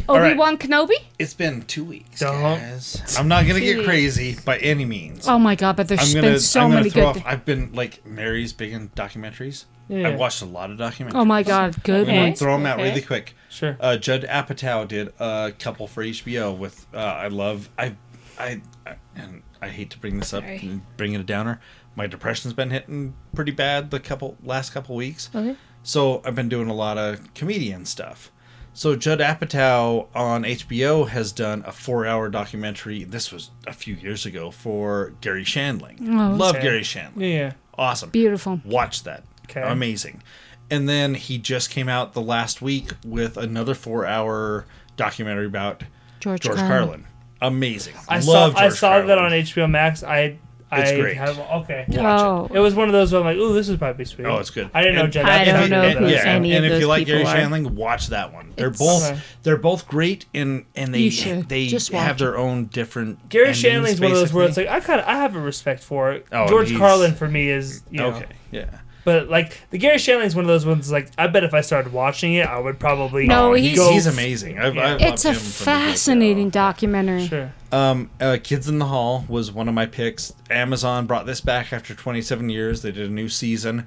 A: Obi Wan Kenobi.
B: It's been two weeks,
C: Don't.
B: guys. I'm not gonna get crazy by any means.
A: Oh my god! But there's
B: I'm gonna.
A: been so
B: I'm gonna
A: many
B: throw
A: good.
B: off. I've been like Mary's big in documentaries.
C: Yeah.
B: I watched a lot of documentaries.
A: oh my god! Good
B: I'm gonna
A: one.
D: Okay.
B: throw them out
D: Okay.
B: really quick.
C: Sure.
B: Uh, Judd Apatow did a couple for HBO with uh, I love I I, I and I hate to bring this up
D: Sorry.
B: and bring it a downer. My depression's been hitting pretty bad the couple last couple weeks.
D: Okay.
B: So I've been doing a lot of comedian stuff. So Judd Apatow on HBO has done a four-hour documentary. This was a few years ago for Gary Shandling.
D: Oh,
B: Love
C: Okay.
B: Gary Shandling.
C: Yeah, yeah.
B: Awesome.
A: Beautiful.
B: Watch that.
C: Okay.
B: Amazing. And then he just came out the last week with another four hour documentary about
A: George,
B: George
A: Carlin.
B: Carlin. Amazing.
C: I saw
B: Love
C: I
B: George
C: saw that
B: Carlin.
C: on HBO Max. I I
B: It's great.
C: have okay.
B: Watch it.
A: Oh,
C: It was one of those where I'm like, ooh, this is probably sweet.
B: Oh, it's good.
C: I didn't know
B: And-
C: Jed.
D: I
C: Apatow
D: don't
C: did
D: know
C: that.
B: and,
D: who
B: yeah,
D: any
B: and
D: of
B: if you
D: those
B: like Gary
D: people are.
B: Shandling, watch that one. They're
D: It's-
B: both
C: Okay.
B: they're both great and and they
A: You should.
B: they
A: Just watch
B: have their own different.
C: Gary
B: endings,
C: Shandling's one of those where it's
B: basically.
C: like I kind of I have a respect for it.
B: Oh,
C: George
B: he's-
C: Carlin for me is you know,
B: okay, yeah.
C: but like the Gary Shandling's one of those ones like I bet if I started watching it I would probably
A: No, he's-
C: go
B: He's amazing. I've,
C: Yeah.
B: I've
A: it's a
B: loved him from the get-go.
A: fascinating documentary.
C: sure.
B: Um, uh, Kids in the Hall was one of my picks. Amazon brought this back after 27 years. They did a new season,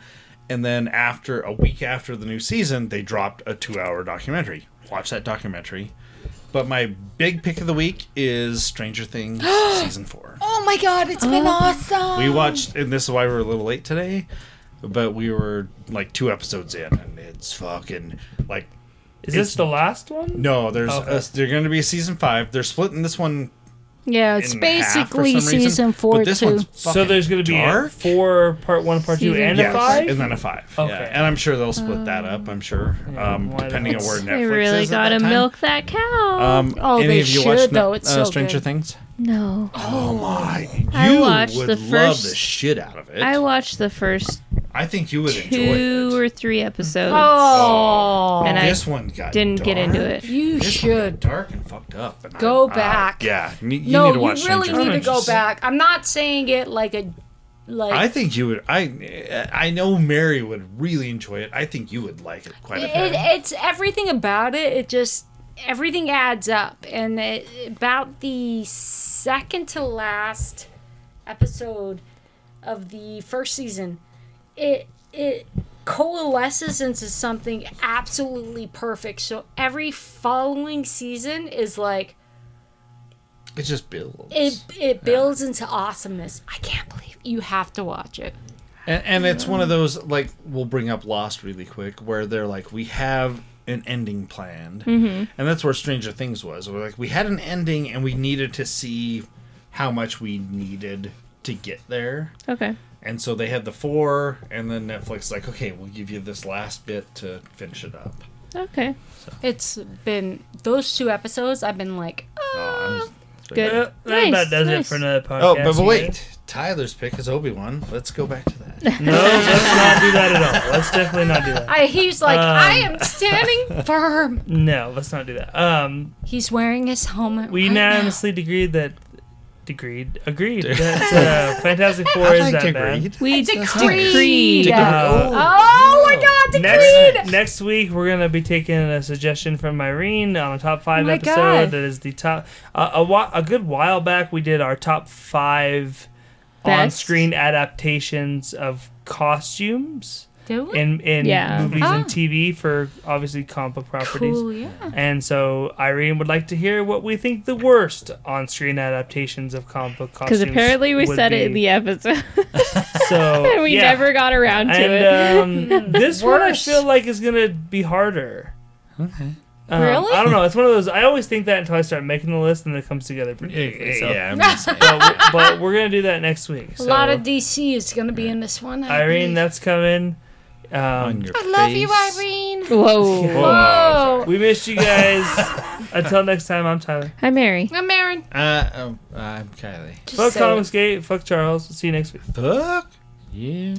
B: and then after a week after the new season, they dropped a two-hour documentary. Watch that documentary. But my big pick of the week is Stranger Things season four.
H: Oh my god, it's been awesome.
B: We watched, and this is why we were a little late today, but we were like two episodes in, and it's fucking like
C: Is this the last one?
B: no. There's
H: Oh,
C: Okay.
B: a, there's going to be a season five. They're splitting this one.
A: Yeah, it's
B: in half for
A: basically
B: some reason,
A: season four
B: but this
A: too.
B: one's
C: So there's gonna be a
B: dark?
C: four part one, part two,
A: Season
C: and a
A: Yes.
C: five.
B: and then a five. Yeah,
C: Okay.
B: and I'm sure they'll split that up. I'm sure, um,
C: why the
B: depending on
C: hell-
B: where Netflix
D: They really
B: is at that
D: gotta
B: time.
D: milk that cow.
B: Um,
A: Oh,
B: any
A: they
B: of you
A: should,
B: watched
A: though.
B: Net-
A: It's
B: uh,
A: so
B: Stranger
A: good.
B: Things.
D: no,
B: Oh my! You
D: I watched
B: would
D: the
B: love the
D: first-
B: shit out of it.
D: I watched the first
B: I think you would
D: two
B: enjoy it.
D: or three episodes.
A: Oh,
D: And I
B: this one got
D: Didn't get into
B: dark.
D: it.
A: you
B: This one got
A: should
B: dark and fucked up. and I-
A: go
B: uh,
A: back.
B: yeah, you, you
A: no,
B: need to watch
A: you really
B: Stranger
A: need to
B: Things.
A: go back. I'm not saying it like a like.
B: I think you would. I I know Mary would really enjoy it. I think you would like it quite a bit.
A: it, it's everything about it. It just everything adds up, and it, about the second to last episode of the first season, it it coalesces into something absolutely perfect. So every following season is like
B: It just builds.
A: it it builds into awesomeness. I can't believe you have to watch it.
B: And, and it's one of those like we'll bring up Lost really quick, where they're like, we have an ending planned, and that's where Stranger Things was. We're like, we had an ending, and we needed to see how much we needed to get there,
D: Okay.
B: and so they had the four, and then Netflix is like, okay, we'll give you this last bit to finish it up.
D: Okay.
A: It's been those two episodes. I've been like,
B: Oh, I'm-
D: Good.
C: Uh, that
D: Nice,
C: about does it
D: nice.
C: for another podcast.
B: oh, but, but
C: you
B: wait, Tyler's pick is Obi Wan. Let's go back to that.
C: guys. No, let's not do that at all. Let's definitely not do that.
A: I he's like,
C: Um.
A: I am standing firm.
C: No, let's not do that. Um,
A: He's wearing his helmet.
C: we
A: right now.
C: unanimously agreed that. Degreed. Agreed. That uh, Fantastic Four is that bad.
D: We
A: Decreed.
C: Uh,
A: Oh my God! Decreed.
C: Next, next week, we're going to be taking a suggestion from Irene on a top
D: Oh
C: five
A: My
C: episode
A: God.
C: that is the top. Uh, a, wa- a good while back, we did our top five
D: Best.
C: on screen adaptations of costumes
A: Do we?
C: in, in
D: Yeah.
C: movies
A: Ah.
C: and TV for obviously comic book properties.
A: cool. Yeah.
C: And so Irene would like to hear what we think the worst on screen adaptations of comic book costumes.
D: Because apparently we
C: would
D: said it in
C: be.
D: the episode,
C: So,
D: and we
C: yeah.
D: never got around to it.
C: And um, this one I
A: Worse.
C: feel like is gonna be harder. Okay.
A: Really?
C: I don't know. It's one of those. I always think that until I start making the list, and it comes together pretty quickly. So.
B: Yeah,
C: but, but we're gonna do that next week.
A: A
C: So.
A: lot of DC is gonna be in this one. I
C: Irene,
A: believe.
C: that's coming. Um,
B: your
A: I love you,
B: face.
A: Irene.
D: Whoa.
A: Whoa.
C: we missed you guys. Until next time, I'm Tyler.
D: Hi, Mary.
A: I'm Aaron.
B: Uh, oh, I'm Kylie.
A: Just
C: Fuck
A: say it.
C: Comics Gate. Fuck Charles. See you next week.
B: Fuck.
E: You